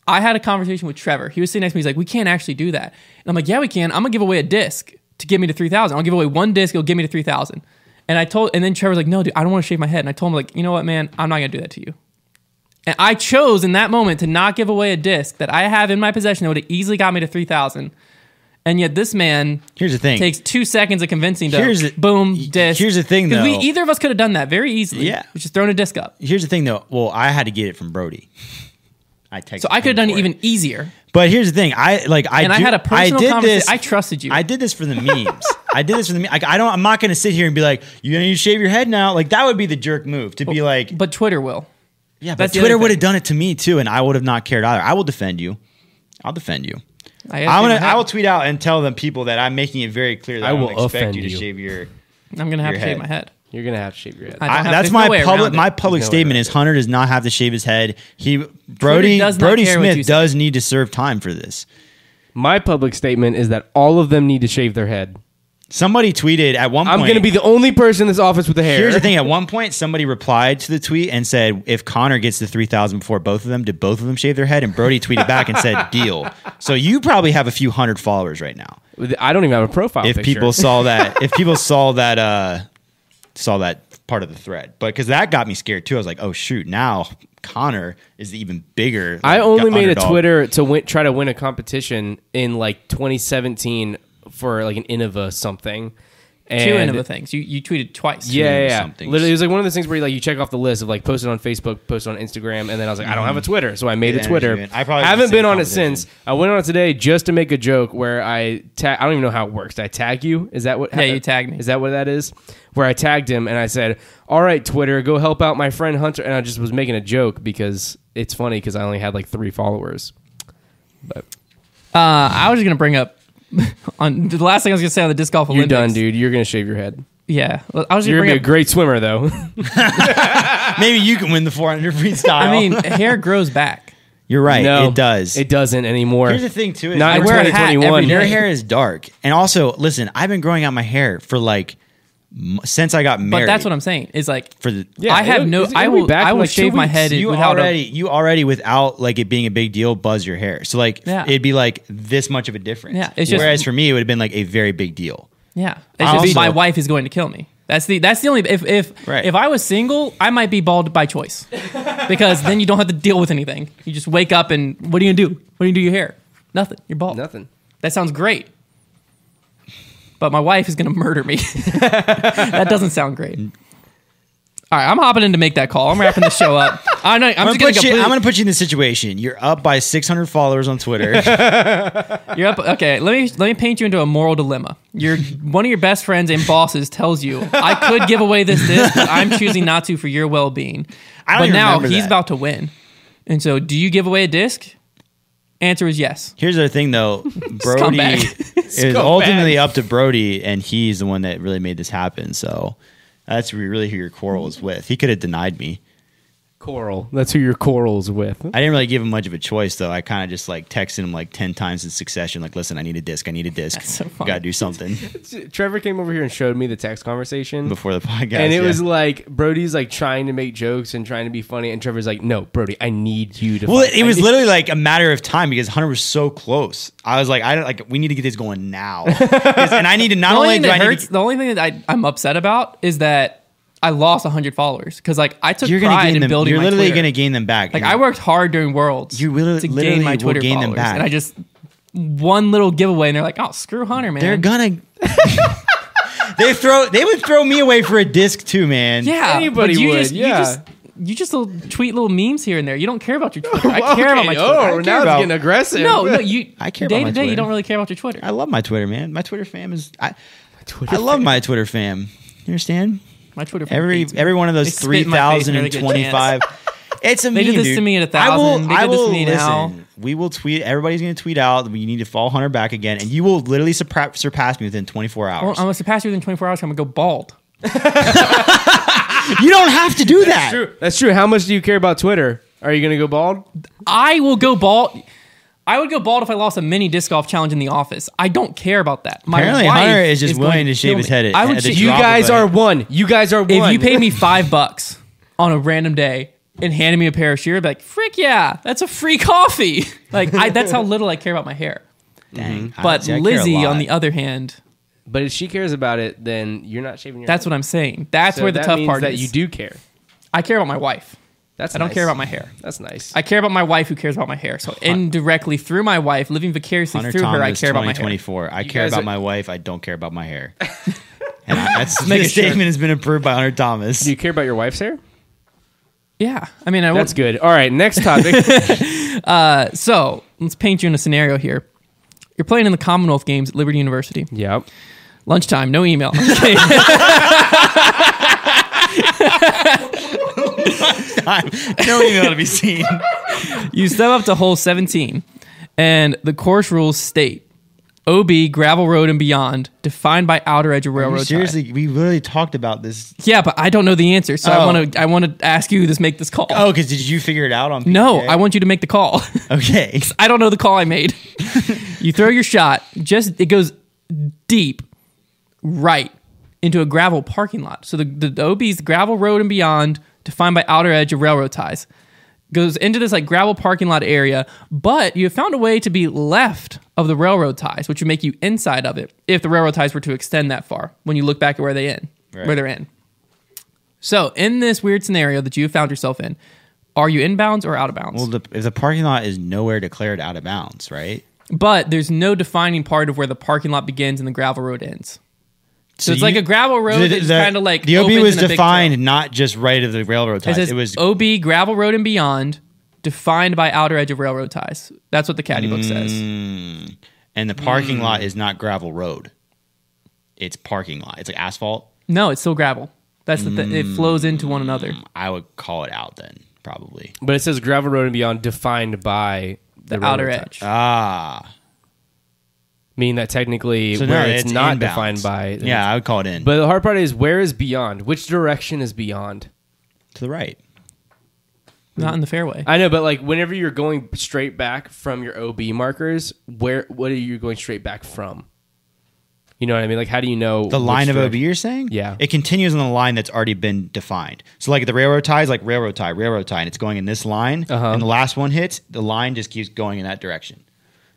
Speaker 1: I had a conversation with Trevor. He was sitting next to me. He's like, "We can't actually do that." And I'm like, "Yeah, we can. I'm gonna give away a disc to get me to three thousand. I'll give away one disc. It'll get me to three thousand. And I told, and then Trevor's like, "No, dude, I don't want to shave my head." And I told him like, "You know what, man? I'm not gonna do that to you." And I chose in that moment to not give away a disc that I have in my possession that would have easily got me to three thousand. And yet this man
Speaker 2: Here's the thing.
Speaker 1: takes two seconds of convincing to
Speaker 2: Here's the-
Speaker 1: boom
Speaker 2: y-
Speaker 1: disc.
Speaker 2: here's the thing,
Speaker 1: 'Cause we
Speaker 2: though.
Speaker 1: either of us could have done that very easily.
Speaker 2: Yeah.
Speaker 1: We've just thrown a disc up.
Speaker 2: here's the thing, though. Well, I had to get it from Brody. (laughs) I texted.
Speaker 1: So I could have done
Speaker 2: him
Speaker 1: it
Speaker 2: for
Speaker 1: even easier.
Speaker 2: But here's the thing. I like. I
Speaker 1: And I
Speaker 2: do-
Speaker 1: had a personal
Speaker 2: did
Speaker 1: conversa-
Speaker 2: This,
Speaker 1: I trusted you.
Speaker 2: I did this for the memes. (laughs) I did this for the. me- Like, I don't. I'm not going to sit here and be like, "You need to shave your head now." Like that would be the jerk move to be like,
Speaker 1: But Twitter will.
Speaker 2: "Yeah,
Speaker 1: that's
Speaker 2: but
Speaker 1: the other
Speaker 2: Twitter would
Speaker 1: thing.
Speaker 2: have done it to me too, and I would have not cared either." I will defend you. I'll defend you.
Speaker 1: I gotta
Speaker 2: I'm
Speaker 1: shave
Speaker 2: gonna.
Speaker 1: my head.
Speaker 2: I will tweet out and tell them people that I'm making it very clear that
Speaker 3: I
Speaker 2: I,
Speaker 3: will
Speaker 2: will don't expect
Speaker 3: offend
Speaker 2: you to
Speaker 3: you.
Speaker 2: shave your.
Speaker 1: I'm gonna have to
Speaker 2: Your
Speaker 1: shave
Speaker 2: head.
Speaker 1: my head.
Speaker 3: You're gonna have to shave your head.
Speaker 1: I don't
Speaker 2: I,
Speaker 1: have-
Speaker 2: that's
Speaker 1: there's
Speaker 2: my
Speaker 1: no way
Speaker 2: public
Speaker 1: around it.
Speaker 2: my public
Speaker 3: There's no way
Speaker 2: statement
Speaker 3: around
Speaker 2: is Hunter does not have to shave his head. He Brody
Speaker 1: does not
Speaker 2: Brody
Speaker 1: care what you
Speaker 2: Smith
Speaker 1: say.
Speaker 2: does need to serve time for this.
Speaker 3: My public statement is that all of them need to shave their head.
Speaker 2: Somebody tweeted at one
Speaker 3: I'm
Speaker 2: point
Speaker 3: gonna be the only person in this office with a hair.
Speaker 2: Here's the thing. At one point, somebody replied to the tweet and said, "If Connor gets the three thousand before both of them, did both of them shave their head?" And Brody tweeted back and
Speaker 3: (laughs)
Speaker 2: said, "Deal." So you probably have a few hundred followers right now.
Speaker 3: I don't even have a profile.
Speaker 2: If
Speaker 3: picture.
Speaker 2: people saw that,
Speaker 3: (laughs)
Speaker 2: if people saw that, uh, saw that part of the thread, but because that got me scared too. I was like, "Oh shoot!" Now Connor is the even bigger.
Speaker 3: I
Speaker 2: like,
Speaker 3: only made a
Speaker 2: underdog.
Speaker 3: Twitter to win, try to win a competition in like 2017 for like an Innova something. And
Speaker 1: Two Innova things. You you tweeted twice.
Speaker 3: Yeah, yeah, yeah.
Speaker 2: somethings.
Speaker 3: Literally, it was like one of those things where you, like you check off the list of like post it on Facebook, post it on Instagram, and then I was like, I don't
Speaker 1: Mm.
Speaker 3: have a Twitter, so I made
Speaker 2: Good
Speaker 3: a Twitter.
Speaker 2: energy, man. I probably did
Speaker 3: haven't
Speaker 2: the
Speaker 3: been
Speaker 2: same
Speaker 3: on it
Speaker 2: competition.
Speaker 3: since. I went on it today just to make a joke where I tag. I don't even know how it works. Did I tag you? Is that what?
Speaker 1: Yeah, you tagged me.
Speaker 3: Is that what that is? Where I tagged him and I said, "All right, Twitter, go help out my friend Hunter," and I just was making a joke because it's funny because I only had like three followers. But
Speaker 1: Uh, I was just gonna bring up (laughs) on the last thing I was gonna say on the disc golf
Speaker 3: you're
Speaker 1: Olympics.
Speaker 3: done, dude. You're gonna shave your head.
Speaker 1: Yeah. Well, I was just
Speaker 3: You're
Speaker 1: gonna
Speaker 3: gonna be
Speaker 1: bring
Speaker 3: a
Speaker 1: up.
Speaker 3: great swimmer, though.
Speaker 2: (laughs)
Speaker 3: (laughs)
Speaker 2: Maybe you can win the four hundred freestyle.
Speaker 1: I mean,
Speaker 3: (laughs)
Speaker 1: hair grows back.
Speaker 2: you're right.
Speaker 3: no,
Speaker 2: it does.
Speaker 3: It doesn't anymore.
Speaker 2: Here's the thing too. Is
Speaker 3: Not in
Speaker 1: I wear a hat every
Speaker 3: 2021.
Speaker 1: day.
Speaker 2: Your hair is dark, and also listen. I've been growing out my hair for like m- since I got
Speaker 1: But
Speaker 2: married.
Speaker 1: that's what I'm saying. Is like
Speaker 2: for the
Speaker 3: Yeah,
Speaker 1: I have
Speaker 3: it'll-
Speaker 1: no.
Speaker 3: it's gonna
Speaker 1: I
Speaker 3: be
Speaker 1: will.
Speaker 3: back
Speaker 1: I
Speaker 3: in,
Speaker 1: will
Speaker 3: like, two
Speaker 1: shave my
Speaker 3: weeks.
Speaker 1: head
Speaker 2: you
Speaker 1: without a
Speaker 2: already you already without like it being a big deal buzz your hair. So like
Speaker 1: Yeah.
Speaker 2: it'd be like this much of a difference.
Speaker 1: Yeah, it's just-
Speaker 2: whereas for me it would have been like a very big deal.
Speaker 1: Yeah,
Speaker 2: I
Speaker 1: it's just
Speaker 2: also-
Speaker 1: my wife is going to kill me. That's the that's the only if if
Speaker 2: Right.
Speaker 1: if I was single, I might be bald by choice because then you don't have to deal with anything. You just wake up and what do you do? What do you do to your hair? Nothing. You're bald.
Speaker 3: Nothing.
Speaker 1: That sounds great, but my wife is going to murder me. (laughs) that doesn't sound great. All right, I'm hopping in to make that call. I'm wrapping the show up. I'm, not, I'm,
Speaker 2: I'm
Speaker 1: just
Speaker 2: gonna,
Speaker 1: going
Speaker 2: put
Speaker 1: to
Speaker 2: you, I'm gonna put you in the situation. You're up by 600 followers
Speaker 1: (laughs)
Speaker 2: on Twitter.
Speaker 1: You're up. Okay, let me let me paint you into a moral dilemma.
Speaker 2: (laughs)
Speaker 1: Your one of your best friends and bosses tells you, "I could give away this disc, but I'm choosing not to for your well-being."
Speaker 2: I don't
Speaker 1: but
Speaker 2: even
Speaker 1: now
Speaker 2: remember
Speaker 1: he's
Speaker 2: that.
Speaker 1: about to win, and so do you give away a disc? Answer is yes.
Speaker 2: Here's the
Speaker 1: (laughs)
Speaker 2: thing though, Brody
Speaker 1: Scumbag.
Speaker 2: is ultimately up to Brody, and he's the one that really made this happen. So that's really who your quarrel is with. He could have denied me.
Speaker 3: Coral. That's who your coral's with.
Speaker 2: I didn't really give him much of a choice though. I kind of just like texted him like ten times in succession, like, "Listen, I need a disc. I need a disc.
Speaker 1: so funny.
Speaker 2: Got to do something (laughs)
Speaker 3: Trevor came over here and showed me the text conversation.
Speaker 2: before the podcast."
Speaker 3: and it
Speaker 2: yeah.
Speaker 3: was like Brody's like trying to make jokes and trying to be funny, and Trevor's like, "No, Brody, I need you to."
Speaker 2: well,
Speaker 3: find-
Speaker 2: it
Speaker 3: I
Speaker 2: was
Speaker 3: need-
Speaker 2: literally like a matter of time because Hunter was so close. I was like, "I don't like. We need to get this going
Speaker 3: (laughs)
Speaker 2: now." 'Cause- and I need to not
Speaker 1: The only
Speaker 2: only
Speaker 1: thing
Speaker 2: do I
Speaker 1: that
Speaker 2: need
Speaker 1: hurts,
Speaker 2: to,
Speaker 1: the only thing that I, I'm upset about is that I lost 100 followers because like I took
Speaker 2: you're gonna
Speaker 1: pride
Speaker 2: gain
Speaker 1: in
Speaker 2: them.
Speaker 1: building.
Speaker 2: You're
Speaker 1: my
Speaker 2: literally
Speaker 1: Twitter.
Speaker 2: gonna gain them back.
Speaker 1: Like
Speaker 2: And
Speaker 1: I worked hard during Worlds.
Speaker 2: You will-
Speaker 1: to
Speaker 2: literally
Speaker 1: gain my
Speaker 2: will
Speaker 1: Twitter
Speaker 2: gain them
Speaker 1: followers,
Speaker 2: back.
Speaker 1: and I just one little giveaway, and they're like, "Oh, screw Hunter, man."
Speaker 2: They're gonna.
Speaker 1: (laughs)
Speaker 2: they throw. They would throw me away for a disc too, man.
Speaker 1: yeah.
Speaker 3: Anybody
Speaker 1: but you
Speaker 3: would,
Speaker 1: Just,
Speaker 3: yeah.
Speaker 1: You just, you just little tweet little memes here and there. You don't care about your Twitter.
Speaker 3: (laughs)
Speaker 1: I care about my
Speaker 3: Okay,
Speaker 1: Twitter.
Speaker 3: Oh,
Speaker 1: I care
Speaker 3: now it's
Speaker 1: about-
Speaker 3: getting aggressive.
Speaker 1: no, no, (laughs) you.
Speaker 2: (laughs) I care about
Speaker 1: day
Speaker 2: my
Speaker 1: to day. You
Speaker 2: Twitter.
Speaker 1: don't really care about your Twitter.
Speaker 2: I love my Twitter, man. My Twitter fam is. I, I love my Twitter fam. You understand?
Speaker 1: my Twitter. fucking
Speaker 2: Every
Speaker 1: hates me.
Speaker 2: every one of
Speaker 1: They
Speaker 2: those
Speaker 1: spit
Speaker 2: three
Speaker 1: in my face
Speaker 2: thousand
Speaker 1: whenever they
Speaker 2: and
Speaker 1: get a
Speaker 2: twenty-five. It's
Speaker 1: (laughs)
Speaker 2: a
Speaker 1: They did
Speaker 2: meme,
Speaker 1: this to
Speaker 2: dude.
Speaker 1: me at
Speaker 2: I will-
Speaker 1: 1,000. They
Speaker 2: I
Speaker 1: did this to
Speaker 2: will
Speaker 1: me now.
Speaker 2: listen. We will tweet. Everybody's going to tweet out. You need to follow Hunter back again, and you will literally surpa- surpass me within 24
Speaker 1: Well, um,
Speaker 2: hours.
Speaker 1: I'm gonna surpass you within 24 hours. I'm gonna go bald.
Speaker 2: you don't have to do that.
Speaker 3: True. That's true. How much do you care about Twitter? Are you gonna go bald?
Speaker 1: I will go bald. I would go bald if I lost a mini disc golf challenge in the office. I don't care about that. My
Speaker 2: Apparently,
Speaker 1: wife
Speaker 2: Hunter is just willing
Speaker 1: going
Speaker 2: to shave
Speaker 1: kill
Speaker 2: his
Speaker 1: me.
Speaker 2: head at-
Speaker 1: I would.
Speaker 2: at
Speaker 1: sh-
Speaker 2: the
Speaker 1: you
Speaker 3: You
Speaker 2: Drop
Speaker 3: guys
Speaker 2: away.
Speaker 3: are one. You guys are one.
Speaker 1: if you paid
Speaker 2: (laughs)
Speaker 1: me five bucks on a random day and handed me a pair of shears, I'd be like, frick yeah, that's a free coffee. (laughs) Like, I, that's how little I care about my hair.
Speaker 2: Dang. I-
Speaker 1: Mm-hmm. But
Speaker 2: see, I care a
Speaker 1: Lizzie, on
Speaker 2: lot.
Speaker 1: the other hand,
Speaker 3: but if she cares about it, then you're not shaving your.
Speaker 1: that's what I'm saying. That's where the
Speaker 3: that
Speaker 1: tough
Speaker 3: means
Speaker 1: part
Speaker 3: that
Speaker 1: is.
Speaker 3: you do care.
Speaker 1: I care about my wife.
Speaker 3: That's
Speaker 1: I don't
Speaker 3: nice.
Speaker 1: care about my hair.
Speaker 3: That's nice.
Speaker 1: I care about my wife who cares about my hair. So indirectly through my wife, living vicariously
Speaker 2: Hunter
Speaker 1: through
Speaker 2: Thomas,
Speaker 1: her, I care about my hair.
Speaker 2: 2024. I care
Speaker 3: guys
Speaker 2: about
Speaker 3: are-
Speaker 2: my wife. I don't care about my
Speaker 1: (laughs)
Speaker 2: hair. and I, that's
Speaker 1: Make
Speaker 2: this
Speaker 1: it sure.
Speaker 2: statement has been approved by Hunter Thomas. (laughs)
Speaker 3: do you care about your wife's hair?
Speaker 1: Yeah. I mean, I
Speaker 3: That's
Speaker 1: would.
Speaker 3: good. All right, next
Speaker 1: (laughs)
Speaker 3: topic.
Speaker 1: So let's paint you in a scenario here. You're playing in the Commonwealth Games at Liberty University.
Speaker 3: yep.
Speaker 1: Lunchtime, no email. (laughs)
Speaker 2: no email to be seen.
Speaker 1: you step up to hole 17, and the course rules state OB, gravel road, and beyond, defined by outer edge of railroad. tie.
Speaker 2: Seriously, we really talked about this.
Speaker 1: Yeah, but I don't know the answer, so I
Speaker 2: Oh.
Speaker 1: want to. I want to ask you this. Make this call.
Speaker 2: Oh, because did you figure it out on?
Speaker 1: no,
Speaker 2: PK?
Speaker 1: I want you to make the call. (laughs)
Speaker 2: Okay.
Speaker 1: I don't know the call I made. you throw your shot. Just it goes deep, right into a gravel parking lot. So the the, the OB's gravel road and beyond, defined by outer edge of railroad ties, goes into this like gravel parking lot area. But you have found a way to be left of the railroad ties, which would make you inside of it if the railroad ties were to extend that far. When you look back at where they end,
Speaker 2: Right.
Speaker 1: where they're in. So in this weird scenario that you found yourself in, are you inbounds or out of bounds?
Speaker 2: Well, the, if the parking lot is nowhere declared out of bounds, right?
Speaker 1: but there's no defining part of where the parking lot begins and the gravel road ends. So, it's like a gravel road that's kind of like
Speaker 2: the OB
Speaker 1: opens
Speaker 2: was
Speaker 1: in a big
Speaker 2: defined
Speaker 1: trail.
Speaker 2: not just right of the railroad
Speaker 1: It
Speaker 2: ties.
Speaker 1: says
Speaker 2: It, was
Speaker 1: OB gravel road and beyond, defined by outer edge of railroad ties. That's what the caddy book says.
Speaker 2: Mm. and the parking
Speaker 1: Mm.
Speaker 2: lot is not gravel road. It's parking lot. It's like asphalt.
Speaker 1: No, it's still gravel. That's the thing.
Speaker 2: Mm.
Speaker 1: It flows into one another.
Speaker 2: I would call it out then, probably.
Speaker 3: But it says gravel road and beyond defined by the,
Speaker 1: The outer
Speaker 3: railroad tie.
Speaker 1: edge.
Speaker 2: Ah,
Speaker 3: Meaning that technically
Speaker 2: so
Speaker 3: where
Speaker 2: no,
Speaker 3: it's, not
Speaker 2: inbounds.
Speaker 3: defined by.
Speaker 2: Yeah, I would call it in,
Speaker 3: But the hard part is where is beyond? Which direction is beyond?
Speaker 2: to the right.
Speaker 1: Not in the fairway.
Speaker 3: I know, but like whenever you're going straight back from your OB markers, where what are you going straight back from? You know what I mean? Like how do you know
Speaker 2: The
Speaker 3: which
Speaker 2: line of OB,
Speaker 3: direction-
Speaker 2: you're saying?
Speaker 3: Yeah.
Speaker 2: It continues on the line that's already been defined. So, like the railroad ties, like railroad tie, railroad tie, and it's going in this line.
Speaker 3: Uh-huh.
Speaker 2: And the last one hits, the line just keeps going in that direction.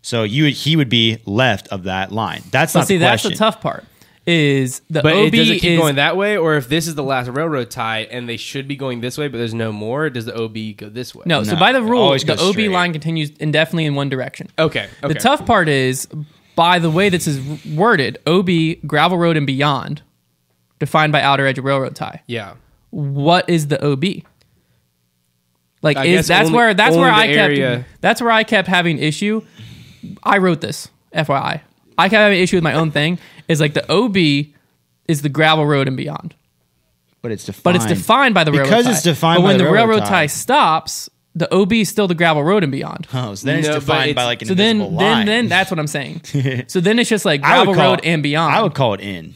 Speaker 2: So you would, he would be left of that line. That's
Speaker 1: But
Speaker 2: not
Speaker 1: see,
Speaker 2: the
Speaker 1: that's
Speaker 2: question.
Speaker 1: the tough part. Is the
Speaker 3: But
Speaker 1: OB
Speaker 3: it, does it keep
Speaker 1: is
Speaker 3: going that way, or if this is the last railroad tie and they should be going this way, but there's no more, does the OB go this way?
Speaker 1: no, So
Speaker 2: No,
Speaker 1: by the
Speaker 2: it
Speaker 1: rule,
Speaker 2: always
Speaker 1: the
Speaker 2: goes
Speaker 1: OB
Speaker 2: straight.
Speaker 1: line continues indefinitely in one direction.
Speaker 3: Okay. okay.
Speaker 1: The tough part is, by the way this is worded, OB, gravel road and beyond, defined by outer edge of railroad tie.
Speaker 3: Yeah.
Speaker 1: What is the OB? Like
Speaker 3: I
Speaker 1: is
Speaker 3: guess
Speaker 1: that's
Speaker 3: only-
Speaker 1: where that's
Speaker 3: only
Speaker 1: where
Speaker 3: the
Speaker 1: I kept
Speaker 3: area-
Speaker 1: that's where I kept having issue. I wrote this, FYI. I kept having issue with my own thing. Is like the OB is the gravel road and beyond,
Speaker 2: but it's defined.
Speaker 1: but it's defined by the railroad
Speaker 2: because
Speaker 1: tie.
Speaker 2: it's defined
Speaker 1: But
Speaker 2: by
Speaker 1: when
Speaker 2: the railroad,
Speaker 1: tie. stops, the OB is still the gravel road and beyond.
Speaker 2: Oh, so then
Speaker 3: No,
Speaker 2: it's
Speaker 3: but
Speaker 2: defined by
Speaker 3: it's-
Speaker 2: like an
Speaker 1: So then,
Speaker 2: invisible
Speaker 1: then,
Speaker 2: line.
Speaker 1: then that's what I'm saying. (laughs) so then it's just like
Speaker 2: I would
Speaker 1: gravel
Speaker 2: call-
Speaker 1: road and beyond.
Speaker 2: I would call it in.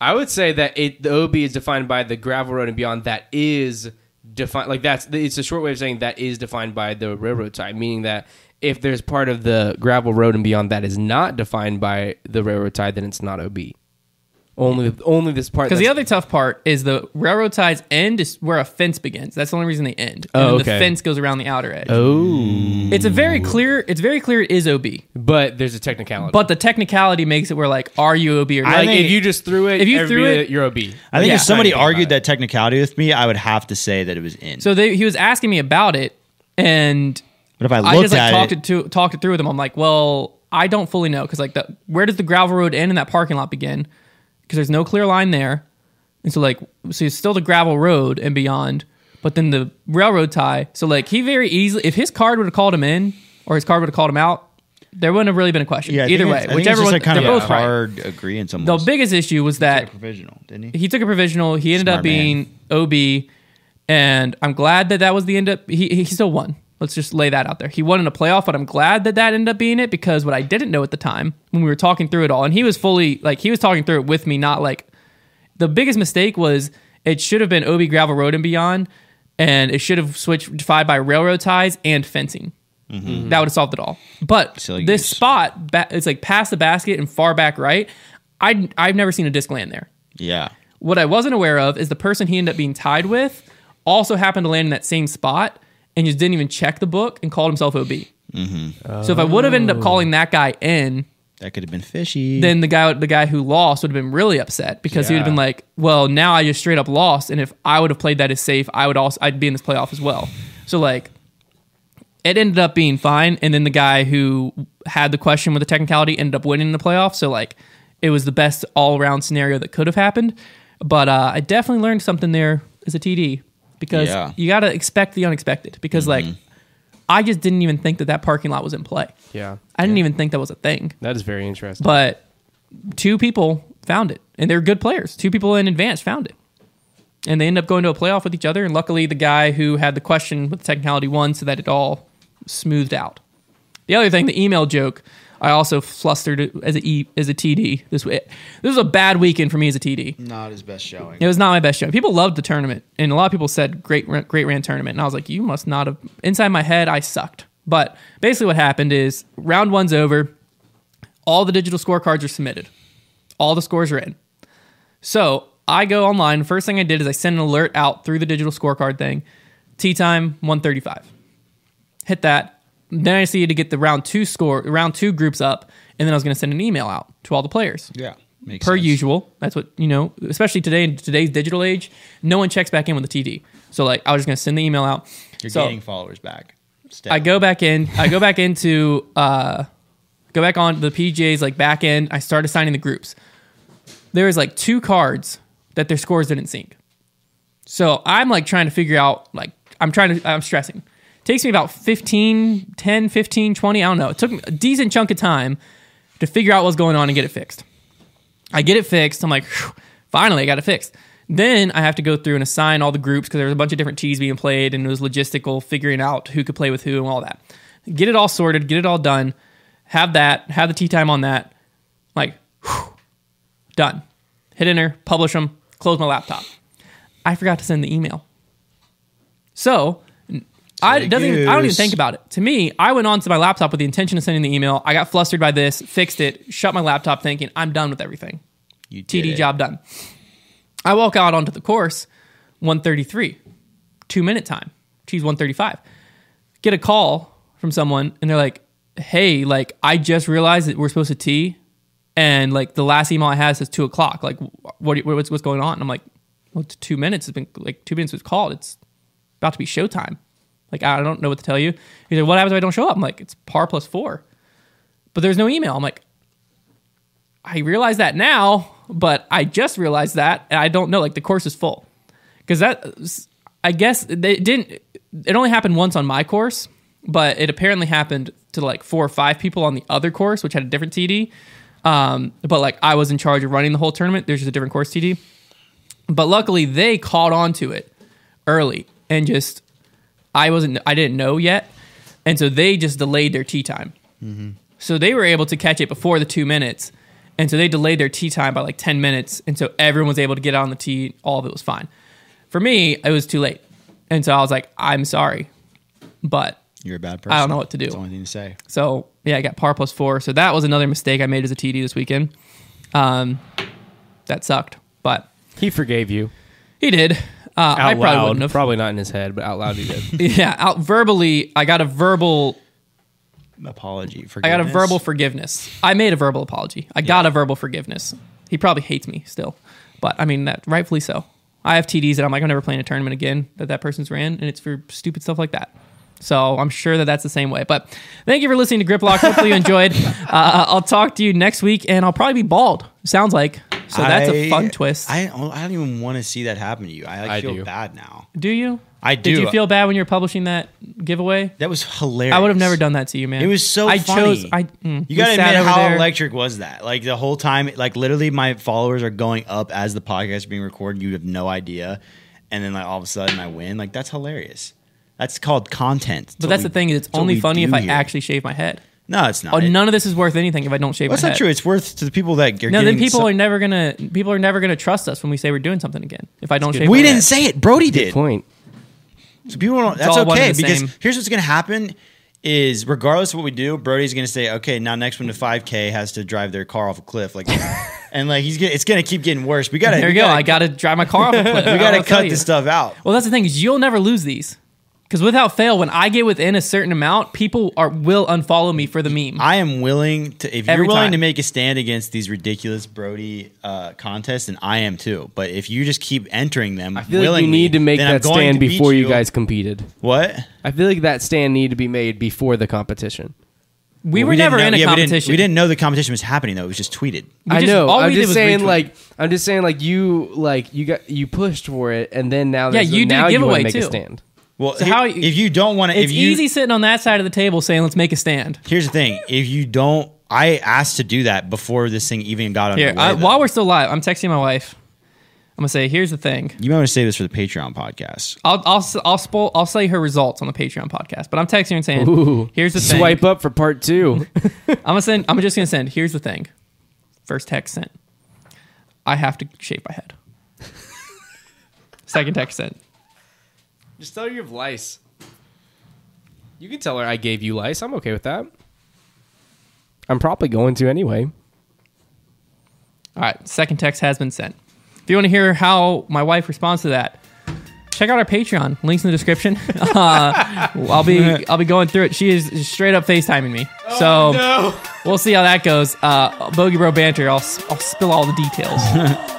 Speaker 3: I would say that it the OB is defined by the gravel road and beyond that is defined like that's it's a short way of saying that is defined by the railroad tie, meaning that if there's part of the gravel road and beyond that is not defined by the railroad tie, then it's not OB. Only only this part
Speaker 1: Because the
Speaker 3: that's-
Speaker 1: other tough part is the railroad ties end is where a fence begins. That's the only reason they end. And
Speaker 3: Oh,
Speaker 1: then
Speaker 3: okay.
Speaker 1: The fence goes around the outer edge.
Speaker 3: oh,
Speaker 1: It's a very clear. It's very clear. It is OB,
Speaker 3: but there's a technicality.
Speaker 1: but the technicality makes it where like, are you OB or not?
Speaker 2: I
Speaker 3: like
Speaker 2: think-
Speaker 3: if you just threw it,
Speaker 1: If you
Speaker 3: everybody-
Speaker 1: threw it-
Speaker 3: you're OB.
Speaker 2: I think
Speaker 1: Yeah.
Speaker 2: if somebody
Speaker 3: Sorry, think
Speaker 2: argued
Speaker 3: about
Speaker 2: that technicality with me, I would have to say that it was in.
Speaker 1: so they, he was asking me about it, and
Speaker 2: but if I looked
Speaker 1: I just like
Speaker 2: at
Speaker 1: talked
Speaker 2: it,
Speaker 1: it to talked it through with him. I'm like, well, I don't fully know because like the where does the gravel road end and that parking lot begin? Because there's no clear line there, and so like so it's still the gravel road and beyond, but then the railroad tie. So like he very easily, if his card would have called him in or his card would have called him out, there wouldn't have really been a question.
Speaker 2: yeah, I
Speaker 1: either
Speaker 2: think
Speaker 1: way,
Speaker 2: it's- I think
Speaker 1: whichever one,
Speaker 2: it's just like kind
Speaker 1: they're
Speaker 2: of a
Speaker 1: both right.
Speaker 2: hard agreeance
Speaker 1: The
Speaker 2: almost.
Speaker 1: biggest issue was that
Speaker 2: provisional, didn't
Speaker 1: he took a provisional. He ended
Speaker 2: Smart
Speaker 1: up being OB, and I'm glad that that was the end up. He he still won. Let's just lay that out there. He won in a playoff, but I'm glad that that ended up being it because what I didn't know at the time when we were talking through it all, and he was fully like he was talking through it with me, not like the biggest mistake was it should have been OB gravel road and beyond, and it should have switched defined by railroad ties and fencing. That would have solved it all. But
Speaker 2: Mm-hmm. Silly
Speaker 1: this
Speaker 2: goose.
Speaker 1: spot, ba- it's like past the basket and far back right. I I've never seen a disc land there.
Speaker 2: Yeah.
Speaker 1: What I wasn't aware of is the person he ended up being tied with also happened to land in that same spot and just didn't even check the book and called himself OB. So if I would have ended up calling that guy in,
Speaker 2: That could have been fishy.
Speaker 1: then the guy the guy who lost would have been really upset because he would have
Speaker 3: Yeah.
Speaker 1: been like, "Well, now I just straight up lost, and if I would have played that as safe, I would also I'd be in this playoff as well." So like, it ended up being fine, and then the guy who had the question with the technicality ended up winning the playoff. So like, it was the best all around scenario that could have happened. But uh, I definitely learned something there as a TD because
Speaker 2: Yeah.
Speaker 1: you got to expect the unexpected because like.
Speaker 3: Mm-hmm.
Speaker 1: I just didn't even think that that parking lot was in play.
Speaker 3: Yeah,
Speaker 1: I didn't even think that was a thing
Speaker 3: that is very interesting.
Speaker 1: but two people found it and they're good players two people in advance found it and they end up going to a playoff with each other and luckily the guy who had the question with technicality won so that it all smoothed out the other thing the email joke i also flustered as a e as a td this wa- this was a bad weekend for me as a td
Speaker 2: Not his best showing.
Speaker 1: it was not my best show. People loved the tournament, and a lot of people said great, ran- great ran tournament. And I was like, you must not have. Inside my head, I sucked. But basically, what happened is round one's over. All the digital scorecards are submitted. All the scores are in. So I go online. First thing I did is I sent an alert out through the digital scorecard thing. Tea time, one thirty-five hit that. Then I see you to get the round two score, round two groups up, and then I was going to send an email out to all the players.
Speaker 2: Yeah. Makes
Speaker 1: per
Speaker 2: sense.
Speaker 1: usual. That's what you know, especially today in today's digital age, no one checks back in with a TD. So like, I was just going to send the email out.
Speaker 2: You're
Speaker 1: so
Speaker 2: gaining followers back. Step.
Speaker 1: I go back in. I go back into uh, go back on the PGA's like back end. I start assigning the groups. There is like two cards that their scores didn't sync. So I'm like trying to figure out like I'm trying to I'm stressing. takes me about 15, 10, 15, 20, I don't know. It took me a decent chunk of time to figure out what's going on and get it fixed. I get it fixed. I'm like, "Phew, finally, I got it fixed. Then I have to go through and assign all the groups because there was a bunch of different tees being played and it was logistical figuring out who could play with who and all that. Get it all sorted, get it all done, have that, have the tea time on that. Like, whew, done. Hit enter, publish them, close my laptop. I forgot to send the email. So, n- I, it doesn't even, I don't even
Speaker 2: goose.
Speaker 1: think about it. To me, I went onto my laptop with the intention of sending the email. I got flustered by this, fixed it, shut my laptop thinking, I'm done with everything.
Speaker 2: You did
Speaker 1: TD
Speaker 2: it.
Speaker 1: job done. I walk out onto the course, 133, two minute time. She's 135. Get a call from someone and they're like, hey, like, I just realized that we're supposed to tee and like the last email I had says two o'clock. Like, wh- what, what's, what's going on? And I'm like, well, it's two minutes. It's been like two minutes was called. It's about to be showtime. Like, I don't know what to tell you. He's like, what happens if I don't show up? I'm like, it's par plus four. But there's no email. I'm like, I realize that now, but I just realized that, and I don't know. Like the course is full, because that I guess they didn't. It only happened once on my course, but it apparently happened to like four or five people on the other course, which had a different TD. Um, but like I was in charge of running the whole tournament. There's just a different course TD. But luckily, they caught on to it early and just I wasn't I didn't know yet, and so they just delayed their tea time. So they were able to catch it before the two minutes. And so they delayed their tea time by like 10 minutes. And so everyone was able to get on the tee. All of it was fine. For me, it was too late. And so I was like, I'm sorry, but
Speaker 2: You're a bad person.
Speaker 1: I don't know what to do.
Speaker 2: That's the only thing to say.
Speaker 1: so yeah, I got par plus four. So that was another mistake I made as a TD this weekend. Um, that sucked, but
Speaker 3: He forgave you
Speaker 1: he did. Uh,
Speaker 3: out
Speaker 1: I probably
Speaker 3: loud.
Speaker 1: wouldn't have. (laughs)
Speaker 3: Probably not in his head, but out loud he did.
Speaker 1: yeah, out verbally, I got a verbal.
Speaker 2: Apology for.
Speaker 1: I got a verbal forgiveness. I made a verbal apology. I got a verbal forgiveness. He probably hates me still, but I mean that rightfully so. I have TDs that I'm like I'm never playing a tournament again that that person's ran, and it's for stupid stuff like that. So I'm sure that that's the same way. But thank you for listening to Griplock. Hopefully you enjoyed.
Speaker 2: (laughs)
Speaker 1: Uh, I'll talk to you next week, and I'll probably be bald. Sounds like so. That's a
Speaker 2: I-
Speaker 1: fun twist.
Speaker 2: I don't, I don't even want to see that happen to you. I, like,
Speaker 3: I
Speaker 2: feel
Speaker 3: do.
Speaker 2: bad now.
Speaker 1: do you?
Speaker 2: I
Speaker 1: Did
Speaker 2: do.
Speaker 1: you feel bad when you were publishing that giveaway?
Speaker 2: That was hilarious.
Speaker 1: I would have never done that to you, man.
Speaker 2: It was so
Speaker 1: I
Speaker 2: funny.
Speaker 1: chose. I mm, we
Speaker 2: you gotta
Speaker 1: sat
Speaker 2: admit
Speaker 1: over
Speaker 2: how
Speaker 1: there.
Speaker 2: electric was that? Like the whole time, like literally, my followers are going up as the podcast is being recorded. You have no idea, and then like all of a sudden, I win. Like that's hilarious. That's called content.
Speaker 1: But that's
Speaker 2: what
Speaker 1: the
Speaker 2: we-
Speaker 1: thing; is it's
Speaker 2: what
Speaker 1: only
Speaker 2: we
Speaker 1: funny
Speaker 2: do
Speaker 1: if I
Speaker 2: here.
Speaker 1: actually shave my head.
Speaker 2: No, it's not.
Speaker 1: Oh, none of this is worth anything if I don't shave
Speaker 2: that's
Speaker 1: my
Speaker 2: not
Speaker 1: head.
Speaker 2: true. It's worth to the people that are
Speaker 1: No, then
Speaker 2: getting
Speaker 1: people
Speaker 2: some-
Speaker 1: are never gonna people are never gonna trust us when we say we're doing something again. If I don't shave,
Speaker 2: we
Speaker 1: my
Speaker 2: didn't
Speaker 1: head.
Speaker 2: say it. Brody did.
Speaker 3: Point.
Speaker 2: So people don't. That's
Speaker 1: all one
Speaker 2: okay
Speaker 1: and the
Speaker 2: because
Speaker 1: same.
Speaker 2: here's what's gonna happen. Is regardless of what we do, Brody's gonna say, okay, now next one to 5K has to drive their car off a
Speaker 1: (laughs)
Speaker 2: cliff, like, and like he's gonna, it's gonna keep getting worse. We gotta,
Speaker 1: There
Speaker 2: we
Speaker 1: you go.
Speaker 2: gotta-
Speaker 1: I gotta drive my car off
Speaker 2: (laughs)
Speaker 1: a cliff.
Speaker 2: we gotta cut this stuff out.
Speaker 1: Well, that's the thing is you'll never lose these because without fail, when I get within a certain amount, people are will unfollow me for the meme.
Speaker 2: I am willing to if
Speaker 1: Every
Speaker 2: you're willing
Speaker 1: time.
Speaker 2: to make a stand against these ridiculous Brody uh, contests, then I am too. But if you just keep entering them,
Speaker 3: I feel like you need to make that stand before you guys competed.
Speaker 2: What?
Speaker 3: I feel like that stand need to be made before the competition.
Speaker 1: we were
Speaker 2: didn't
Speaker 1: never
Speaker 2: know-
Speaker 1: in a
Speaker 2: yeah, we didn't-
Speaker 1: competition.
Speaker 2: We didn't, know the competition was happening though. It was just tweeted.
Speaker 1: We
Speaker 3: I
Speaker 1: just-
Speaker 3: know.
Speaker 1: all
Speaker 3: I'm
Speaker 1: we did
Speaker 3: just
Speaker 1: was
Speaker 3: saying,
Speaker 1: retweet.
Speaker 3: like, I'm just saying, like, you, like, you got, you pushed for it, and then now, there's
Speaker 1: you did a
Speaker 3: now you
Speaker 1: giveaway,
Speaker 3: wanna make a
Speaker 1: too.
Speaker 3: stand.
Speaker 2: Well,
Speaker 1: So
Speaker 2: here-
Speaker 1: how-
Speaker 2: if you don't want to,
Speaker 1: It's
Speaker 2: if you,
Speaker 1: easy sitting on that side of the table saying, "Let's make a stand."
Speaker 2: Here's the thing: if you don't, I asked to do that before this thing even got underway.
Speaker 1: Here, I,
Speaker 2: though.
Speaker 1: while we're still live, I'm texting my wife. I'm gonna say, "Here's the thing."
Speaker 2: you might want to save this for the Patreon podcast.
Speaker 1: I'll I'll s- I'll spoil I'll say her results on the Patreon podcast, but I'm texting her and saying,
Speaker 3: Ooh.
Speaker 1: "Here's the thing."
Speaker 3: Swipe up for
Speaker 1: (laughs)
Speaker 3: part two.
Speaker 1: I'm gonna send. I'm just gonna send. Here's the thing. First text sent. I have to shave my head. (laughs) Second text sent.
Speaker 3: Just tell her you have lice. You can tell her I gave you lice. I'm okay with that. I'm probably going to anyway.
Speaker 1: All right. Second text has been sent. If you want to hear how my wife responds to that, check out our Patreon. Links in the description. (laughs) Uh, I'll
Speaker 3: (laughs)
Speaker 1: be I'll be going through it. She is straight up FaceTiming me.
Speaker 3: Oh,
Speaker 1: so we'll see how that goes. Uh, Bogey Bro banter. I'll s- I'll spill all the details.